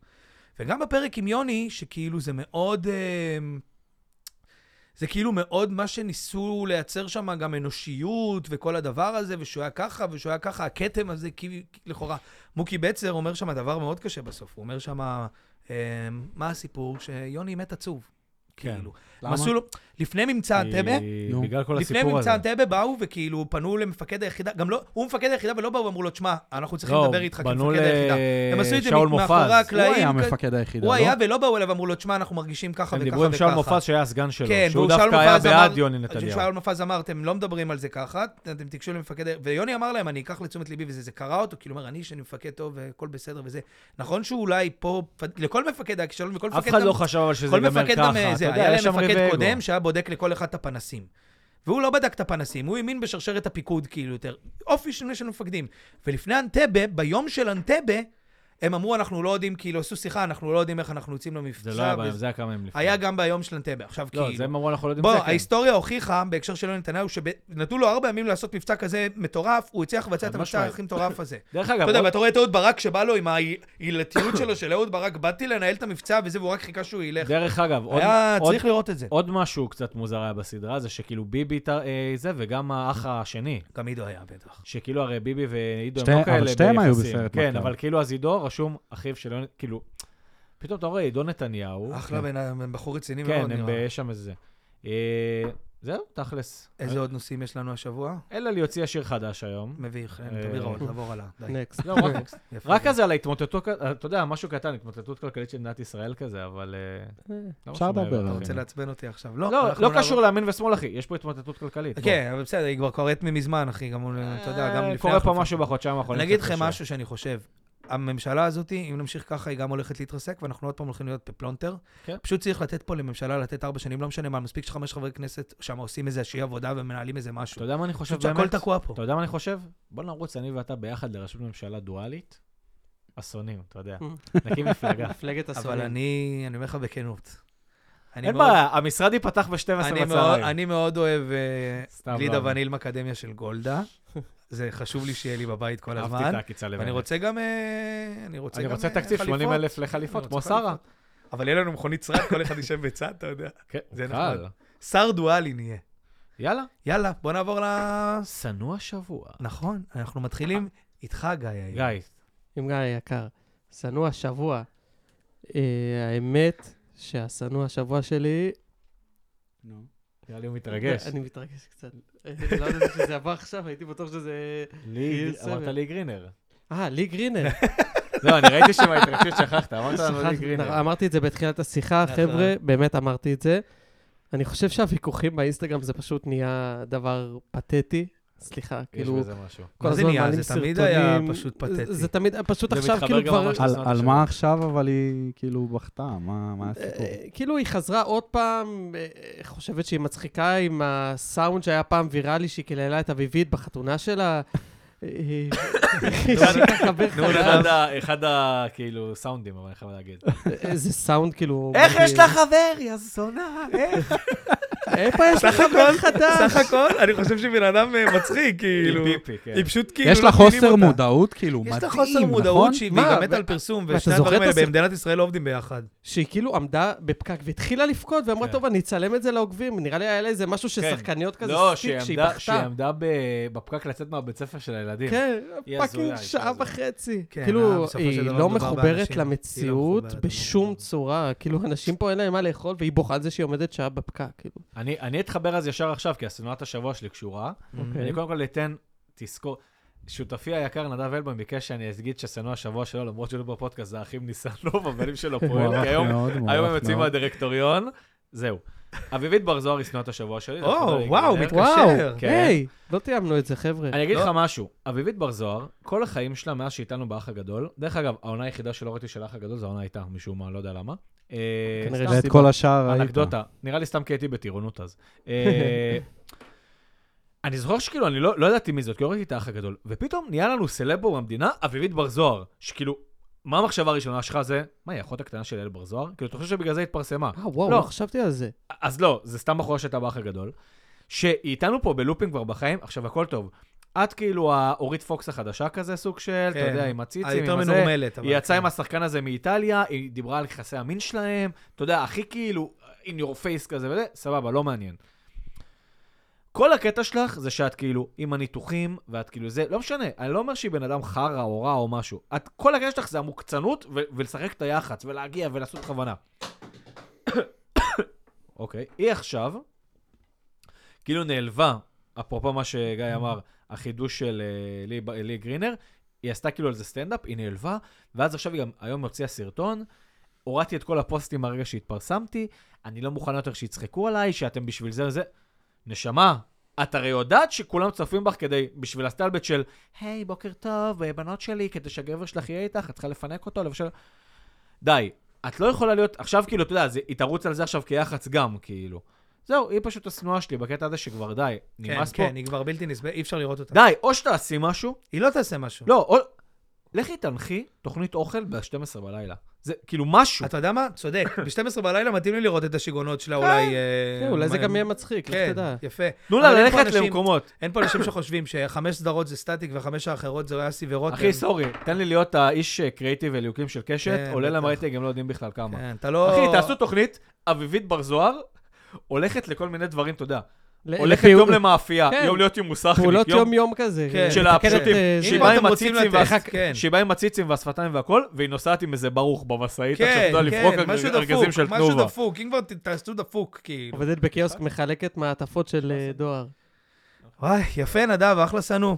וגם בפרק עם יוני, שכאילו זה מאוד... אמ, זה כאילו מאוד מה שניסו לייצר שם גם אנושיות וכל הדבר הזה, ושהוא היה ככה, ושהוא היה ככה, הכתם הזה, כאילו, לכאורה. מוקי בצר אומר שם דבר מאוד קשה בסוף, הוא אומר שם, אמ, מה הסיפור? שיוני מת עצוב.
כן.
כאילו.
למה?
עשו לו, לפני מבצע אנטבה,
נו.
בגלל כל
לפני
הסיפור הזה.
מבצע אנטבה באו וכאילו פנו למפקד היחידה, גם לא, הוא מפקד היחידה ולא באו ואמרו לו, תשמע, אנחנו צריכים
לא,
לדבר איתך
בנו אה,
כמפקד היחידה. הם עשו את זה
לשאול
מ- מאחורי
מופז.
הוא היה
הקלעים. כ-
מפקד היחידה,
הוא
לא?
היה ולא באו אליו ואמרו לו, תשמע, אנחנו מרגישים ככה
הם
וככה
דיברו עם שאול
וככה.
מופז שהיה הסגן שלו,
כן,
שהוא
והוא שאול
דווקא היה
מופז אמר-
בעד יוני נתניהו.
שאול מופז אמר, אתם לא מדברים על זה ככה, אתם תיגשו למפקד... ה- ויוני אמר להם, אני אקח לתשומת ליבי וזה, זה קרע אותו, כאילו, אומר, אני שאני מפקד טוב והכל בסדר וזה. נכון שאולי פה, לכל מפקד היה כישלון, וכל
אף
מפקד
אחד
גם
לא חשב אבל שזה
כל
ייגמר
מפקד
ככה.
גם אה,
אתה
זה,
יודע,
היה
יש שם
להם מפקד
ריבי אגו.
קודם שהיה בודק לכל אחד את הפנסים. והוא לא בדק את הפנסים, הוא האמין בשרשרת הפיקוד כאילו יותר. אופי שונה של מפקדים. ולפני אנטבה, ביום של אנטבה, הם אמרו, אנחנו לא יודעים, כאילו, עשו שיחה, אנחנו לא יודעים איך אנחנו יוצאים למבצע.
זה לא היה בהם,
וזה-
זה היה כמה ימים לפני.
היה גם ביום של אנטבה. עכשיו,
לא, זה
כאילו...
הם אמרו, אנחנו לא יודעים
בוא,
זה, כן.
ההיסטוריה הוכיחה, בהקשר של יוני נתניהו, שנתנו לו ארבע ימים לעשות מבצע כזה מטורף, הוא הצליח לבצע את
חד
המבצע
משמעית. כן,
הכי מטורף הזה.
דרך אגב,
אתה יודע,
עוד-
ואתה רואה את אהוד ברק שבא לו עם העילתיות שלו של אהוד ברק, באתי לנהל את המבצע וזה, והוא רק חיכה שהוא ילך.
דרך אגב, עוד-
היה
עוד-
צריך לראות את זה.
עוד משהו קצת מוזר היה בסדרה, זה שכאילו ביבי ת- אה, זה, וגם האח השני,
גם עידו היה בטח.
שכאילו הרי ביבי ועידו
שתי-
הם לא
אבל
כאלה
שתיהם היו
ביחסים.
בסרט
כן,
מטכ"ל.
אבל כאילו אז עידו רשום אחיו של יוני, כאילו, פתאום אתה רואה עידו נתניהו.
אחלה בן אדם, בחור רציני מאוד
כן, הם ב-
נראה.
יש שם איזה. אה, זהו, תכלס.
איזה עוד נושאים יש לנו השבוע?
אלא לי הוציאה שיר חדש היום.
מביך, אין,
אה,
תביא רעות, לעבור עלה. די.
נקסט.
לא, רק-
יפה.
רק כזה על ההתמוטטות, אתה יודע, משהו קטן, התמוטטות כלכלית של מדינת ישראל כזה, אבל... אה, לא
אפשר
משהו מעבר,
לדבר על
אתה
אחי.
זה.
רוצה לעצבן אותי עכשיו.
לא,
אנחנו
לא
נעבור-
קשור לימין ושמאל, אחי, יש פה התמוטטות כלכלית. בוא.
כן, אבל בסדר, היא כבר קורית ממזמן, אחי. גם, אתה יודע, גם
אה,
לפני...
קורה פה
החלפה.
משהו בחודשיים האחרונים.
אני אגיד
קצת
לכם
קשה.
משהו שאני חושב. הממשלה הזאת, אם נמשיך ככה, היא גם הולכת להתרסק, ואנחנו עוד פעם הולכים להיות בפלונטר.
כן.
פשוט צריך לתת פה לממשלה לתת ארבע שנים, לא משנה מה, מספיק שחמש חברי כנסת שם עושים איזושהי עבודה ומנהלים איזה
אתה
משהו.
יודע מה אני חושב
פשוט שהכל
באמת?
תקוע פה.
אתה יודע מה אני חושב? בוא נרוץ אני ואתה ביחד לראשות ממשלה דואלית. אסונים, אתה יודע.
אה.
נקים מפלגה.
מפלגת
אבל
הסונים.
אני, אני אומר לך בכנות. אני
אין
מאוד-
בעיה, המשרד ייפתח ב-12
אני מאוד-
בצהריים.
אני מאוד אוהב אה,
סתם, לא
גלידה
אוהב.
וניל מאקדמיה של גולדה. זה חשוב לי שיהיה לי בבית כל
אהבתי
הזמן.
את העקיצה לבן.
ואני רוצה גם... אה, אני רוצה
אני
גם,
רוצה
אה,
תקציב
חליפות.
80 אלף
אני
לחליפות,
רוצה
כמו שרה.
חליפות. אבל יהיה לנו מכונית שרד, כל אחד יישב בצד, אתה יודע.
כן,
זה
קל.
שר דואלי נהיה.
יאללה.
יאללה, בוא נעבור ל...
שנוא השבוע.
נכון, אנחנו מתחילים איתך, גיא. היום.
גיא,
עם גיא היקר. שנוא השבוע. אה, האמת שהשנוא השבוע שלי...
נו.
נראה לי הוא מתרגש.
אני מתרגש קצת. אה, לא ידעתי שזה עבר עכשיו, הייתי בטוח שזה...
לי,
סבב.
אמרת לי גרינר.
אה, לי גרינר.
לא, אני ראיתי שבהתרגשות שכחת, אמרת לנו לי
שכחתי,
גרינר.
אמרתי את זה בתחילת השיחה,
נכון.
חבר'ה, באמת אמרתי את זה. אני חושב שהוויכוחים באינסטגרם זה פשוט נהיה דבר פתטי. סליחה,
יש
כאילו,
בזה משהו.
כל
מה זה
הזמן
נהיה?
מעלים
זה תמיד
סרטונים.
היה פשוט פתטי.
זה- זה תמיד, פשוט
זה
עכשיו
מתחבר
כאילו
גם
כבר...
ממש
לא.
על-
לשנות
על
השבוע.
מה עכשיו, אבל היא כאילו בכתה? מה מה הסיפור?
אה, כאילו היא חזרה עוד פעם, אה, אה, חושבת שהיא מצחיקה עם הסאונד שהיה פעם ויראלי, שהיא קיללה את אביבית בחתונה שלה. אה, אה, מחבר
נו,
חדש.
אחד ה- אחד ה... כאילו, סאונדים, אבל אני חייב להגיד.
אה, זה סאונד כאילו...
איך יש
מדהים.
לך חבר, יא זונה? איך?
איפה יש לך חבר חדש?
סך הכל, אני חושב שבן אדם אה, מצחיק, כאילו.
עם ביפי, כן.
היא פשוט כאילו...
יש
לא
לה חוסר
מבינים אותה.
מודעות, כאילו,
יש לה
מדהים,
חוסר
נכון?
מודעות שהיא והיא
מה,
גם מתה
ו-
על פרסום,
ואתה
ושני
זוכר
הדברים
את
האלה
הסרט?
במדינת ישראל לא עובדים ביחד.
שהיא כאילו עמדה בפקק והתחילה לבכות, ואמרה,
כן.
טוב, אני אצלם את זה לעוקבים. נראה לי היה לה איזה משהו
כן.
ששחקניות כזה,
לא,
סטיק, שהיא
שעמדה- שהיא
בכתה.
עמדה ב- בפקק לצאת מהבית ספר של הילדים.
כן,
היא הזויה,
פאקינג
היא
שעה
הזויה.
וחצי.
כן, אה,
כאילו,
בסופו של
היא
דבר
לא
מדובר
מחוברת
באנשים. כאילו
למציאות
היא לא מחוברת, לא
בשום
מחוברת.
צורה. כאילו, אנשים פה אין להם מה לאכול, והיא בוכה על זה שהיא עומדת שעה בפקק, כאילו.
Mm.
אני אני אתחבר אז ישר עכשיו, כי השנאת השבוע שלי קשורה.
אוקיי.
אני קודם כל אתן תזכור. שותפי היקר נדב אלבוים ביקש שאני אגיד ששנוא השבוע שלו, למרות שהוא לא בפודקאסט, זה האחים ניסנוב, הבנים שלו פועל, כי היום
מאוד,
היום הם
מוערך
יוצאים
מאוד.
מהדירקטוריון, זהו. אביבית בר זוהר היא שנואת השבוע שלי. זה יכול
או,
להיגמר.
וואו, מתקשר.
כן.
היי, לא תיאמנו את זה, חבר'ה.
אני אגיד
לא.
לך משהו, אביבית בר זוהר, כל החיים שלה מאז שאיתנו באח הגדול, דרך אגב, העונה היחידה שלא ראיתי של האח הגדול זו העונה איתה, משום מה, לא יודע למה. אה,
כנראה
סתם
ש-
ואת כל השאר היית.
אנקדוטה, נראה לי סתם כי הייתי בטירונות אז. אה, אני זוכר שכאילו, אני לא לא ידעתי מי זאת, כי לא ראיתי את האח הגדול, ופתאום נהיה לנו סלבו במדינה, אביבית בר זוהר, שכאילו, מה המחשבה הראשונה שלך זה, מה, היא אחות הקטנה של יעל בר זוהר? כאילו, אתה חושב שבגלל זה התפרסמה.
אה, וואו,
לא.
לא חשבתי על זה.
אז לא, זה סתם בחורה שהייתה באח הגדול, שהיא איתנו פה בלופים כבר בחיים, עכשיו הכל טוב. את כאילו האורית פוקס החדשה כזה סוג של, אתה
כן.
יודע, עם הציצים,
היותר
עם הזה.
מנורמלת. אבל- כן.
היא יצאה עם השחקן הזה מאיטליה, היא דיברה על יחסי המין שלהם, אתה יודע, הכי כאילו, in your face כזה וזה, סבבה, לא מעניין. כל הקטע שלך זה שאת כאילו עם הניתוחים, ואת כאילו זה, לא משנה, אני לא אומר שהיא בן אדם חרא או רע או משהו. את, כל הקטע שלך זה המוקצנות ו- ולשחק את היח"צ ולהגיע ולעשות בכוונה. אוקיי, היא עכשיו, כאילו נעלבה, אפרופו מה שגיא אמר, החידוש של אה, לי, לי גרינר, היא עשתה כאילו על זה סטנדאפ, היא נעלבה, ואז עכשיו היא גם, היום הוציאה סרטון, הורדתי את כל הפוסטים מהרגע שהתפרסמתי, אני לא מוכנה יותר שיצחקו עליי, שאתם בשביל זה וזה. נשמה, את הרי יודעת שכולם צופים בך כדי, בשביל הסטלבט של, היי, בוקר טוב, אה, בנות שלי, כדי שהגבר שלך יהיה איתך, את צריכה לפנק אותו, לבשל... די, את לא יכולה להיות, עכשיו כאילו, אתה יודע, זה- היא תרוץ על זה עכשיו כיח"צ גם, כאילו. זהו, היא פשוט השנואה שלי בקטע הזה שכבר די,
כן,
נמאס
כן, היא כבר בלתי נסבלת, אי אפשר לראות
פה.
אותה.
די, או שתעשי משהו,
היא לא תעשה משהו.
לא, או... לכי תנחי תוכנית אוכל ב-12 בלילה. זה כאילו משהו.
אתה יודע מה? צודק. ב-12 בלילה מתאים לי לראות את השיגעונות שלה,
כן.
אולי... אה,
אה, אולי זה
מה-
גם יהיה מצחיק, לך
כן,
תדע.
יפה.
תנו
אבל
לה
אין
ללכת
פה אנשים- אוקיי.
למקומות.
אין פה אנשים שחושבים שחמש סדרות זה סטטיק וחמש האחרות זה אסי ורותם.
אחי, סורי, תן לי להיות האיש אה, קריאיטיב וליהוקים של קשת,
כן,
עולה
בטח.
להם רייטינג, הם לא יודעים בכלל כמה.
כן, אתה לא...
אחי, תעשו תוכנית, אביבית בר זוהר הולכת לכל מיני דברים, אתה יודע.
ל-
הולכת
לפעיל-
יום למאפייה,
כן.
יום להיות עם מוסכניק,
פעולות
יום-
יום-יום כזה.
כן.
של
מתקנת,
הפשוטים,
אה,
שהיא
אם
באה עם
אתם רוצים
הציצים
לתת,
והחק-
כן.
שהיא באה עם הציצים והשפתיים והכל, והיא נוסעת עם איזה ברוך במשאית, עכשיו,
כן,
אתה יודע, לפרוק
כן, משהו
ארג- ארגזים של
דפוק, משהו
תנובה.
דפוק. אם כבר ת- תעשו דפוק, כאילו.
עובדת בקיוסק, מחלקת מעטפות של
אוקיי.
אה, דואר.
וואי, יפה, נדב, אחלה שנוא.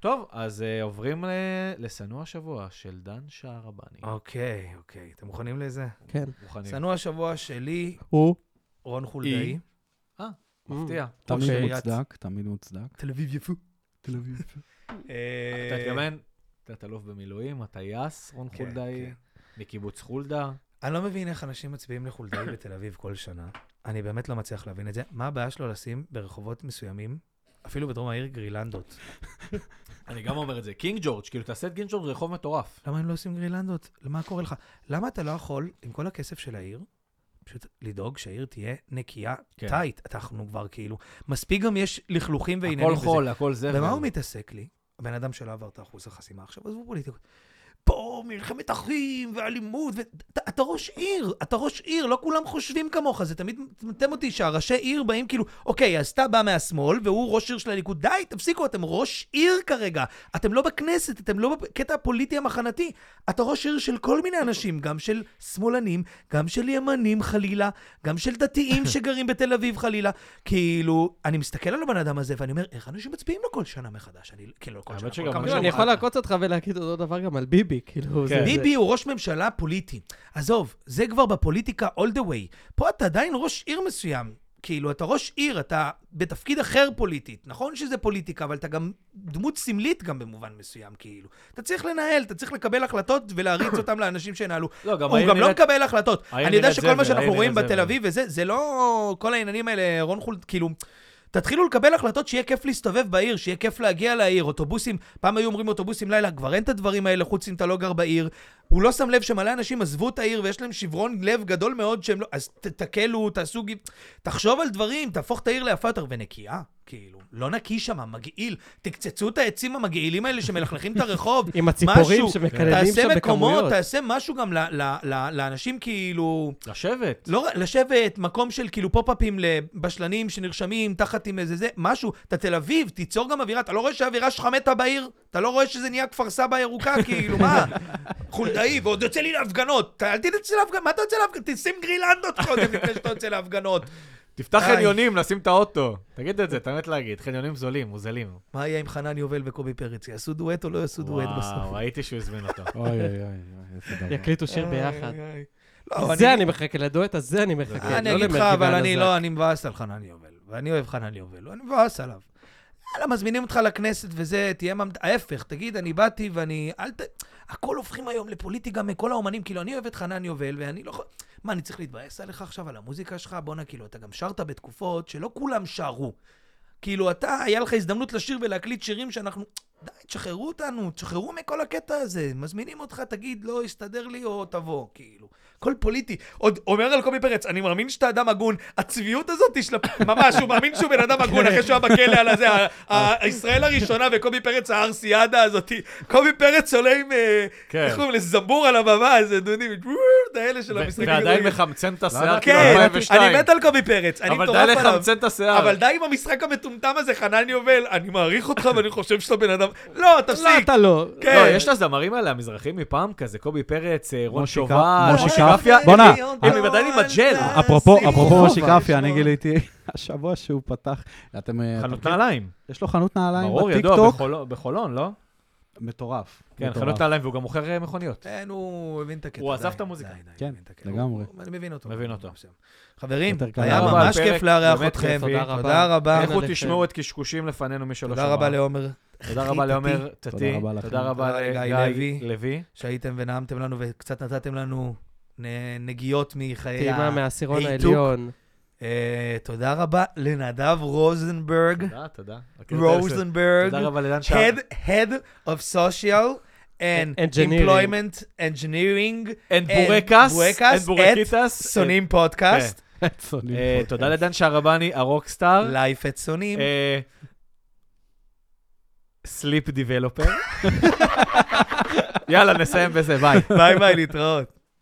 טוב, אז אה, עוברים ל- לשנוא השבוע של דן שערבני.
אוקיי, אוקיי. אתם מוכנים לזה?
כן.
מוכנים.
שנוא השבוע שלי,
הוא? Mm.
רון חולדאי.
מפתיע.
תמיד
אוקיי,
מוצדק, תמיד מוצדק.
תל אביב יפו.
תל אביב.
אה,
אתה התכוון, תת-אלוף במילואים, הטייס רון
כן,
חולדאי,
כן.
מקיבוץ חולדה.
אני לא מבין איך אנשים מצביעים לחולדאי בתל אביב כל שנה. אני באמת לא מצליח להבין את זה. מה הבעיה שלו לשים ברחובות מסוימים, אפילו בדרום העיר, גרילנדות?
אני גם אומר את זה. קינג ג'ורג', כאילו, תעשה את קינג ג'ורג' רחוב מטורף.
למה הם לא עושים גרילנדות? מה קורה לך? למה אתה לא יכול, עם כל הכסף של העיר, פשוט לדאוג שהעיר תהיה נקייה,
כן.
טייט? אנחנו כבר כאילו... מספיק גם יש לכלוכים ועניינים.
הכל
וזה.
חול, הכל זבל.
במה הוא מתעסק לי? הבן אדם שלא עבר את אחוז החסימה עכשיו, עזבו פוליטיקות. פה מלחמת אחים ואלימות, ו... אתה, אתה ראש עיר, אתה ראש עיר, לא כולם חושבים כמוך, זה תמיד מטמטם אותי שהראשי עיר באים כאילו, אוקיי, אז אתה בא מהשמאל והוא ראש עיר של הליכוד, די, תפסיקו, אתם ראש עיר כרגע, אתם לא בכנסת, אתם לא בקטע הפוליטי המחנתי, אתה ראש עיר של כל מיני אנשים, גם של שמאלנים, גם של ימנים חלילה, גם של דתיים שגרים בתל אביב חלילה, כאילו, אני מסתכל על הבן אדם הזה ואני אומר, איך אנשים מצביעים לו כל שנה מחדש? אני, כאילו, לא כל
האמת
שנה,
שגם
כל כמה
אני-
כאילו,
שנים.
אני יכול לעקוץ אותך ולהגיד אותו דבר גם על ביבי, כאילו, זה...
כן.
זה-
ביבי הוא ראש ממשלה פוליטי. עזוב, זה כבר בפוליטיקה all the way. פה אתה עדיין ראש עיר מסוים. כאילו, אתה ראש עיר, אתה בתפקיד אחר פוליטית. נכון שזה פוליטיקה, אבל אתה גם דמות סמלית גם במובן מסוים, כאילו. אתה צריך לנהל, אתה צריך לקבל החלטות ולהריץ אותם לאנשים שינהלו.
לא, גם
הוא
העיר
גם לא
נראית-
מקבל החלטות.
העיר
אני יודע
נראית
שכל
זבל,
מה שאנחנו
העיר
רואים
נראית
בתל
זבל.
אביב וזה, זה לא כל העניינים האלה, רון חולד, כאילו... תתחילו לקבל החלטות שיהיה כיף להסתובב בעיר, שיהיה כיף להגיע לעיר, אוטובוסים, פעם היו אומרים אוטובוסים לילה, כבר אין את הדברים האלה חוץ אם אתה לא גר בעיר. הוא לא שם לב שמלא אנשים עזבו את העיר ויש להם שברון לב גדול מאוד שהם לא... אז ת- תקלו, תעשו... גיב- תחשוב על דברים, תהפוך את העיר ליפה יותר ונקייה, כאילו. לא נקי שם, מגעיל. תקצצו את העצים המגעילים האלה שמלכלכים את הרחוב.
עם הציפורים
משהו.
שמקללים
תעשה
שם
מקומות,
בכמויות.
תעשה משהו גם ל- ל- ל- לאנשים כאילו...
לשבת.
לא, לשבת, מקום של כאילו פופ-אפים לבשלנים שנרשמים תחת עם איזה זה, משהו. אתה תל אביב, תיצור גם אווירה. אתה לא רואה שהאווירה שלך מתה בעיר? אתה לא רואה שזה נהיה כפר סבא ירוקה, כאילו, מה? חולדאי, ועוד יוצא לי להפגנות. אתה- אל תצא להפגנות, מה אתה יוצא להפגנות? תשים גרילנדות קודם לפני שאתה יוצא להפגנות.
תפתח
איי.
חניונים, נשים את האוטו. תגיד את זה, אתה מת להגיד. חניונים זולים, מוזלים.
מה יהיה עם חנן יובל וקובי פרץ? יעשו דואט או לא יעשו דואט בסוף?
וואו, ראיתי שהוא הזמין אותו.
אוי אוי אוי, אוי, איזה דבר.
יקליטו שיר
איי,
ביחד.
איי. לא,
זה אני מחכה, לדואט הזה אני מחכה.
אה, אני
לא
אגיד לך,
למרגי
אבל
ועל
אני
הזק.
לא, אני מבאס על חנן יובל, ואני אוהב חנן יובל, אני מבאס עליו. יאללה, מזמינים אותך לכנסת וזה, תהיה ממד... ההפך, תגיד, אני באתי ואני... אל ת... הכל הופכים היום לפוליטיקה מכל האומנים, כאילו, אני אוהב את חנן יובל, ואני לא... יכול- מה, אני צריך להתבאס עליך עכשיו, על המוזיקה שלך? בואנה, כאילו, אתה גם שרת בתקופות שלא כולם שרו. כאילו, אתה, היה לך הזדמנות לשיר ולהקליט שירים שאנחנו... די, תשחררו אותנו, תשחררו מכל הקטע הזה. מזמינים אותך, תגיד, לא, הסתדר לי או תבוא, כאילו. הכל פוליטי. עוד אומר על קובי פרץ, אני מאמין שאתה אדם הגון. הצביעות הזאת של... ה- ממש, הוא מאמין שהוא בן אדם הגון אחרי שהוא היה בכלא על הזה. ה- ה- ישראל הראשונה וקובי פרץ הארסיאדה הזאת. קובי פרץ עולה עם... אה,
כן.
איך קוראים לזה? זמבור על הבמה, איזה דודים, את האלה של
ו-
המשחקים.
ועדיין מחמצן את השיער כאילו
כן, אני
2002.
מת על קובי פרץ, אני
אבל
מטורף
די
עליו.
לחמצן את השיער.
אבל די עם המשחק המטומטם הזה, חנן יובל, אני מעריך אותך ואני חושב שאתה בן אדם... לא,
לא,
תפסיק.
אתה לא.
כן.
לא, יש לזמרים האלה, המזרחים מפעם כזה, קובי פרץ, אה, רון
מושי
שובל,
קפ-
מושי
מושי קפ-
קפיה.
בואנה, אה,
הם עדיין עם הג'ל.
אפרופו, אפרופו
אבל
מושי קפיה, אני
ישמור.
גיליתי השבוע שהוא פתח, אתם... אה,
חנות
אתם-
נעליים.
יש לו חנות נעליים
ברור, ידוע,
בטיקטוק.
בחולו- בחולון, לא?
מטורף.
כן,
מטורף.
חנות נעליים, והוא גם מוכר אה, מכוניות.
כן, הוא הבין את הקטע.
הוא עזב
די,
את המוזיקה.
די, די,
כן,
הבין את הקטע.
לגמרי.
הוא- אני מבין אותו.
מבין אותו.
חברים,
יותר קל.
היה
תודה רבה
ממש
על
כיף
פרק,
לארח
באמת
אתכם.
כיף, תודה
תודה
רבה.
רבה.
לכם.
אה, לכו תשמעו את קשקושים לפנינו, מי שלא שמע.
תודה רבה לעומר,
תודה
אחי,
רבה
תתי.
לעומר
תודה
טטי.
רבה לכם.
תודה רבה
תודה לגיא
לגיא
אה, לוי.
לוי.
שהייתם ונאמתם לנו וקצת נתתם לנו נ- נגיעות מחיי
טעימה
ה...
מהעשירון
העיתוק.
העליון.
אה, תודה רבה לנדב רוזנברג.
תודה, תודה.
רוזנברג.
תודה רבה לדן שער.
head head of social and
Engineering.
employment engineering
אין
אין
בורקס,
בורקס,
אין בורקיטס.
סונים פודקאסט
צונים.
אה, תודה לדן שערבני, הרוקסטאר.
לייף את סונים
אה. סליפ דיבלופר. יאללה, נסיים בזה, ביי.
ביי ביי להתראות.